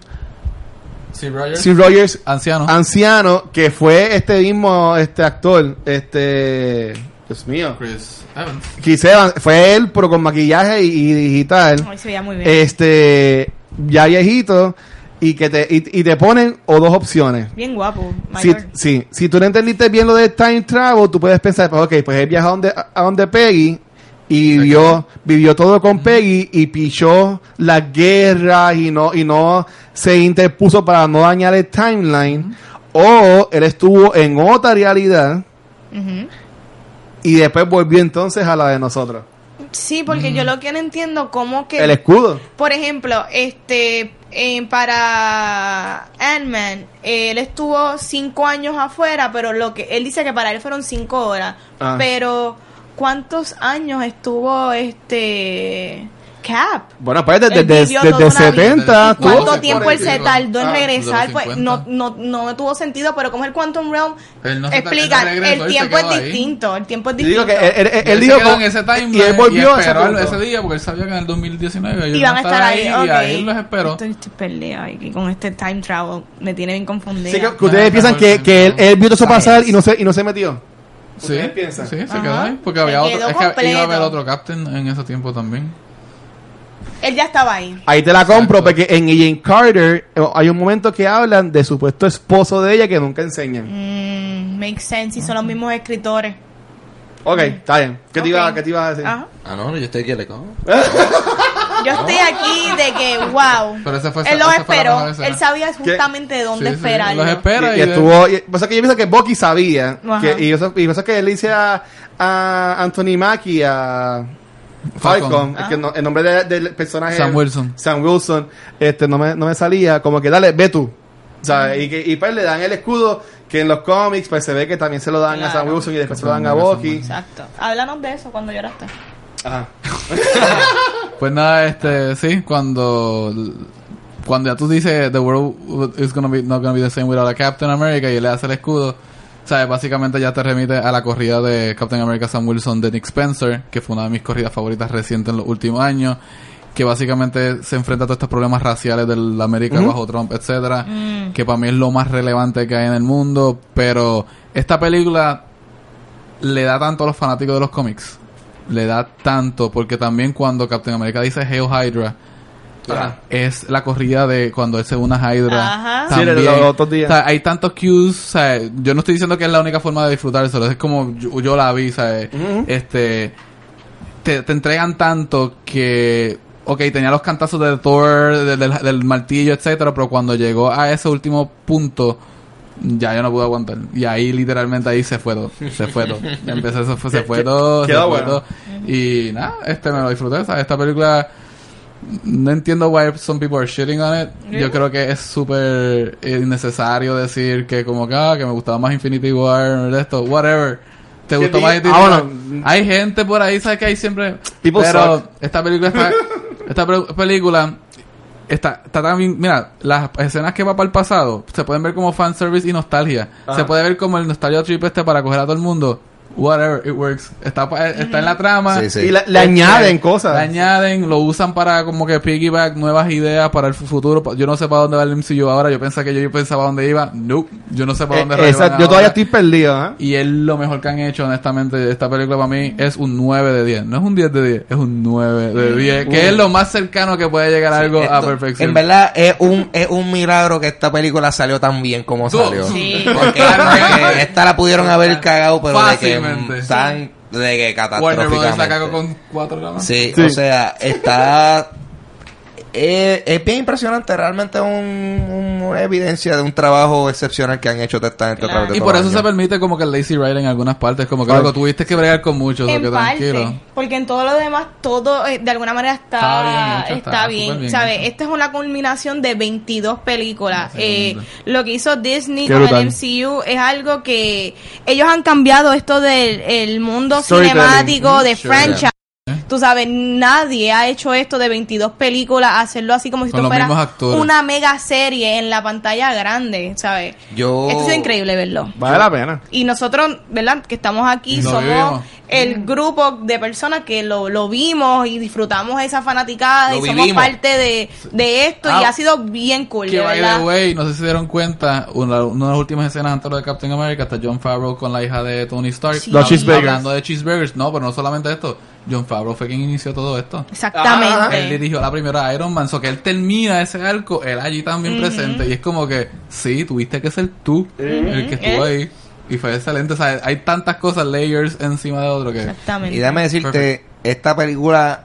Speaker 2: Sí, Roger.
Speaker 4: Steve Rogers
Speaker 2: Anciano.
Speaker 4: anciano, que fue este mismo este actor, este, Dios mío,
Speaker 2: Chris Evans.
Speaker 4: Chris Evans, fue él, pero con maquillaje y, y digital
Speaker 3: Ay, se veía muy bien.
Speaker 4: este ya viejito y que te y, y te ponen o dos opciones
Speaker 3: bien guapo,
Speaker 4: si,
Speaker 3: mayor.
Speaker 4: sí, si tú no entendiste bien lo de time travel tú puedes pensar pues, ok pues él viajó a donde a donde Peggy y vivió vivió todo con Peggy y pichó las guerras y no y no se interpuso para no dañar el timeline o él estuvo en otra realidad
Speaker 3: Ujú.
Speaker 4: y después volvió entonces a la de nosotros
Speaker 3: Sí, porque yo lo que no entiendo cómo que
Speaker 4: Mm. el escudo
Speaker 3: Por ejemplo, este eh, para Ant-Man, él estuvo cinco años afuera, pero lo que él dice que para él fueron cinco horas.
Speaker 4: Ah.
Speaker 3: Pero ¿cuántos años estuvo este Cap?
Speaker 4: bueno pues desde,
Speaker 3: Él
Speaker 4: desde,
Speaker 3: vivió toda
Speaker 4: desde
Speaker 3: una vida.
Speaker 4: 70
Speaker 2: ¿Cuánto
Speaker 4: tuvo
Speaker 3: ¿Cuánto
Speaker 4: que-
Speaker 3: tiempo él se
Speaker 2: 45.
Speaker 3: tardó en
Speaker 2: Ah,
Speaker 3: regresar?
Speaker 2: de los
Speaker 3: Pues
Speaker 2: 50.
Speaker 3: no, no, no tuvo sentido, pero como es el Quantum Realm,
Speaker 2: Él no se- él no
Speaker 3: explica,
Speaker 2: regresó, él
Speaker 3: el
Speaker 2: se
Speaker 3: tiempo es
Speaker 2: quedó ahí.
Speaker 3: distinto, el tiempo es
Speaker 4: Yo digo
Speaker 3: distinto.
Speaker 4: que él, él- él-
Speaker 2: Y
Speaker 4: él
Speaker 2: se
Speaker 4: dijo
Speaker 2: quedó
Speaker 4: con-
Speaker 2: en ese timeline
Speaker 4: y él volvió a ese
Speaker 2: esperó
Speaker 4: punto.
Speaker 2: ese día porque él sabía que en el 2019 ellos
Speaker 3: Iban a estar ahí,
Speaker 2: y ahí
Speaker 3: ok.
Speaker 2: los esperó.
Speaker 3: Estoy, estoy perdida ay, que con este time travel, me tiene bien confundida.
Speaker 4: Sí, que, que ustedes
Speaker 2: No,
Speaker 4: piensan
Speaker 2: no,
Speaker 4: que,
Speaker 2: no,
Speaker 4: que él,
Speaker 2: no.
Speaker 4: él vio todo eso pasar y no se, y no se metió.
Speaker 2: Sí,
Speaker 4: ¿Ustedes piensan?
Speaker 2: sí, se
Speaker 3: Ajá.
Speaker 2: quedó ahí porque
Speaker 3: Se
Speaker 2: había otro,
Speaker 3: quedó
Speaker 2: es que iba a
Speaker 3: completo.
Speaker 2: haber otro captain en ese tiempo también.
Speaker 3: Él ya estaba ahí.
Speaker 4: Ahí te la compro,
Speaker 2: Exacto.
Speaker 4: porque en Jane Carter eh, hay un momento que hablan de supuesto esposo de ella que nunca enseñan.
Speaker 3: Mm, makes sense, y son los mismos escritores.
Speaker 4: Ok, está bien. ¿Qué, te,
Speaker 3: Ok.
Speaker 4: iba, qué te ibas a decir?
Speaker 3: Ajá.
Speaker 5: Ah, no, yo estoy aquí le cojo.
Speaker 3: Yo estoy aquí de que, wow.
Speaker 2: Pero esa fue-
Speaker 3: él los
Speaker 2: esa fue la
Speaker 3: esperó.
Speaker 2: mejor escena.
Speaker 3: Él sabía justamente de dónde
Speaker 2: Sí, sí,
Speaker 3: esperar.
Speaker 2: los espera
Speaker 4: Y,
Speaker 2: y,
Speaker 4: y
Speaker 2: de-
Speaker 4: estuvo. y- o sea que yo pienso que Bucky sabía.
Speaker 3: Ajá.
Speaker 4: Que, y, eso, y eso que él le dice a, a Anthony Mackie, a
Speaker 2: Falcon.
Speaker 4: Falcon, es que
Speaker 3: Ah.
Speaker 4: no- el nombre de- del personaje.
Speaker 2: Sam Wilson.
Speaker 4: Sam Wilson, este, no me, no me salía. Como que dale, ve tú. O sea, y, que, y pues le dan el escudo que en los cómics pues se ve que también se lo dan a
Speaker 3: Claro.
Speaker 4: Sam Wilson y después se lo dan a
Speaker 2: Sam
Speaker 4: Bucky.
Speaker 3: Exacto. Háblanos de eso cuando lloraste.
Speaker 4: Ajá.
Speaker 2: Pues nada, este, sí, cuando cuando ya tú dices the world is gonna be not gonna be the same without a Captain America y él le hace el escudo, sabes, básicamente ya te remite a la corrida de Captain America Sam Wilson de Nick Spencer, que fue una de mis corridas favoritas recientes en los últimos años, que básicamente se enfrenta a todos estos problemas raciales del América bajo Trump, etcétera,
Speaker 3: Mm,
Speaker 2: que para mí es lo más relevante que hay en el mundo, pero esta película le da tanto a los fanáticos de los cómics. Le da tanto, porque también cuando Captain America dice Hail Hydra, ah, es la corrida de cuando él se une a Hydra.
Speaker 3: Ajá.
Speaker 4: Sí,
Speaker 2: también.
Speaker 4: los otros días.
Speaker 2: O sea, hay tantos cues, o sea, yo no estoy diciendo que es la única forma de disfrutárselo, es como yo, yo la vi, ¿sabes? Este te, te entregan tanto que ok, tenía los cantazos de Thor, de- del, del martillo, etcétera, pero cuando llegó a ese último punto ya yo no pude aguantar. Y ahí literalmente ahí se fue todo. Se fue todo. Empecé, se fue, se fue todo. se
Speaker 4: quedó
Speaker 2: fue
Speaker 4: bueno.
Speaker 2: todo. Y nada, este me lo disfruté. ¿sabes? Esta película no entiendo why some people are shitting on it. Yo creo que es súper innecesario decir que como que, ah, que me gustaba más Infinity War, esto, whatever. ¿Te
Speaker 4: Que
Speaker 2: gustó
Speaker 4: diga-
Speaker 2: más Infinity
Speaker 4: Ah,
Speaker 2: War?
Speaker 4: bueno.
Speaker 2: Hay gente por ahí, ¿sabes que hay siempre?
Speaker 4: People
Speaker 2: Pero
Speaker 4: suck.
Speaker 2: esta película está... esta pre- película está, está también... Mira, las escenas que va para el pasado se pueden ver como fanservice y nostalgia. Se puede ver como el nostalgia trip este para coger a todo el mundo. whatever, it works. Está, pa- eh, está en la trama. Este,
Speaker 1: Sí, sí.
Speaker 4: Y la- le añaden cosas.
Speaker 2: Eh, Le añaden, lo usan para como que piggyback, nuevas ideas para el fu- futuro. Yo no sé para dónde va el MCU ahora. Yo pensaba que yo, yo pensaba dónde iba. No, yo no sé para
Speaker 4: Eh,
Speaker 2: dónde
Speaker 4: esa-
Speaker 2: rayos van
Speaker 4: yo
Speaker 2: ahora.
Speaker 4: todavía estoy perdido, ¿eh?
Speaker 2: Y es lo mejor que han hecho, honestamente. Esta película para mí es un 9 de 10. No es un 10 de 10, es un 9 de 10. Que es lo más cercano que puede llegar algo a
Speaker 1: Mm. Esto-
Speaker 2: perfección.
Speaker 1: En verdad, es un, es un milagro que esta película salió tan bien como
Speaker 2: Dos.
Speaker 1: salió.
Speaker 3: Sí.
Speaker 1: Porque porque esta la pudieron haber cagado, pero de
Speaker 2: Fácilmente.
Speaker 1: que tan de que
Speaker 2: Warner Brothers
Speaker 1: catastróficamente.
Speaker 2: la cagó con 4 nada más.
Speaker 1: Sí,
Speaker 4: Sí.
Speaker 1: o sea, está... eh, es bien impresionante, realmente es un, una evidencia de un trabajo excepcional que han hecho de esta gente a través de
Speaker 2: Y
Speaker 1: todos
Speaker 2: por
Speaker 1: los
Speaker 2: eso se
Speaker 1: años.
Speaker 2: permite como que el lazy ride en algunas partes. Como que
Speaker 4: Ay.
Speaker 2: loco, tuviste que bregar con mucho, así que
Speaker 3: En
Speaker 2: tranquilo.
Speaker 3: parte, porque en todo lo demás, todo eh, de alguna manera
Speaker 2: Está
Speaker 3: está,
Speaker 2: bien hecho,
Speaker 3: está bien,
Speaker 2: está súper bien
Speaker 3: ¿sabes?
Speaker 2: hecho.
Speaker 3: Esta es una culminación de 22 películas.
Speaker 2: Sí,
Speaker 3: Eh,
Speaker 2: hombre.
Speaker 3: lo que hizo Disney
Speaker 4: Qué
Speaker 3: con
Speaker 4: brutal.
Speaker 3: el MCU es algo que ellos han cambiado esto del el mundo
Speaker 4: Storytelling.
Speaker 3: cinemático,
Speaker 2: Mm,
Speaker 3: de
Speaker 2: sure.
Speaker 3: franchise.
Speaker 2: Eh.
Speaker 3: Tú sabes, nadie ha hecho esto de 22 películas, hacerlo así como si
Speaker 2: Con
Speaker 3: esto
Speaker 2: los
Speaker 3: fuera
Speaker 2: mismos actores.
Speaker 3: una mega serie en la pantalla grande, ¿sabes?
Speaker 1: Yo...
Speaker 3: Esto es
Speaker 2: Oh.
Speaker 3: increíble verlo.
Speaker 4: Vale la pena.
Speaker 3: Y nosotros, ¿verdad? Que estamos aquí,
Speaker 2: Lo
Speaker 3: somos
Speaker 2: vivimos.
Speaker 3: el grupo de personas que lo, lo vimos y disfrutamos esa fanaticada
Speaker 1: Lo
Speaker 3: y somos
Speaker 1: vivimos.
Speaker 3: parte de, de esto y
Speaker 2: Ah.
Speaker 3: ha sido bien cool,
Speaker 2: Que
Speaker 3: de
Speaker 2: by
Speaker 3: verdad.
Speaker 2: the way, no sé si se dieron cuenta, una, una de las últimas escenas antes de lo de Captain America, está John Favreau con la hija de Tony Stark.
Speaker 3: Sí. Los
Speaker 2: Hab-
Speaker 4: cheeseburgers.
Speaker 2: Hablando de cheeseburgers, no, pero no solamente esto. John Favreau fue quien inició todo esto. Él
Speaker 3: Exactamente.
Speaker 2: dirigió la primera Iron Man, so que él termina ese arco, él allí también presente, y es como que, sí, tuviste que ser tú el que estuvo
Speaker 3: Eh.
Speaker 2: ahí, y fue excelente, o sea, hay tantas cosas, layers encima de otro que...
Speaker 3: Exactamente.
Speaker 1: Y déjame decirte, esta película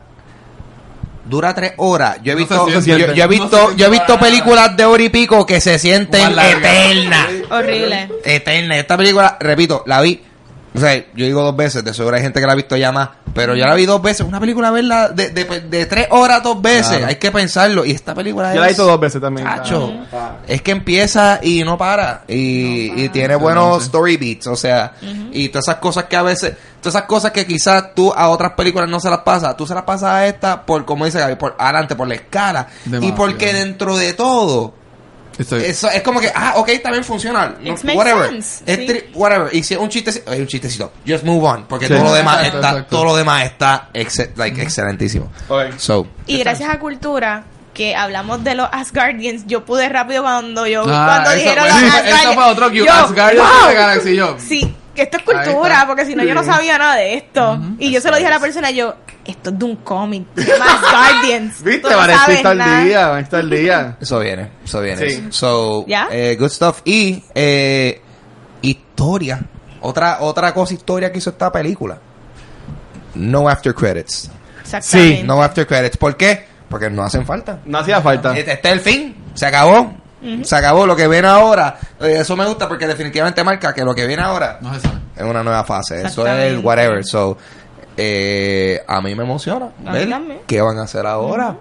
Speaker 1: dura tres horas. Yo he
Speaker 2: No
Speaker 1: visto,
Speaker 2: se siente.
Speaker 1: yo, yo he
Speaker 2: No se
Speaker 1: visto,
Speaker 2: siente
Speaker 1: yo he visto
Speaker 2: para
Speaker 1: películas de hora y pico que se sienten
Speaker 2: Más largas.
Speaker 1: eternas.
Speaker 3: Horrible.
Speaker 1: Eterna. Este, Esta película, repito, la vi. O sea, yo digo dos veces, de sobra hay gente que la ha visto ya más, pero yo la vi dos veces. Una película, verla de, de, pues, de tres horas dos veces,
Speaker 2: Claro.
Speaker 1: hay que pensarlo. Y esta película
Speaker 4: Yo
Speaker 1: es.
Speaker 4: la he visto dos veces también.
Speaker 1: Chacho, es que empieza y no para. Y, y tiene
Speaker 2: Sí,
Speaker 1: buenos
Speaker 2: no sé.
Speaker 1: story beats, o sea, y todas esas cosas que a veces, todas esas cosas que quizás tú a otras películas no se las pasas. Tú se las pasas a esta por, como dice Gaby, por adelante, por la escala. Y
Speaker 2: Demasiado.
Speaker 1: porque dentro de todo,
Speaker 2: Eso-
Speaker 1: eso es como que, ah, ok, también funciona. No,
Speaker 3: It makes
Speaker 1: whatever.
Speaker 3: sense,
Speaker 1: Es
Speaker 3: sí.
Speaker 1: tri- whatever. Y si es un chistecito, es un chistecito. Just move on. Porque
Speaker 4: Sí.
Speaker 1: todo lo demás
Speaker 2: Exacto,
Speaker 1: está,
Speaker 2: exacto.
Speaker 1: todo lo demás está exce- like, excelentísimo. So,
Speaker 3: Y gracias a Cultura que hablamos de los Asgardians, yo pude rápido cuando yo
Speaker 2: Ah,
Speaker 3: cuando
Speaker 2: eso
Speaker 3: dijeron
Speaker 2: fue-
Speaker 3: los
Speaker 2: sí,
Speaker 3: Asgardians.
Speaker 2: eso fue otro que-
Speaker 3: yo,
Speaker 2: Asgardians
Speaker 3: wow.
Speaker 2: de la galaxia, y yo.
Speaker 3: Sí, que esto es
Speaker 2: Ahí
Speaker 3: cultura,
Speaker 2: está.
Speaker 3: porque si no yo no sabía nada de esto. Y yo se lo dije a la persona, yo, esto es de un cómic, se llama Asgardians. Tú
Speaker 4: ¿Viste?
Speaker 3: no
Speaker 4: Vanessa
Speaker 3: sabes
Speaker 4: está
Speaker 3: nada.
Speaker 4: al día, Vanessa está al día.
Speaker 1: eso viene. Eso viene.
Speaker 4: Sí.
Speaker 1: So,
Speaker 3: ¿Ya?
Speaker 1: eh, good stuff. Y, eh, historia. Otra, otra cosa historia que hizo esta película. No after credits.
Speaker 3: Exactamente.
Speaker 1: No after credits. ¿Por qué? Porque no hacen falta.
Speaker 4: No hacía falta.
Speaker 1: Este, este es el fin. Se acabó. Se acabó lo que viene ahora. eh, Eso me gusta porque definitivamente marca que lo que viene ahora
Speaker 2: no se sabe.
Speaker 1: es una nueva fase. Eso es el
Speaker 3: Exactamente.
Speaker 1: whatever. So, eh, a mí me emociona
Speaker 3: A mí
Speaker 1: ver
Speaker 3: también.
Speaker 1: qué van a hacer ahora.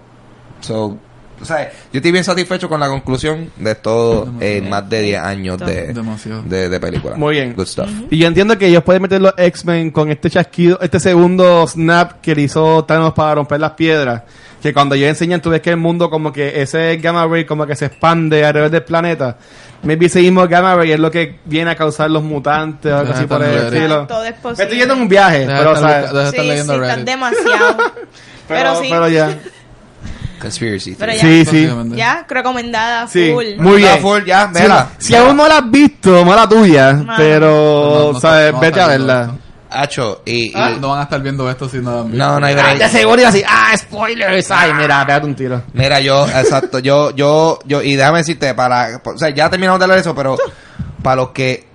Speaker 1: So, tú sabes, yo estoy bien satisfecho con la conclusión de estos eh, más de 10 años de,
Speaker 2: Demasiado.
Speaker 1: de, de película.
Speaker 4: Muy bien.
Speaker 1: Good stuff.
Speaker 4: Y yo entiendo que ellos pueden meter los X-Men con este chasquido, este segundo snap que le hizo Thanos para romper las piedras. Que cuando ellos enseñan, tú ves que el mundo como que ese Gamma Ray como que se expande alrededor del planeta. Maybe ese mismo Gamma Ray es lo que viene a causar los mutantes o algo
Speaker 2: Deja
Speaker 4: así por el
Speaker 2: estar
Speaker 4: estilo.
Speaker 3: Todo es
Speaker 4: Me
Speaker 3: posible.
Speaker 4: estoy yendo en un viaje,
Speaker 2: Deja
Speaker 4: pero,
Speaker 2: estar
Speaker 4: ¿sabes?
Speaker 2: busca- deja
Speaker 3: Sí,
Speaker 2: estar
Speaker 3: sí,
Speaker 2: leyendo
Speaker 3: están
Speaker 2: Reddit.
Speaker 3: demasiado. pero sí,
Speaker 4: pero ya.
Speaker 1: Conspiracy.
Speaker 3: Pero
Speaker 1: theory.
Speaker 3: ya.
Speaker 4: Sí, sí.
Speaker 2: Básicamente.
Speaker 3: ya, recomendada,
Speaker 4: Sí.
Speaker 3: full.
Speaker 4: Muy bien.
Speaker 1: Está full, ya,
Speaker 4: Sí,
Speaker 1: vela.
Speaker 4: si aún no la has visto, mala tuya,
Speaker 3: Ah.
Speaker 4: pero,
Speaker 2: No, no,
Speaker 4: ¿sabes?
Speaker 2: no, no,
Speaker 4: Oh, Vete a
Speaker 2: no, no,
Speaker 4: verla.
Speaker 2: no.
Speaker 1: Hacho, y, y-
Speaker 2: Ah, No van a estar viendo esto si no...
Speaker 1: no, no hay break.
Speaker 4: seguro iba así, ah, spoilers, ay, mira, pégate un tiro.
Speaker 1: Mira, yo, exacto, yo, yo, yo, y déjame decirte, para, o sea, ya terminamos de hablar de eso, pero para los que,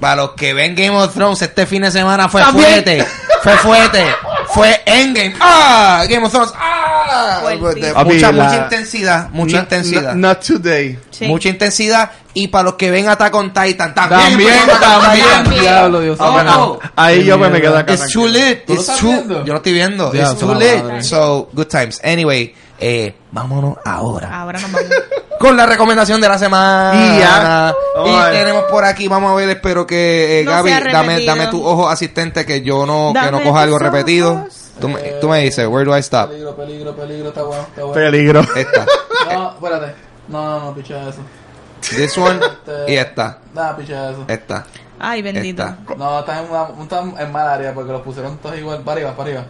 Speaker 1: para los que ven Game of Thrones este fin de semana fue
Speaker 4: También.
Speaker 1: fuerte, fue fuerte, fue Endgame, ah, Game of Thrones, ah,
Speaker 3: Fuertísimo.
Speaker 1: mucha, mucha
Speaker 4: Papi, la-
Speaker 1: intensidad, mucha
Speaker 4: No-
Speaker 1: intensidad.
Speaker 4: no- Not today.
Speaker 3: Sí.
Speaker 1: Mucha intensidad y para los que ven Attack on Titan también,
Speaker 4: También,
Speaker 1: fue Attack on
Speaker 4: también.
Speaker 1: Titan.
Speaker 2: Diablo, Dios
Speaker 1: Oh,
Speaker 2: mío.
Speaker 1: oh.
Speaker 4: Ah, Ahí
Speaker 2: Qué
Speaker 4: yo pues, me
Speaker 2: mierda.
Speaker 4: quedo acá.
Speaker 1: It's too
Speaker 4: tranquilo.
Speaker 1: lit.
Speaker 2: ¿Tú lo
Speaker 1: It's
Speaker 2: estás
Speaker 1: too-
Speaker 2: viendo?
Speaker 1: Yo lo estoy viendo.
Speaker 2: Ya,
Speaker 1: It's too
Speaker 2: la
Speaker 1: lit.
Speaker 2: madre.
Speaker 1: So, good times. Anyway, eh, vámonos ahora
Speaker 3: Ahora nos vamos.
Speaker 1: con la recomendación de la semana.
Speaker 4: Y ya.
Speaker 1: Y
Speaker 4: Vamos a ver.
Speaker 1: tenemos por aquí, vamos a ver, espero que eh,
Speaker 3: No
Speaker 1: Gaby,
Speaker 3: sea
Speaker 1: dame,
Speaker 3: repetido.
Speaker 1: dame tu ojo asistente que yo no, que no
Speaker 3: Dame
Speaker 1: coja
Speaker 3: tus
Speaker 1: algo
Speaker 3: ojos.
Speaker 1: repetido. Tú me, tú me dices, where do I stop?
Speaker 2: Peligro, peligro, peligro, está bueno, está bueno.
Speaker 4: Peligro.
Speaker 1: Esta.
Speaker 2: No, espérate. No, no, no, picha eso.
Speaker 1: This one y esta.
Speaker 2: Nada, picha eso.
Speaker 1: Esta.
Speaker 3: Ay, bendito.
Speaker 1: Está.
Speaker 2: No, están en, una- un- están en mal área porque los pusieron todos igual. Para arriba, para arriba.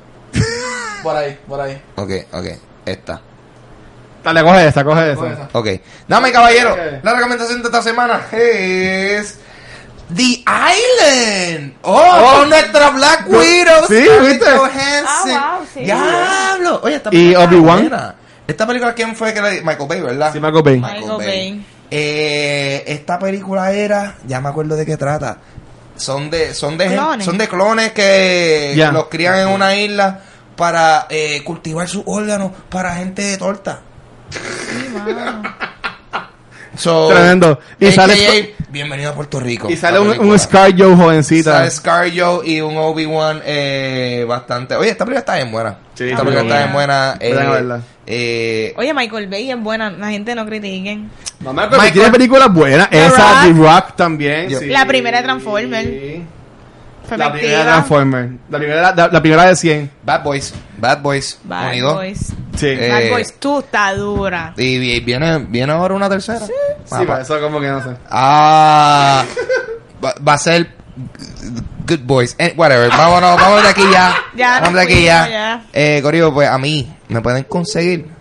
Speaker 2: por ahí, por ahí.
Speaker 1: Ok, ok. Esta.
Speaker 4: Dale, coge esa, coge
Speaker 2: Coge
Speaker 4: esa.
Speaker 2: esa.
Speaker 1: Ok. Dame, caballero. La recomendación de esta semana es. The Island. Oh,
Speaker 4: Oh.
Speaker 1: con nuestra Black Widow.
Speaker 4: Sí,
Speaker 1: Scarlett
Speaker 4: ¿viste?
Speaker 1: Johansson.
Speaker 3: Ah, wow, sí.
Speaker 1: Diablo. Oye, esta
Speaker 4: Y Obi-Wan.
Speaker 1: buena. Esta película, ¿quién fue que la Michael Bay, ¿verdad?
Speaker 4: Sí, Marco Payne.
Speaker 1: Michael
Speaker 3: Michael
Speaker 1: Bay.
Speaker 3: Bay.
Speaker 1: Eh, esta película era, ya me acuerdo de qué trata. Son de, son de, gen-
Speaker 3: Clones.
Speaker 1: son de clones que
Speaker 4: Ya.
Speaker 1: los crían en una isla para eh, cultivar sus órganos para gente de torta.
Speaker 3: Sí, mano.
Speaker 1: So,
Speaker 4: Tremendo. Y
Speaker 1: AKA,
Speaker 4: sale-
Speaker 1: bienvenido a Puerto Rico.
Speaker 4: Y sale
Speaker 1: la
Speaker 4: un,
Speaker 1: película.
Speaker 4: un Scar Joe jovencita.
Speaker 1: Sale Scarjo y un Obi-Wan eh, bastante. Oye, esta película está bien buena.
Speaker 4: Sí,
Speaker 1: esta
Speaker 4: está
Speaker 1: película
Speaker 4: muy
Speaker 1: está
Speaker 4: buena.
Speaker 1: bien buena. Eh,
Speaker 4: Vayan a verla.
Speaker 1: eh,
Speaker 3: Oye, Michael Bay es buena, la gente no critiquen.
Speaker 4: Mamá,
Speaker 1: Michael-
Speaker 4: tiene películas buenas.
Speaker 3: The
Speaker 4: Esa, The
Speaker 3: Rock.
Speaker 4: Rock también.
Speaker 1: Yo-
Speaker 4: sí.
Speaker 3: La primera de Transformer. Fue
Speaker 4: La primera de
Speaker 3: efectiva.
Speaker 4: Transformer. La primera, la, la primera de 100.
Speaker 1: Bad Boys. Bad Boys.
Speaker 3: Bad
Speaker 1: unido.
Speaker 3: Boys.
Speaker 4: Sí.
Speaker 1: Eh,
Speaker 3: Bad Boys, tú está dura.
Speaker 1: Y, vi- viene, viene ahora una tercera.
Speaker 4: sí,
Speaker 1: Ah,
Speaker 4: pero
Speaker 1: pa-
Speaker 4: eso como que no sé.
Speaker 1: Ah, va, va a ser Good Boys. Eh, whatever. Vámonos, vamos de aquí ya.
Speaker 3: Ya,
Speaker 1: vamos de
Speaker 3: nos
Speaker 1: aquí ya.
Speaker 3: fuimos, ya.
Speaker 1: Eh, Corillo, pues a mí me pueden conseguir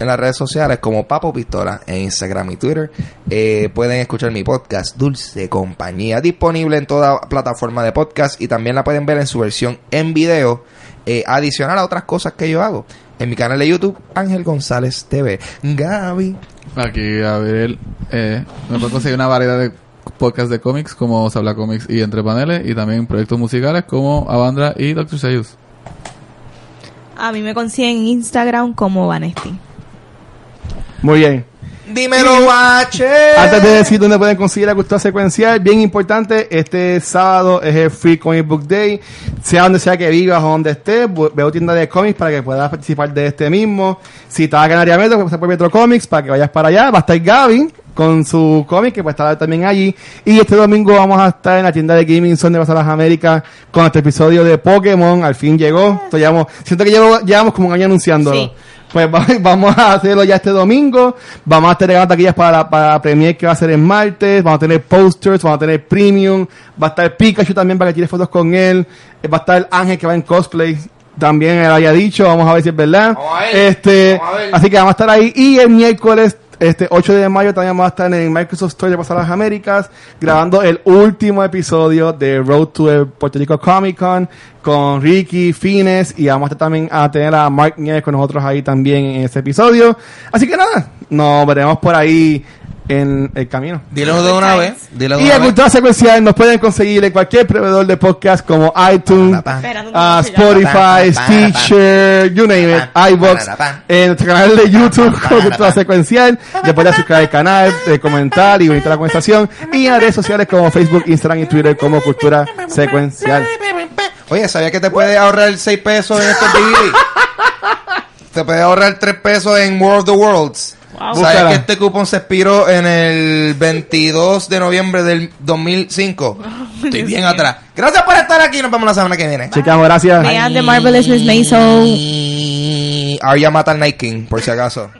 Speaker 1: en las redes sociales como Papo Pistola en Instagram y Twitter. Eh, pueden escuchar mi podcast Dulce Compañía, disponible en toda plataforma de podcast y también la pueden ver en su versión en video, eh, adicional a otras cosas que yo hago. En mi canal de YouTube, Ángel González TV. Gaby.
Speaker 2: Aquí, Gabriel, eh, me puedo conseguir una variedad de podcasts de cómics como Sabla Comics y Entre Paneles y también proyectos musicales como Avandra y Doctor Seuss.
Speaker 3: A mí me consiguen en Instagram como Vanesti.
Speaker 4: Muy bien.
Speaker 1: Dímelo, bache.
Speaker 4: Antes de decir dónde pueden conseguir la cultura secuencial, bien importante, este sábado es el Free Comic Book Day. Sea donde sea que vivas o donde estés, bu- veo tienda de cómics para que puedas participar de este mismo. Si estás a Canaria Metro, pues, puedes pasar por Metro Comics para que vayas para allá. Va a estar Gaby con su cómic que va a estar también allí. Y este domingo vamos a estar en la tienda de Gaming Zone de Plaza de las Américas con este episodio de Pokémon. Al fin llegó. Esto llevamos- siento que llevo- llevamos como un año anunciándolo.
Speaker 3: Sí.
Speaker 4: Pues va- vamos a hacerlo ya este domingo. Vamos a estar regalando taquillas para la, para la premiere que va a ser en martes. Vamos a tener posters, vamos a tener premium. Va a estar Pikachu también para que tires fotos con él. Eh, Va a estar Ángel que va en cosplay. También él había dicho, vamos a ver si es verdad.
Speaker 1: Vamos a ver,
Speaker 4: Este,
Speaker 1: vamos a ver.
Speaker 4: así que vamos a estar ahí. Y el miércoles, este 8 de mayo, también vamos a estar en Microsoft Store de Pasar las Américas, grabando el último episodio de Road to el Puerto Rico Comic Con con Ricky, Fines, y vamos a estar también a tener a Mark Nieves con nosotros ahí también en ese episodio. Así que nada, nos veremos por ahí en el camino.
Speaker 1: Dilo de una vez. Dilo de
Speaker 4: Y
Speaker 1: una
Speaker 4: a
Speaker 1: vez.
Speaker 4: Cultura Secuencial nos pueden conseguir en cualquier proveedor de podcast como iTunes,
Speaker 1: Pa, pa, pa.
Speaker 3: Espera,
Speaker 4: Ah,
Speaker 3: ¿dónde se llama?
Speaker 4: Spotify,
Speaker 1: pa, pa,
Speaker 4: Stitcher, you name it,
Speaker 1: pa,
Speaker 4: iBox,
Speaker 1: pa, pa.
Speaker 4: en nuestro canal de YouTube
Speaker 1: pa,
Speaker 4: con
Speaker 1: pa,
Speaker 4: Cultura
Speaker 1: pa.
Speaker 4: Secuencial. Después de suscribir al canal, de comentar y unirte a la conversación. Y en las redes sociales como Facebook, Instagram y Twitter como Cultura Secuencial.
Speaker 1: Oye, ¿sabías que te puede ahorrar 6 pesos en estos DVD? te puede ahorrar 3 pesos en World of the Worlds.
Speaker 3: Wow.
Speaker 1: ¿Sabes
Speaker 4: Búscala.
Speaker 1: que este cupón se expiró en el 22 de noviembre del 2005? Estoy
Speaker 3: Dios
Speaker 1: bien
Speaker 3: mío.
Speaker 1: atrás. Gracias por estar aquí. Nos vemos la semana que viene.
Speaker 4: Chicas, gracias.
Speaker 3: Vean The Marvelous Miss Maisel.
Speaker 1: Y... Arya mata al Night King, por si acaso.